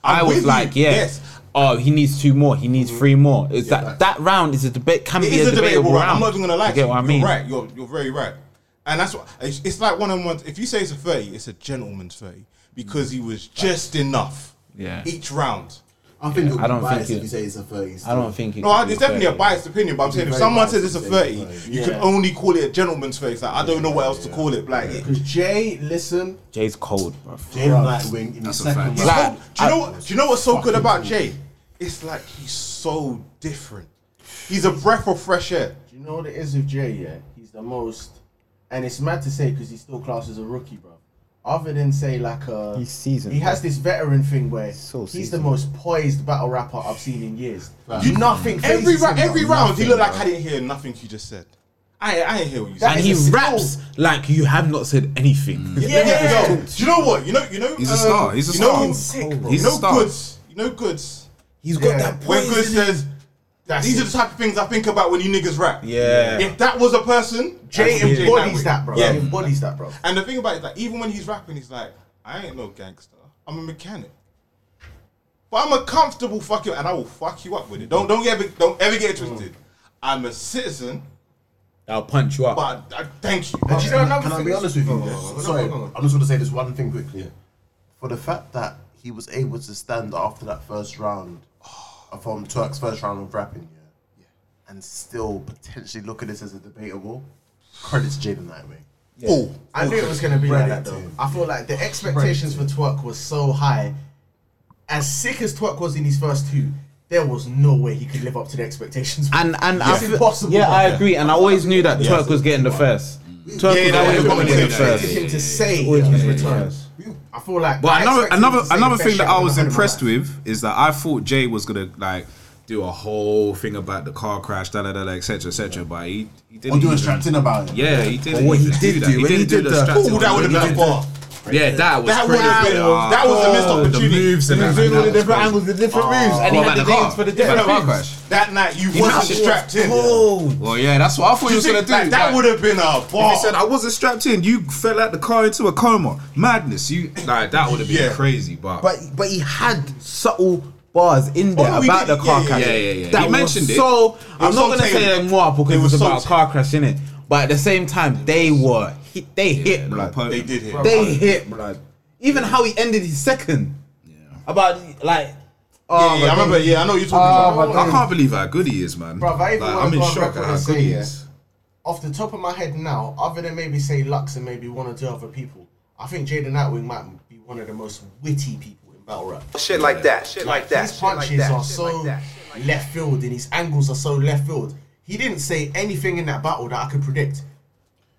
i I'm with was you, like, yeah. yes. Oh, he needs two more. He needs three more. Is that that round is a debate? Can it be is a a debatable round. round. I'm not even gonna lie. You get what I you're mean? right. You're you're very right. And that's what it's, it's like one on one. If you say it's a thirty, it's a gentleman's thirty because he was just enough. Yeah. Each round. I think it'll I don't be biased think if you it- say it's a 30. I don't think. It No, could I- be it's definitely a 30. biased opinion, but I'm saying if very someone biased says it's a if you say thirty, it's you a can 30. only call it a gentleman's face. Like I don't know what else to call it. Like it- Because Jay, listen, Jay's cold, bro. Jay Nightwing in the That's a second fact. round. do you know what? Do you know what's so good about Jay? It's like he's so different. He's a breath of fresh air. Do you know what it is with Jay? Yeah, he's the most, and it's mad to say because he's still classed as a rookie, bro. Other than say like a, He's seasoned, He bro. has this veteran thing where So he's seasoned. the most poised battle rapper I've seen in years. nothing. Every phases ra- him, bro. every round, he Nothing, looked like bro. I didn't hear nothing you just said. I I didn't hear what you said. That And is he a skill. raps like you have not said anything. Mm. Yeah. Yo, do you know what? You know, you know. He's a um, star. He's a you star. Know, He's you a know, star. goods. You know, goods. He's got Yeah. that When poison. goods says, That's "These it. are the type of things I think about when you niggas rap." Yeah. If that was a person, Jay that's Jay embodies Nightwing. that, bro. Yeah. He embodies that, bro. And the thing about it is that even when he's rapping, he's like, I ain't no gangster. I'm a mechanic. But I'm a comfortable fucking and I will fuck you up with it. Don't don't ever don't ever get it twisted. I'm a citizen, I'll punch you up. but I, thank you. And do you know another Can I thing be is- honest with you? Go on, go on, go on, Sorry, go on, go on. I'm just going to say this one thing quickly. For the fact that he was able to stand after that first round from Turk's first round of rapping, yeah, and still potentially look at this as a debatable, credits Jaden Nightwing. Oh, I knew it was gonna be like that Credit to though. him. I feel like the expectations for Twerk was so high. As sick as Twerk was in his first two, there was no way he could live up to the expectations. and and I It's feel- impossible, Yeah, I bro. agree. And I always knew that Turk was getting the first. Turk Yeah, was that always was going gonna to get be the the expected first. case. him to say Always his gonna get the return. first. I feel like. But I another expected him another to say the another best thing that shit I was I've ever heard in my impressed life. with is that I thought Jay was gonna like do a whole thing about the car crash, da da da, etc. etc. But he, he didn't. Or do a even- strapped in about it. Yeah, he didn't. But what he even did that. do, when he did the- strapped in Ooh, that one. would have been a bar. Yeah, that was That would crazy. have been that was a missed Oh, opportunity. The moves and He's everything, doing all the that different was crazy. angles, the different moves, What and he about had the the car? names for the What about different the car moves. crash? That night you must Oh, wasn't have- strapped in. Oh, Well, yeah, that's what I thought he You was gonna think do. that, that like- would have been a If bar. he said I wasn't strapped in, you fell out the car into a coma. Madness. You like that would have been Yeah. crazy, but, But but he had subtle bars in there Oh, he about did, the car yeah, crash. yeah, yeah, yeah. That He mentioned was it. So I'm was not so gonna say tame. them more It because it was was so about a tame. car crash in it. But at the same time, they were hit, they hit no, blood. po- they did hit. They hit blood. Even how he ended his second. About like oh, yeah, yeah, I but remember. Yeah, I know what you're talking about. I can't believe how good he is, man. Bruv, I even Like, wanna I'm in go on shock record at how and good say, he yeah. is. Off the top of my head now, other than maybe say Lux and maybe one or two other people, I think Jaden Nightwing might be one of the most witty people in battle rap. Shit like that. Shit like that. His Shit like punches that. are shit so like that. left field and his angles are so left field. He didn't say anything in that battle that I could predict.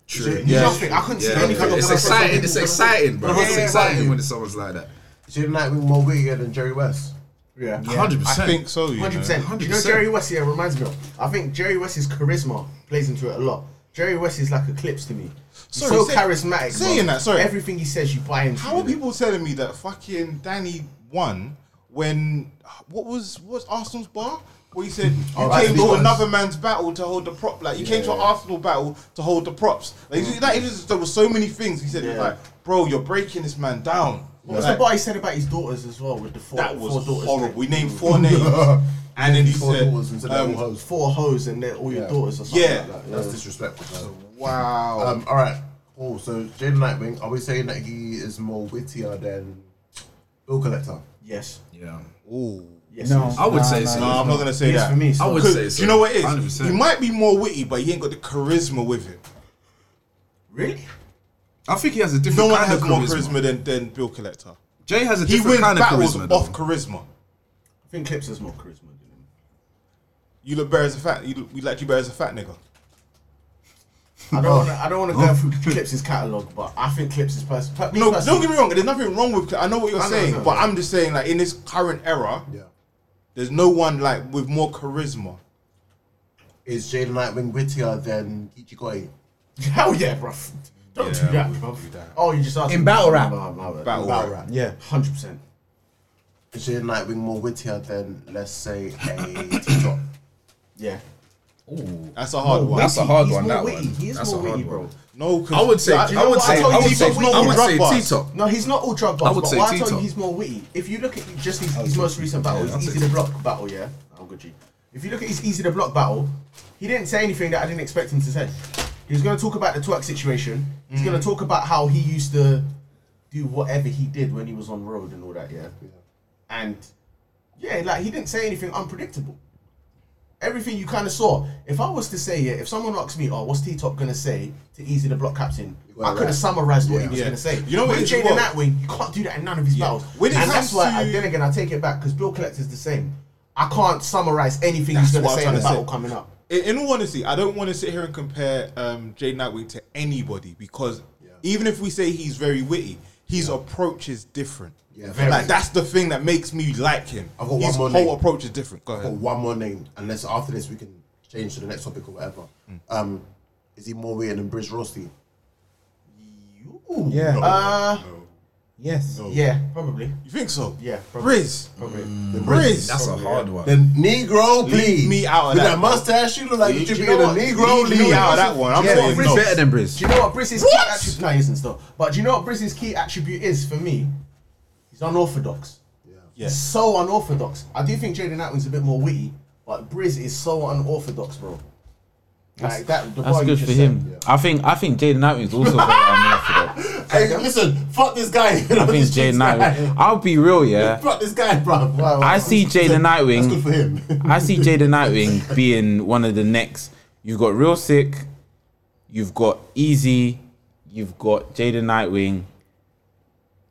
True. Yeah. Nothing. I couldn't see Yeah, anything. it's exciting. It's exciting, bro. It's Yeah, exciting man. when it's someone's like that. Jaden Nightwing more wittier than Jerry West. Yeah. Hundred I think so. You know. Hundred percent. You know 100%. Jerry West? Yeah, reminds me of. I think Jerry West's charisma plays into it a lot. Jerry West is like a clips to me. He's Sorry, so say- charismatic. saying bro. that, sorry. Everything he says, you buy into. How are innit? people telling me that fucking Danny won when what was what's Arsenal's bar? Where he said you right, came these to ones. another man's battle to hold the prop, like you came to an Arsenal battle to hold the props. Like you- that is just- there were so many things he said. He was Yeah. like, bro, you're breaking this man down. What was Like, the bar he said about his daughters as well? With the four, That four was daughters. horrible. We named four names, and then he Four said, daughters instead of um, all It was hoes. four hoes and they're all your Yeah. daughters or something. "Yeah, Like that. That's disrespectful. bro. wow." Um, all right. Cool. So Jaden Nightwing, are we saying that he is more wittier than Bill Collector? Yes. Yeah. Yes. No. yes. I would say no, I'm so. not gonna say Yes, that. for me, so. I would 'Cause say do so. you know what it is? 100%. He might be more witty, but he ain't got the charisma with him. Really? I think he has a No different one kind has of more charisma. charisma than, than Bill Collector. Jay has a He different wins kind of battles charisma. off though. charisma. I think Clips has more charisma than him. You look better as a fat. You look, we like you better as a fat nigga. I don't want to. I don't want to go through Clips' catalog, but I think Clips is person. per- me No, personally- don't get me wrong. There's nothing wrong with. I know what you're I know, saying, I know. but I'm just saying like in this current era, Yeah. there's no one like with more charisma. Is Jaden Nightwing wittier than Ichigoi? Hell yeah, bruv. Don't do that, bruv. Oh, you just asked In battle rap. Battle Battle rap. rap. yeah. Hundred percent. Is Jaden Nightwing more wittier than, let's say, a T-Top? Yeah. That's a hard one. That's a hard He's one. more That Oh, witty. one. He's That's a more hard witty, one. bro. No, 'cause- I would say. Do you I know would what? say. told I you would he's say. not all I would drug say bars. T-top. No, he's not all drug bars, I would but say why I Tito. told you he's more witty. If you look at just his, his most recent battle, his Easy the Block battle, yeah? Oh, good G. If you look at his Easy the Block battle, he didn't say anything that I didn't expect him to say. He was going to talk about the twerk situation. He's going to talk about how he used to do whatever he did when he was on road and all that, yeah? And, yeah, like, he didn't say anything unpredictable. Everything you kind of saw. If I was to say it, if someone asked me, oh, what's T-Top going to say to Easy the Block captain? I could have summarized what he was Yeah. going to say. You know what With it's Jaden what- Atwing, you can't do that in none of his battles. When it and comes that's why, to- I, then again, I take it back because Bill Collector's the same. I can't summarize anything he's going to what I'm say in trying the to battle say. coming up. in, in all honesty, I don't want to sit here and compare um, Jay Nightwing to anybody because even if we say he's very witty, his approach is different. Yeah, like very. that's the thing that makes me like him. I've got one his more whole name. Oh. approach is different. Go I've got ahead. one more name, unless after this we can change to the next topic or whatever. Mm. Um, is he more weird than Briz Rossi? Yeah. Uh, Yes. yeah, probably. You think so? Mm. Yeah, probably. Briz, Probably. Briz, That's a hard one. The Negro, please. me out of With that that mustache, you look like you Do should you be in a know what? Negro Leave me league. out of that one. I'm Yeah, saying Briz no. better than Do Briz. you know what Briss's key attribute? No, he isn't still. But do you know what Briss's key attribute is for me? He's unorthodox. Yeah. He's so unorthodox. I do think Jaden Atwin's a bit more witty, but Briz is so unorthodox, bro. Like that. The That's bar you good just for said. him. I think I think Jaden Nightwing's also very unorthodox. Hey, listen, fuck this guy. I think Jaden Nightwing. I'll be real, yeah. Fuck this guy, bro. I see Jaden That's good Nightwing. for him. I see Jaden Nightwing being one of the next. You've got Real Sick, you've got Easy, you've got Jaden Nightwing.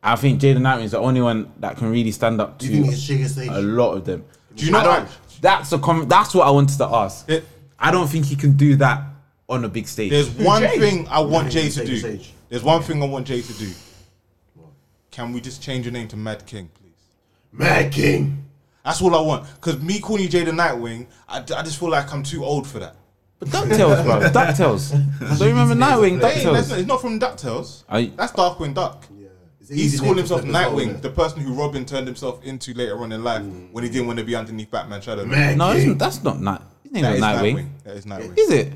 I think Jaden Nightwing's the only one that can really stand up you think to he's Sugar Stage? a lot of them. Do you know I don't- that's a com- that's what I wanted to ask. It- I don't think he can do that on a big stage. There's one thing I want Jay to Sage, do. Sage. There's one thing I want Jay to do. Can we just change your name to Mad King, please? Mad King. That's all I want. Because me calling you Jay the Nightwing, I, I just feel like I'm too old for that. But DuckTales, bro. DuckTales. Don't you remember Nightwing? That ain't, that's DuckTales. not, it's not from DuckTales. I- that's Darkwing Duck. It's an He's easy calling name to himself flip as well, Nightwing, isn't the it? person who Robin turned himself into later on in life when he didn't want to be underneath Batman Shadow. Mad No, King. isn't, that's not Night. His name's that is not Nightwing. Nightwing. That is Nightwing. Is it?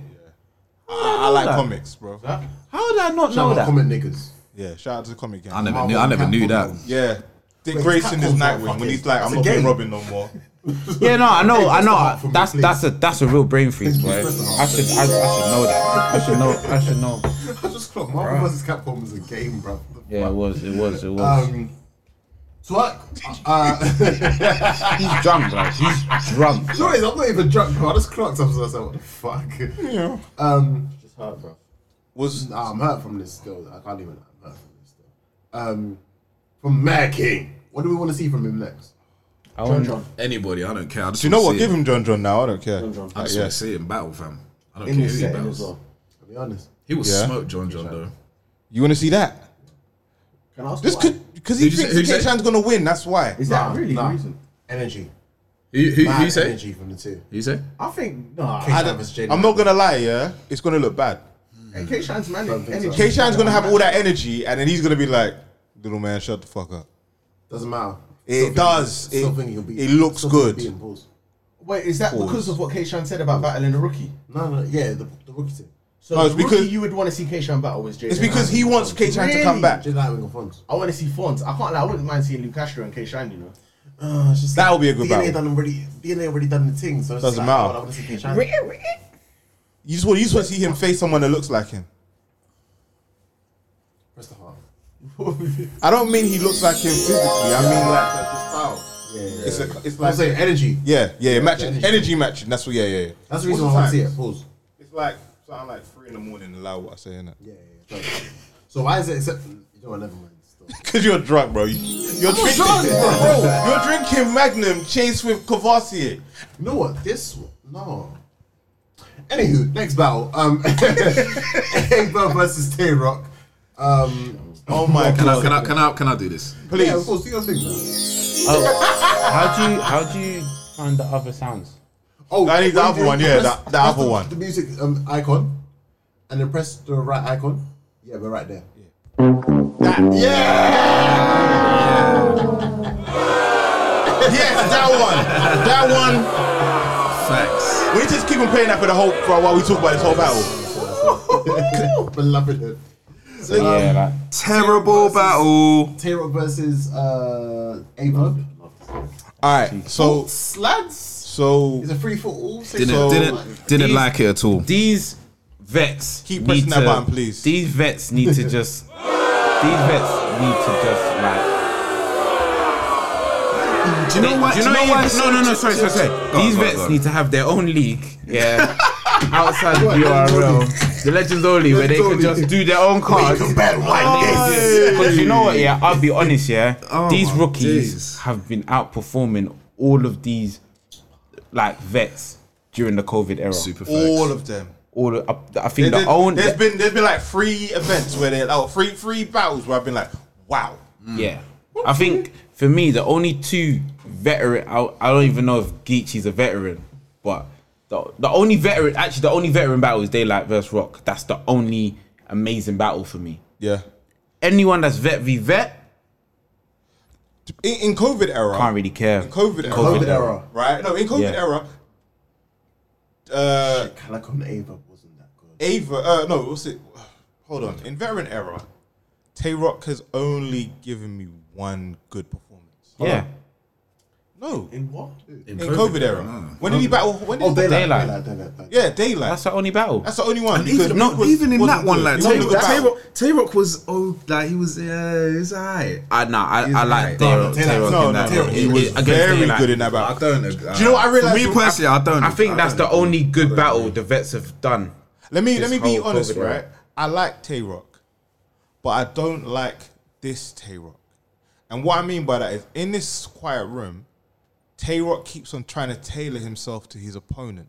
I, I like comics, bro. How did I not know Shout out that? comment niggas. Yeah, shout out to the comic game. I never knew. I never knew that. yeah. Dick Wait, Grayson is Catwoman's not Nightwing when fucking- he's like, that's I'm a not being game. Robin no more. Yeah, no, I know, I Hey, stop know. from That's me, that's a that's a real brain freeze, boy. I should I, I should know that. I should know. I should know. I just clocked Marvel vs. Capcom was a game, bro. Yeah, it was. It was. It was. Um, so I, uh, He's drunk, bro. He's drunk. no, I'm not even drunk, bro. I just clocked up, so I was like, what the fuck? Yeah. Um, It's hard, bro. Was nah, I'm hurt from this still. I can't even, I'm hurt from this still. Um, from Mad King. What do we want to see from him next? I want, Anybody, I don't care. I just Do you know wanna what? see Give it. him John John now. I don't care. John. I Like, just yeah. want to see it in battle, fam. I don't In care this who he setting as battles. well. I'll be honest. He will Yeah. smoke John John though. You want to see that? Can I ask Just why? because he Who'd you thinks say- who'd you K say? Chan's gonna win. That's why. Is that Nah, really nah. the reason? Energy. Who who, who you Mad say? energy from the two. Who you say? I think nah. K-Shine I I- versus Jaden I'm not gonna lie. Yeah, it's gonna look bad. don't- K Shine's man Don't think energy. so. K Chan's gonna have all that energy, and then he's gonna be like, "Little man, shut the fuck up." Doesn't matter. It does. It- it looks good. No, Wait, is that because of what K Shine said about battling the rookie? no, yeah, the, the rookie team. So No, it's the because- rookie you would want to see K Shine battle with Jaden. It's because he Allen. wants K Chan to come Really? back. Jedi Wing of Fonz. I want to see Font. I can't. Like, I wouldn't mind seeing Luke Castro and K Shine. You know. Uh, it's just That would be a DNA good battle. Done already, DNA already done the thing, so it's Doesn't like, matter. well, I wanna see K-Shine. Really? You just want you just want to see him face someone that looks like him. Press the heart. I don't mean he looks like him physically. I mean like the style. Yeah, yeah. it's a, it's I'm like saying energy. yeah yeah matching energy. energy matching. That's what yeah yeah. yeah. That's the reason why I What's want to see time? it. Pause. It's like something like three in the morning. Allow what I say in it. Yeah, yeah, yeah. So why is it except you know what, never mind. Stop. Because you're drunk, bro. You, are drinking, bro. You're drinking Magnum chased with Cavassier. You know what? This one- no. Anywho, next battle. Um Eggman versus Tay Rock. Um Oh my Can I god! can I can I can I do this? Please. Yeah, of course, do your thing, man. oh, how do you how do you find the other sounds? Oh, I need the when other you- one, you yeah, press- that- that press other the- one. The music um, icon, and then press the right icon. Yeah, we're right there. Yes, that one. That one. Facts. We just keep on playing that for the whole for while we talk about this whole battle. Belovedhood. So, Yeah, um, like, Terrible battle. Tiro versus uh, Ava. All right, so Slads. so It's a free for all. So Didn't So- didn't didn't These- like it at all. these vets Keep need pressing that to- button, please. These vets need to just. these vets need to just like. Do you know what? Do you know, what? what? No, no, no. Sorry, sorry, sorry. Go on, these go on, vets go on. need to have their own league. Yeah. Outside the URL, the Legends Only, where they can just do their own cards. Oh, Because you know what, yeah, I'll be honest, yeah. these Oh my rookies days. have been outperforming all of these like vets during the COVID era. Super all of them. All of, I, I think There- the own there's been there's been like three events where they oh three three battles where I've been like wow. yeah. I think for me the only two veteran I, I don't even know if Geechee's a veteran, but the the only veteran actually the only veteran battle is Daylight versus Rock. That's the only amazing battle for me. Yeah. Anyone that's vet v vet In, in COVID era, can't really care. COVID era, COVID Covid era. right? No, in COVID Yeah. era, uh, Calicon Ava wasn't that good. Ava, uh, no, what's it? Hold on, in veteran era, Tay Rock has only given me one good performance. Yeah. No, in, In what? COVID, era, when did he battle? When did Oh, he daylight. Daylight. Daylight. Daylight. Daylight. Yeah, daylight. That's That's, the only battle. the only one. And even, no, no, even in that one, like Tay Tay Rock, Tay Rock, Tay Rock was oh, like he was, yeah, he was alright. I nah, I, I like right. No, Dayrock. no, Tay Rock No, no, in that Tay Rock, one. he It- was against very Daylight. good in that I battle. don't. Do Do you know what I realized? Me personally, I don't. I think that's the don't- only good battle the vets have done. Let me let me This be whole honest, COVID era. right? I like Tay Rock, but I don't like this Tay Rock. And what I mean by that is, in this quiet room, Tay Rock keeps on trying to tailor himself to his opponent.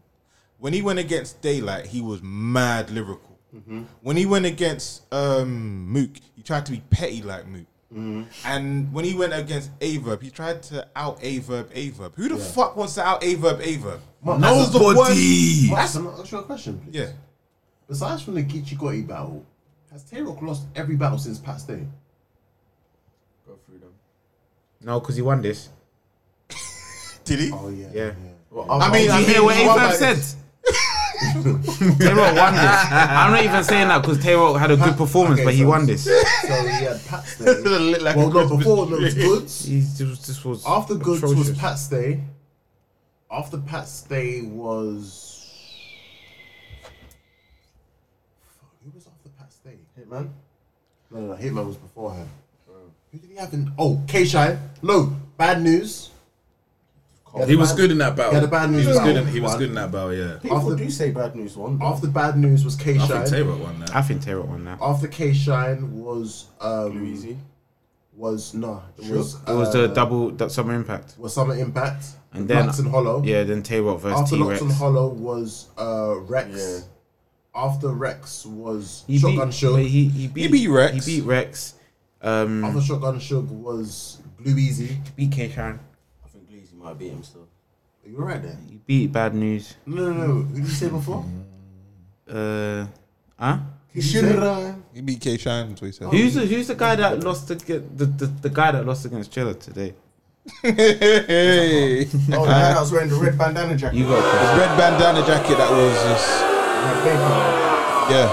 When he went against Daylight, he was mad lyrical. Mm-hmm. When he went against um, Mook, he tried to be petty like Mook. Mm-hmm. And when he went against Averb, he tried to out Averb Averb. Who the fuck wants to out Averb Averb? That was the worst. Nobody. That's an actual question. Please. Yeah. Besides from the Geechee Gotti battle, has Tay Rock lost every battle since Pat's day? No, because he won this. Did he? Oh yeah. Yeah. Oh, I mean, I you mean, hear what he won Averb by- said? Tayrock won this. I'm not even saying that because Tayrock had a good performance, okay, but he so- won this. So he had Pat's day. Look like well, a no, Christmas before no, it was tree. Goods. He's, this was, this was After Goods was atrocious. Pat's day. After Pat's day was. Fuck, Who was after Pat's day? Hitman. No, no, no. Hitman was before her. Who did he have in? Oh, K Shine. No, bad news. He was good in that battle. He had a bad news He was battle. good. In, he was good in that battle. Yeah. People After- do say bad news one. After bad news was K I think Tay Shine. Rock won that. I think Tayrock won that. After K Shine was um Louisi. was no it was It was the uh, double that summer impact. was Summer Impact And then- Knox and Hollow. Yeah, then Tayrock versus After T Knox Rex. and Hollow was uh, Rex. Yeah. After Rex was He Shotgun beat, Shug. but he, he beat beat Rex. He beat Rex. Um, After Shotgun Shug was Blue Easy. beat K Shine. I think Gleazy might beat him still. Are you right there? Mm-hmm. He beat Bad News. No, no, no. Who did you say before? Uh, huh? Kishira. He beat K Shine, that's what he said. Who's the, who's the guy that lost against the, the, the guy that lost against Chiller today? hey. Oh, the guy that was wearing the red bandana jacket. You got Red bandana jacket that was just yeah.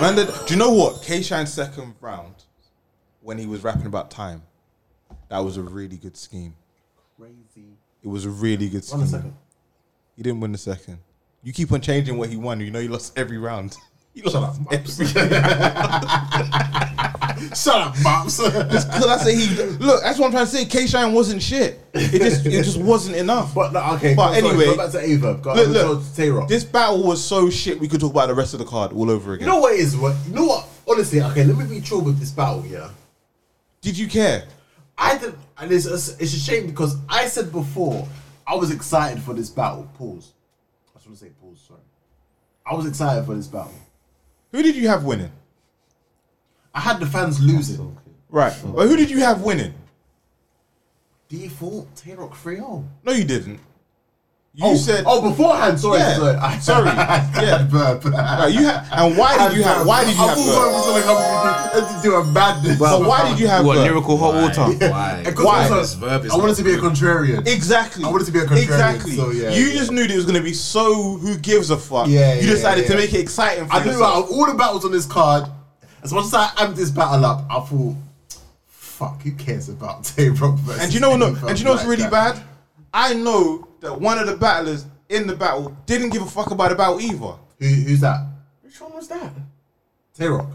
Man, did, do you know what K Shine's second round when he was rapping about time? That was a really good scheme. Crazy. It was a really good scheme. One second. He didn't win the second. You keep on changing what he won. You know he lost every round. He lost every Shut up, Mops. Because I say he look. That's what I'm trying to say. K Shine wasn't shit. It just it just wasn't enough. but no, okay. But go- sorry, anyway, go back to Ava. Go, Look, look, look, to Tay Rock. This battle was so shit. We could talk about the rest of the card all over you again. know what it is what? You know what? Honestly, okay. Let me be true with this battle here. Did you care? I did, and it's, it's it's a shame because I said before I was excited for this battle. Pause. I just want to say pause. Sorry. I was excited for this battle. Who did you have winning? I had the fans losing. Right. But who did you have winning? Default Tay Rock 3 0. No, you didn't. You said oh beforehand. Sorry, Yeah. sorry. Sorry. Yeah. burp. Like, you ha- and why did you have? Why did you I have? thought Burp? I was gonna come with you to do a madness. So why did you have? What Burp? lyrical hot water? Why? Because Why? also, This verb is I wanted to be a not contrarian. Exactly. I wanted to be a contrarian, Exactly. so yeah, you yeah. just knew that it was gonna be so. Who gives a fuck? Yeah, You yeah, decided to yeah. make it exciting. For I knew yourself. out of all the battles on this card, as much as I amped this battle up, I thought, fuck, who cares about Tay Rock versus And do you know, no, Eddie and do you know what's Burke really like that? bad? I know that one of the battlers in the battle didn't give a fuck about the battle either. Who, who's that? Which one was that? Tay Rock.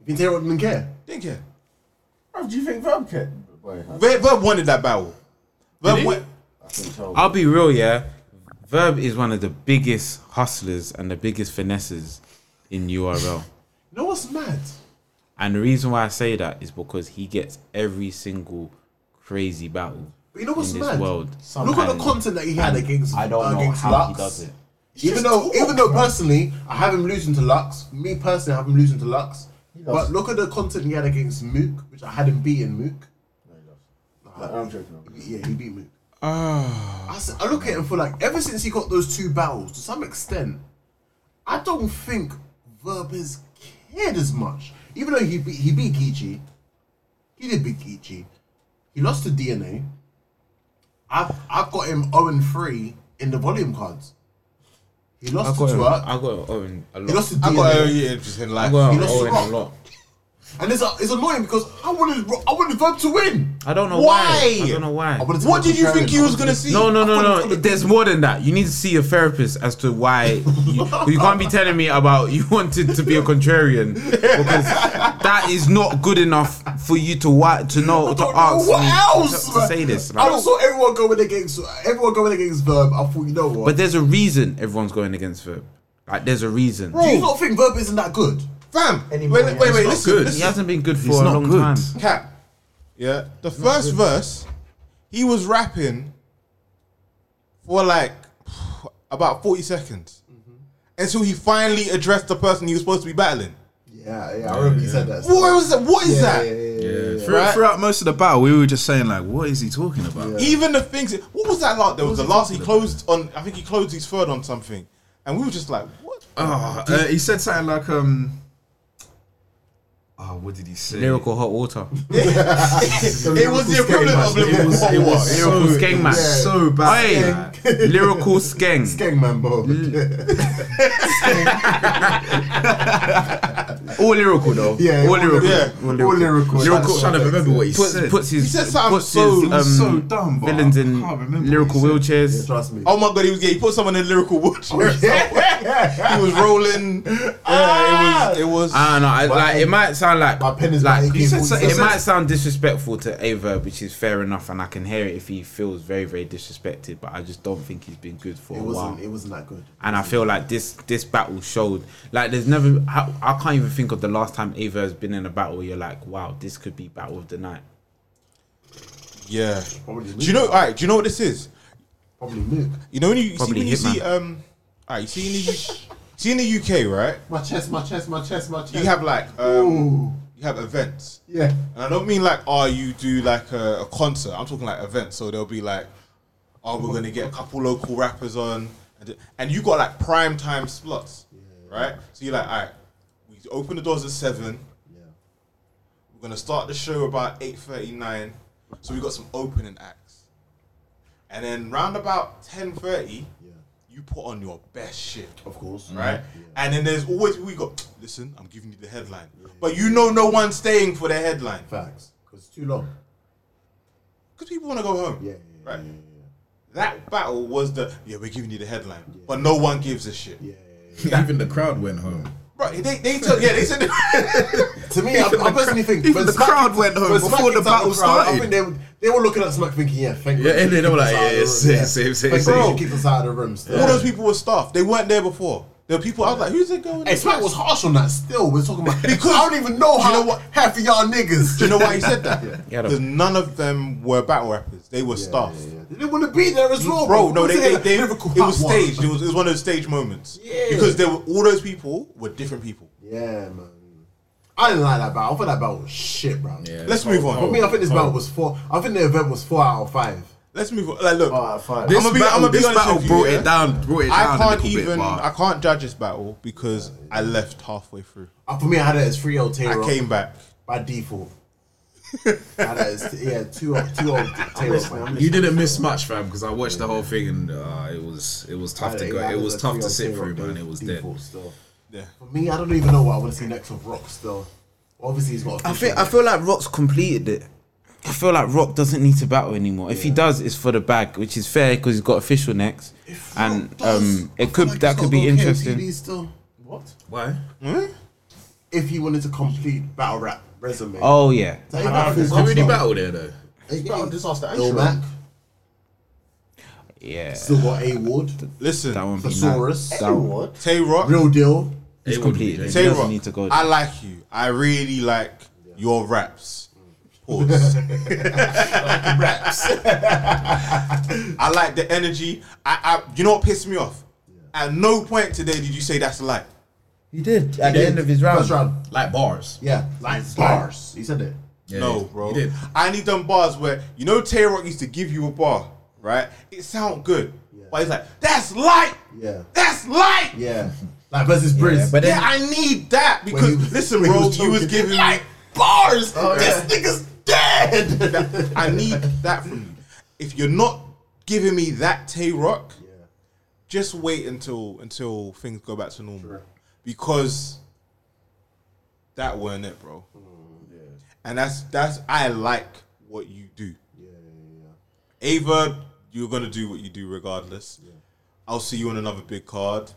You think Tay Rock didn't care? Didn't care. Bro, do you think Verb could? Boy, Verb, Verb wanted that battle. Verb won- I think so. I'll be real, yeah. Verb is one of the biggest hustlers and the biggest finesses in URL. You know what's mad? And the reason why I say that is because he gets every single crazy battle But you know what's in this mad? world. Look at the And- content that he had against I don't uh, know against how Lux. he does it. Even just though, talk, even though personally, I have him losing to Lux. Me personally, I have him losing to Lux. But look at the content he had against Mook, which I had him beating Mook. Like, I'm joking. Yeah, he beat Mook. Ah. I, s- I look at him for like ever since he got those two battles to some extent. I don't think Verb has cared as much. Even though he beat, he beat Geechee, he did beat Geechee. He lost to DNA. I've I've got him 0 and 3 in the volume cards. He I lost got to him. Twerk. I got Owen a He lost to lot. I DNA. got oh, yeah, just in I life. got He lost to Owen Rock. a lot. and it's, it's annoying because I wanted Ro- I wanted Verb to win. I don't know Why? why. I don't know why. I wanted to What be did you think contrarian. he was gonna see? No, no, no, wanna- I no. wanna- There's more than that. You need to see a therapist as to why you, you can't be telling me about you wanted to be a contrarian because that is not good enough for you to why to know to don't know ask what me else, to, to man. say this. I Like, just saw everyone going against everyone going against Verb. I thought, you know what? but there's a reason everyone's going against Verb. Like there's a reason. Do you not think Verb isn't that good? fam. Wait, Anymore, wait, yeah, wait, it's not Listen, Good. He listen. hasn't been good for It's a not long good. time. Cap. Yeah, the first verse, he was rapping for like about forty seconds Mm-hmm. until he finally addressed the person he was supposed to be battling. Yeah, yeah, I remember you said that. What was that? What is that? Through- Right. Throughout most of the battle, we were just saying like, "What is he talking about?" Even the things. What was that like? There was the last he closed on. I think he closed his third on something, and we were just like, "What?" Ah, uh, he said something like, "Um, oh, what did he say?" Lyrical hot water. it was the equivalent of It was, it Liverpool. was so, Lyrical skeng it man. was so bad. Oi, lyrical skeng. Gang man, bro. All lyrical though. Yeah, all all lyrical. yeah. All All lyrical. lyrical. I'm just trying to remember what he Puts, said. puts his, He said something puts so- his it um, was so dumb, but villains I in can't remember lyrical what he wheelchairs. Trust me. Oh my god, he was. Yeah, he put someone in lyrical wheelchair. he was rolling. Yeah, it was. It was. I don't know. I, like it might sound like my pen is like biting you said people. so- You it said- might sound disrespectful to Ava, which is fair enough, and I can hear it if he feels very very disrespected. But I just don't think he's been good for It a wasn't. while. It wasn't that good. And I feel like this this battle showed like there's never I, I can't even think of the last time Ava has been in a battle where you're like wow this could be battle of the night. yeah. Probably Do you know? All right. Do you know what this is? Probably Mook. You know when you see Probably when you Hitman. see um. All right. You see in the U- see in the UK, right? My chest, my chest, my chest, my chest. You have like um. Ooh. You have events. Yeah. And I don't mean like, oh, you do like a, a concert. I'm talking like events. So there'll be like, oh, we're gonna get a couple local rappers on, and, and you got like prime time slots, right? So you're like, all right, we open the doors at seven. We're gonna start the show about eight thirty nine. So we got some opening acts, and then round about ten thirty, you put on your best shit Of course. right? And then there's always we got. Listen, I'm giving you the headline, but you know no one's staying for the headline Facts. Because it's too long. because people want to go home. Yeah. Yeah. right. That battle was the yeah we're giving you the headline, but no one gives a shit. yeah, yeah. Even the crowd went home. Right? They they took yeah they said To me, I, I personally think Even when the crowd went home when before Smack the kicked out battle crowd, I started. think they, were- they were looking at Smack thinking, yeah, thank Yeah, and then they were like, yeah, yeah, same, same, Thank same, God you same. keep us out of the room. all those people were staff. They weren't there before. There were people. I was like, who's it going? Hey, to? Smack was harsh on that. Still, we're talking about Because- I don't even know you how know what- half of y'all niggas. Do you know why he said that? Yeah, I know. Because none of them were battle rappers. They were staff. They didn't want to be there as well, Bro, no, What they, was they, it? they, it Lyrical was hot one. staged. It was, it was one of those stage moments. Yeah. Because there were all those people were different people. Yeah, man. I didn't like that battle. I thought that battle was shit, bro. Let's move on. For me, I think this battle was four. I think the event was four out of five. Let's move on. Like, look, Alright, fine. This I'ma be- battle, I'ma be this honest battle with you, brought yeah? it down. Brought it I down a can't little bit. even. but- I can't judge this battle because I left halfway through. Uh, for me, I had it as three old I Taylor came back. by default. I had it as yeah, two old, two old Taylor. man. You didn't miss much, fam, because I watched the whole thing and uh, it was it was tough I had to it- go. I had It was as a tough three to old sit Taylor through, man. by It was dead. default still. Yeah. For me, I don't even know what I want to see next with Rock still. Obviously, he's got. a I fish in think I it. feel like Rock's completed it. I feel like Rock doesn't need to battle anymore. If he does, it's for the bag, which is fair because he's got official next, and um, it could Like, that he's could got be no interesting. KOTD Still. What? Why? If he wanted to complete battle rap resume. Oh yeah, Like, if he's Who did he battle there though? It's about disaster. Lil actually. Mac yeah. still got A Ward, Listen, That one. Thesaurus, What? Tay Rock. Real Deal. It's It would be completed. there. He Tay doesn't Rock. need to go. I like you. I really like your raps. Pause. Raps. I like the energy. I, I. You know what pissed me off? At no point today did you say that's a lie. He did at the end of his round. First round. Like bars. Yeah. Like bars. He said it. Yeah, no, he- bro. He did. I need them bars where you know Tay Rock used to give you a bar, right? It sound good, but he's like, "That's light. Yeah. That's light." Yeah, Yeah. Like versus Briz. but then- I need that because he was- listen, when he bro, was you was talking, giving me "Light bars. yeah. This nigga's dead. that, I need that from you. If you're not giving me that Tay Rock, just wait until until things go back to normal, because that weren't it, bro. And that's that's I like what you do. Ava, you're gonna do what you do regardless. I'll see you on another big card.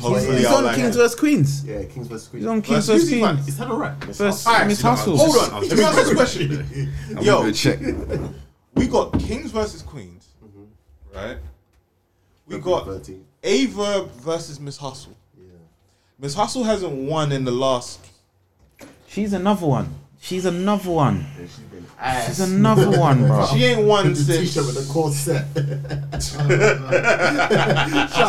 Hopefully, He's I'll on like Kings vs Queens. Yeah, Kings vs Queens. He's on Kings vs Queens. that alright? Versus All right, Miss so Hustle. Hold on, let me ask this question. Yo, check. we got Kings versus Queens, right? We got 13. Ava versus Miss Hustle. Miss Hustle hasn't won in the last. She's another one. She's another one. She's another one, bro. She ain't won The since. t-shirt with the corset. Shout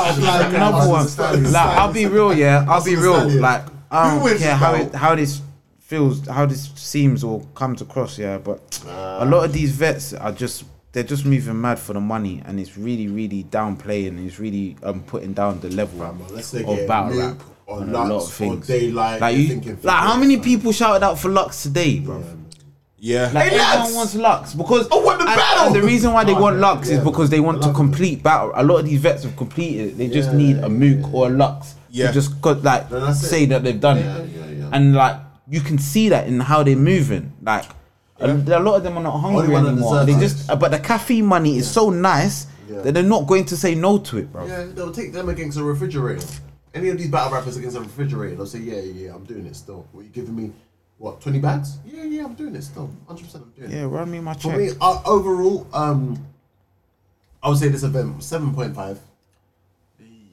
out another one. Like I'll be real, yeah. I'll be real. Stallion. Like I Who don't wins care this how battle? it, how this feels, how this seems or comes across, yeah. But a lot of these vets are just they're just moving mad for the money, and it's really really downplaying. And it's really um putting down the level unless they of get battle Luke rap. or and Lux or Daylight, like, they're you, thinking like how Fabulous, many man. people shouted out for Lux today, bro? Yeah. Like everyone wants Lux because I want the and- battle! and the reason why they want Lux is yeah. because they want to love it. complete battle. A lot of these vets have completed. it. They just need a Mook or a Lux Yeah. to just cut, like No, that's it. say that they've done it, Yeah, yeah, yeah. and like you can see that in how they're moving. Like a, a lot of them are not hungry one that anymore. They deserves just uh, but the caffeine money is so nice Yeah. that they're not going to say no to it, bro. Yeah, they'll take them against a refrigerator. Any of these battle rappers against a refrigerator, they'll say, yeah, yeah, yeah, I'm doing it still. What, you giving me, what, 20 bags? Yeah, yeah, I'm doing it still. 100% I'm doing Yeah, it. run me my For check. me, uh, overall, um, I would say this event was 7.5.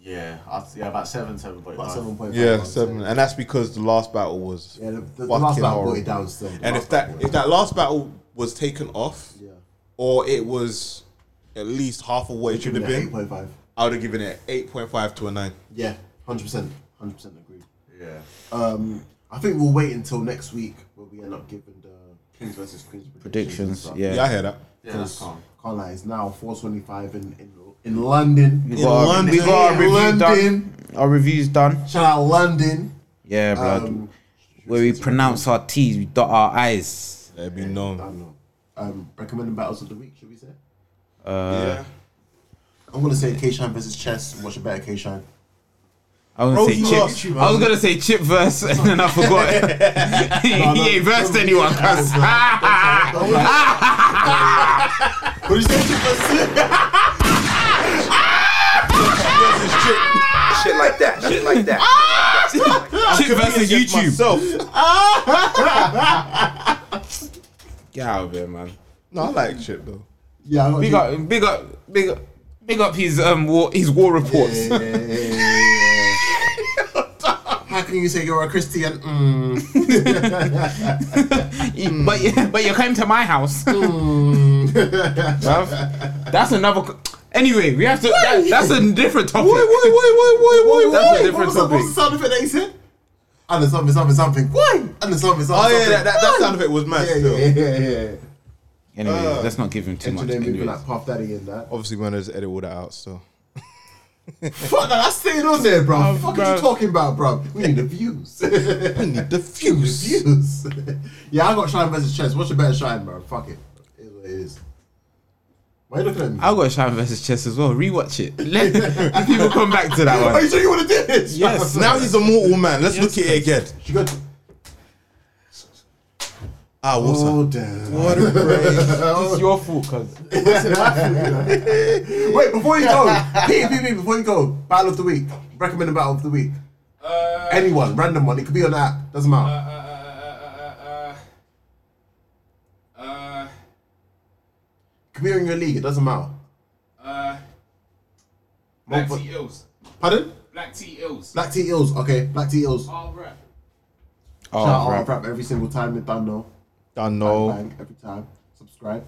Yeah, I'd, yeah, about seven, seven, but About 7.5. I Yeah, would seven, say. and that's because the last battle was Yeah, the, the, the fucking last battle brought horrible. it down still. The And last if battle that brought it if that last battle was taken off, Yeah. or it was at least half of what it should have down, been, 8.5. I would have given it eight point five to a nine. Yeah, 100%. 100% agreed. Yeah. Um, I think we'll wait until next week where we end up giving the Kings versus Queens predictions. Predictions, and stuff. Yeah, yeah. I hear that. Yeah, that's calm. Can't lie, it's now 425 in, in, in London. We In got our- London. we got our in review London. done. Our review's done. Shout out London. Yeah, blood. Um, Where we pronounce our T's, we dot our I's. Let it be I known. don't know. Um, recommending battles of the week, should we say? Uh, yeah. I'm going to say K-Shine versus Chess. Watch a better K-Shine. I was Bro, gonna you lost, say you chip. I was gonna say chip verse, and then I forgot. no, he ain't versed no, anyone, no, cuz. no, Ah. Don't lie. What did you say, Chip versus- Shit like that. Shit like that. Chip versus Against YouTube. Myself. Get out of here, man. No, I like Chip though. Yeah, I got Big you. up, big up, big up, big up his um war, his war reports. How can you say you're a Christian? Mm. But you- but you came to my house. Mm. Bruv, that's another. co- Anyway, we have to. That, that's a different topic. That's a different what was topic. the sound of it that he said? And the something, something, something. Why? And the something, something. Oh yeah, that, something. that, that sound of it was mad. Yeah, still. yeah, yeah, yeah. Anyway, let's not give him too much. Engineer Uh, moving Anyways. like Puff Daddy and that. Obviously, we're gonna just edit all that out. So Fuck, no, that's staying on there, bro. Oh, fuck bro. are you talking about, bro? We need the views. we need the views. views. yeah, I got Shine versus Chess. What's your better Shine, bro? Fuck it. It is what it is. Why are you looking at me? I got Shine versus Chess as well. Rewatch it. Let if people come back to that Are you one. sure you want to do this? Yes. now he's a mortal man. Let's look at it again. She got. Ah, what's up? Oh damn. What a break. It's your fault, cause Wait, before you go, PvP, before you go, battle of the week. Recommend a battle of the week. Anyone, random one. It could be on the app. Doesn't matter. Could be in your league. It doesn't matter. Black Mo- Tea Ills. Pardon? Black Tea Ills. Black Tea Eels. Okay, Black Tea Eels. All right. Oh, Oh, Shout out rap. rap every single time. It done though. I Bang, know. bang, every time. Subscribe.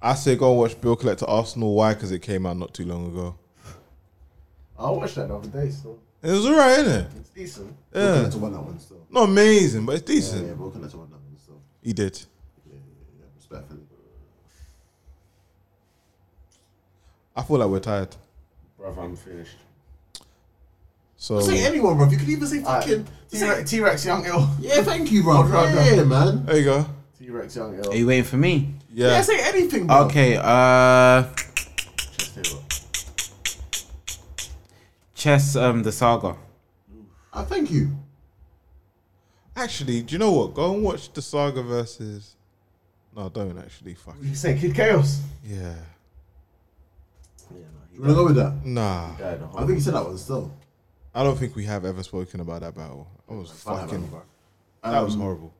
I say go and watch Bill Collector Arsenal. Why? Because it came out not too long ago. I watched that the other day, so It was alright, innit? it's decent. Yeah. Yeah. to one that one still. Not amazing, but it's Yeah, decent. yeah, we're to one that one still. He did. Yeah, respectfully. I feel like we're tired. Brother, I'm finished. So Say there anyone, bro. You could even say fucking. T Rex Young Ill. Yeah, thank you, bro. Yeah, man. you go. T Rex Young Ill. are you waiting for me? Yeah. Yeah, say anything, bro. Okay. Uh, Just tell you what. Chess. Um, the saga. I Uh, thank you. Actually, do you know what? Go and watch the saga versus. No, don't actually. Fuck. You say Kid Chaos. Yeah. You wanna go with that? Nah. I think you said that one still. I don't think we have ever spoken about that battle. That Um, was Fuck fucking. bro. That was horrible.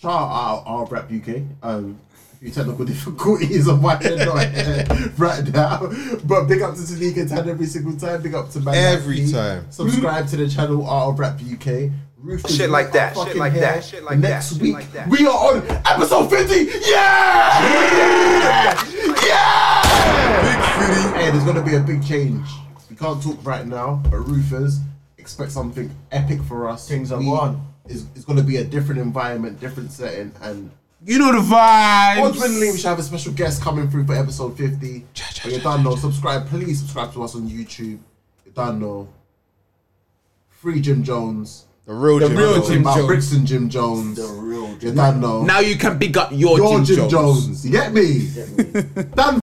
Shout out our rap UK. Um, few technical difficulties of why they're not right now. But big up to Tanika Tan every single time. Big up to man. Every like me. time. Subscribe to the channel Art of Rap UK. Roof is Shit like our that, shit fucking like hair. that, shit like Next that, shit week like that. we are on episode fifty. Yeah, yeah. Big Hey, there's gonna be a big change. We can't talk right now, but roofers expect something epic for us. Things are We- gone. It's, it's gonna be a different environment, different setting, and You know the vibe. Ultimately, we should have a special guest coming through for episode 50. But you don't know, subscribe. Please subscribe to us on YouTube. You don't know. Free Jim Jones. The real Jim. real Jones. Jim. My Jones. Brixton Jim Jones. The real Jim. You don't know. Now you can pick up your, Your Jim, Jim, Jones. You get me? Dan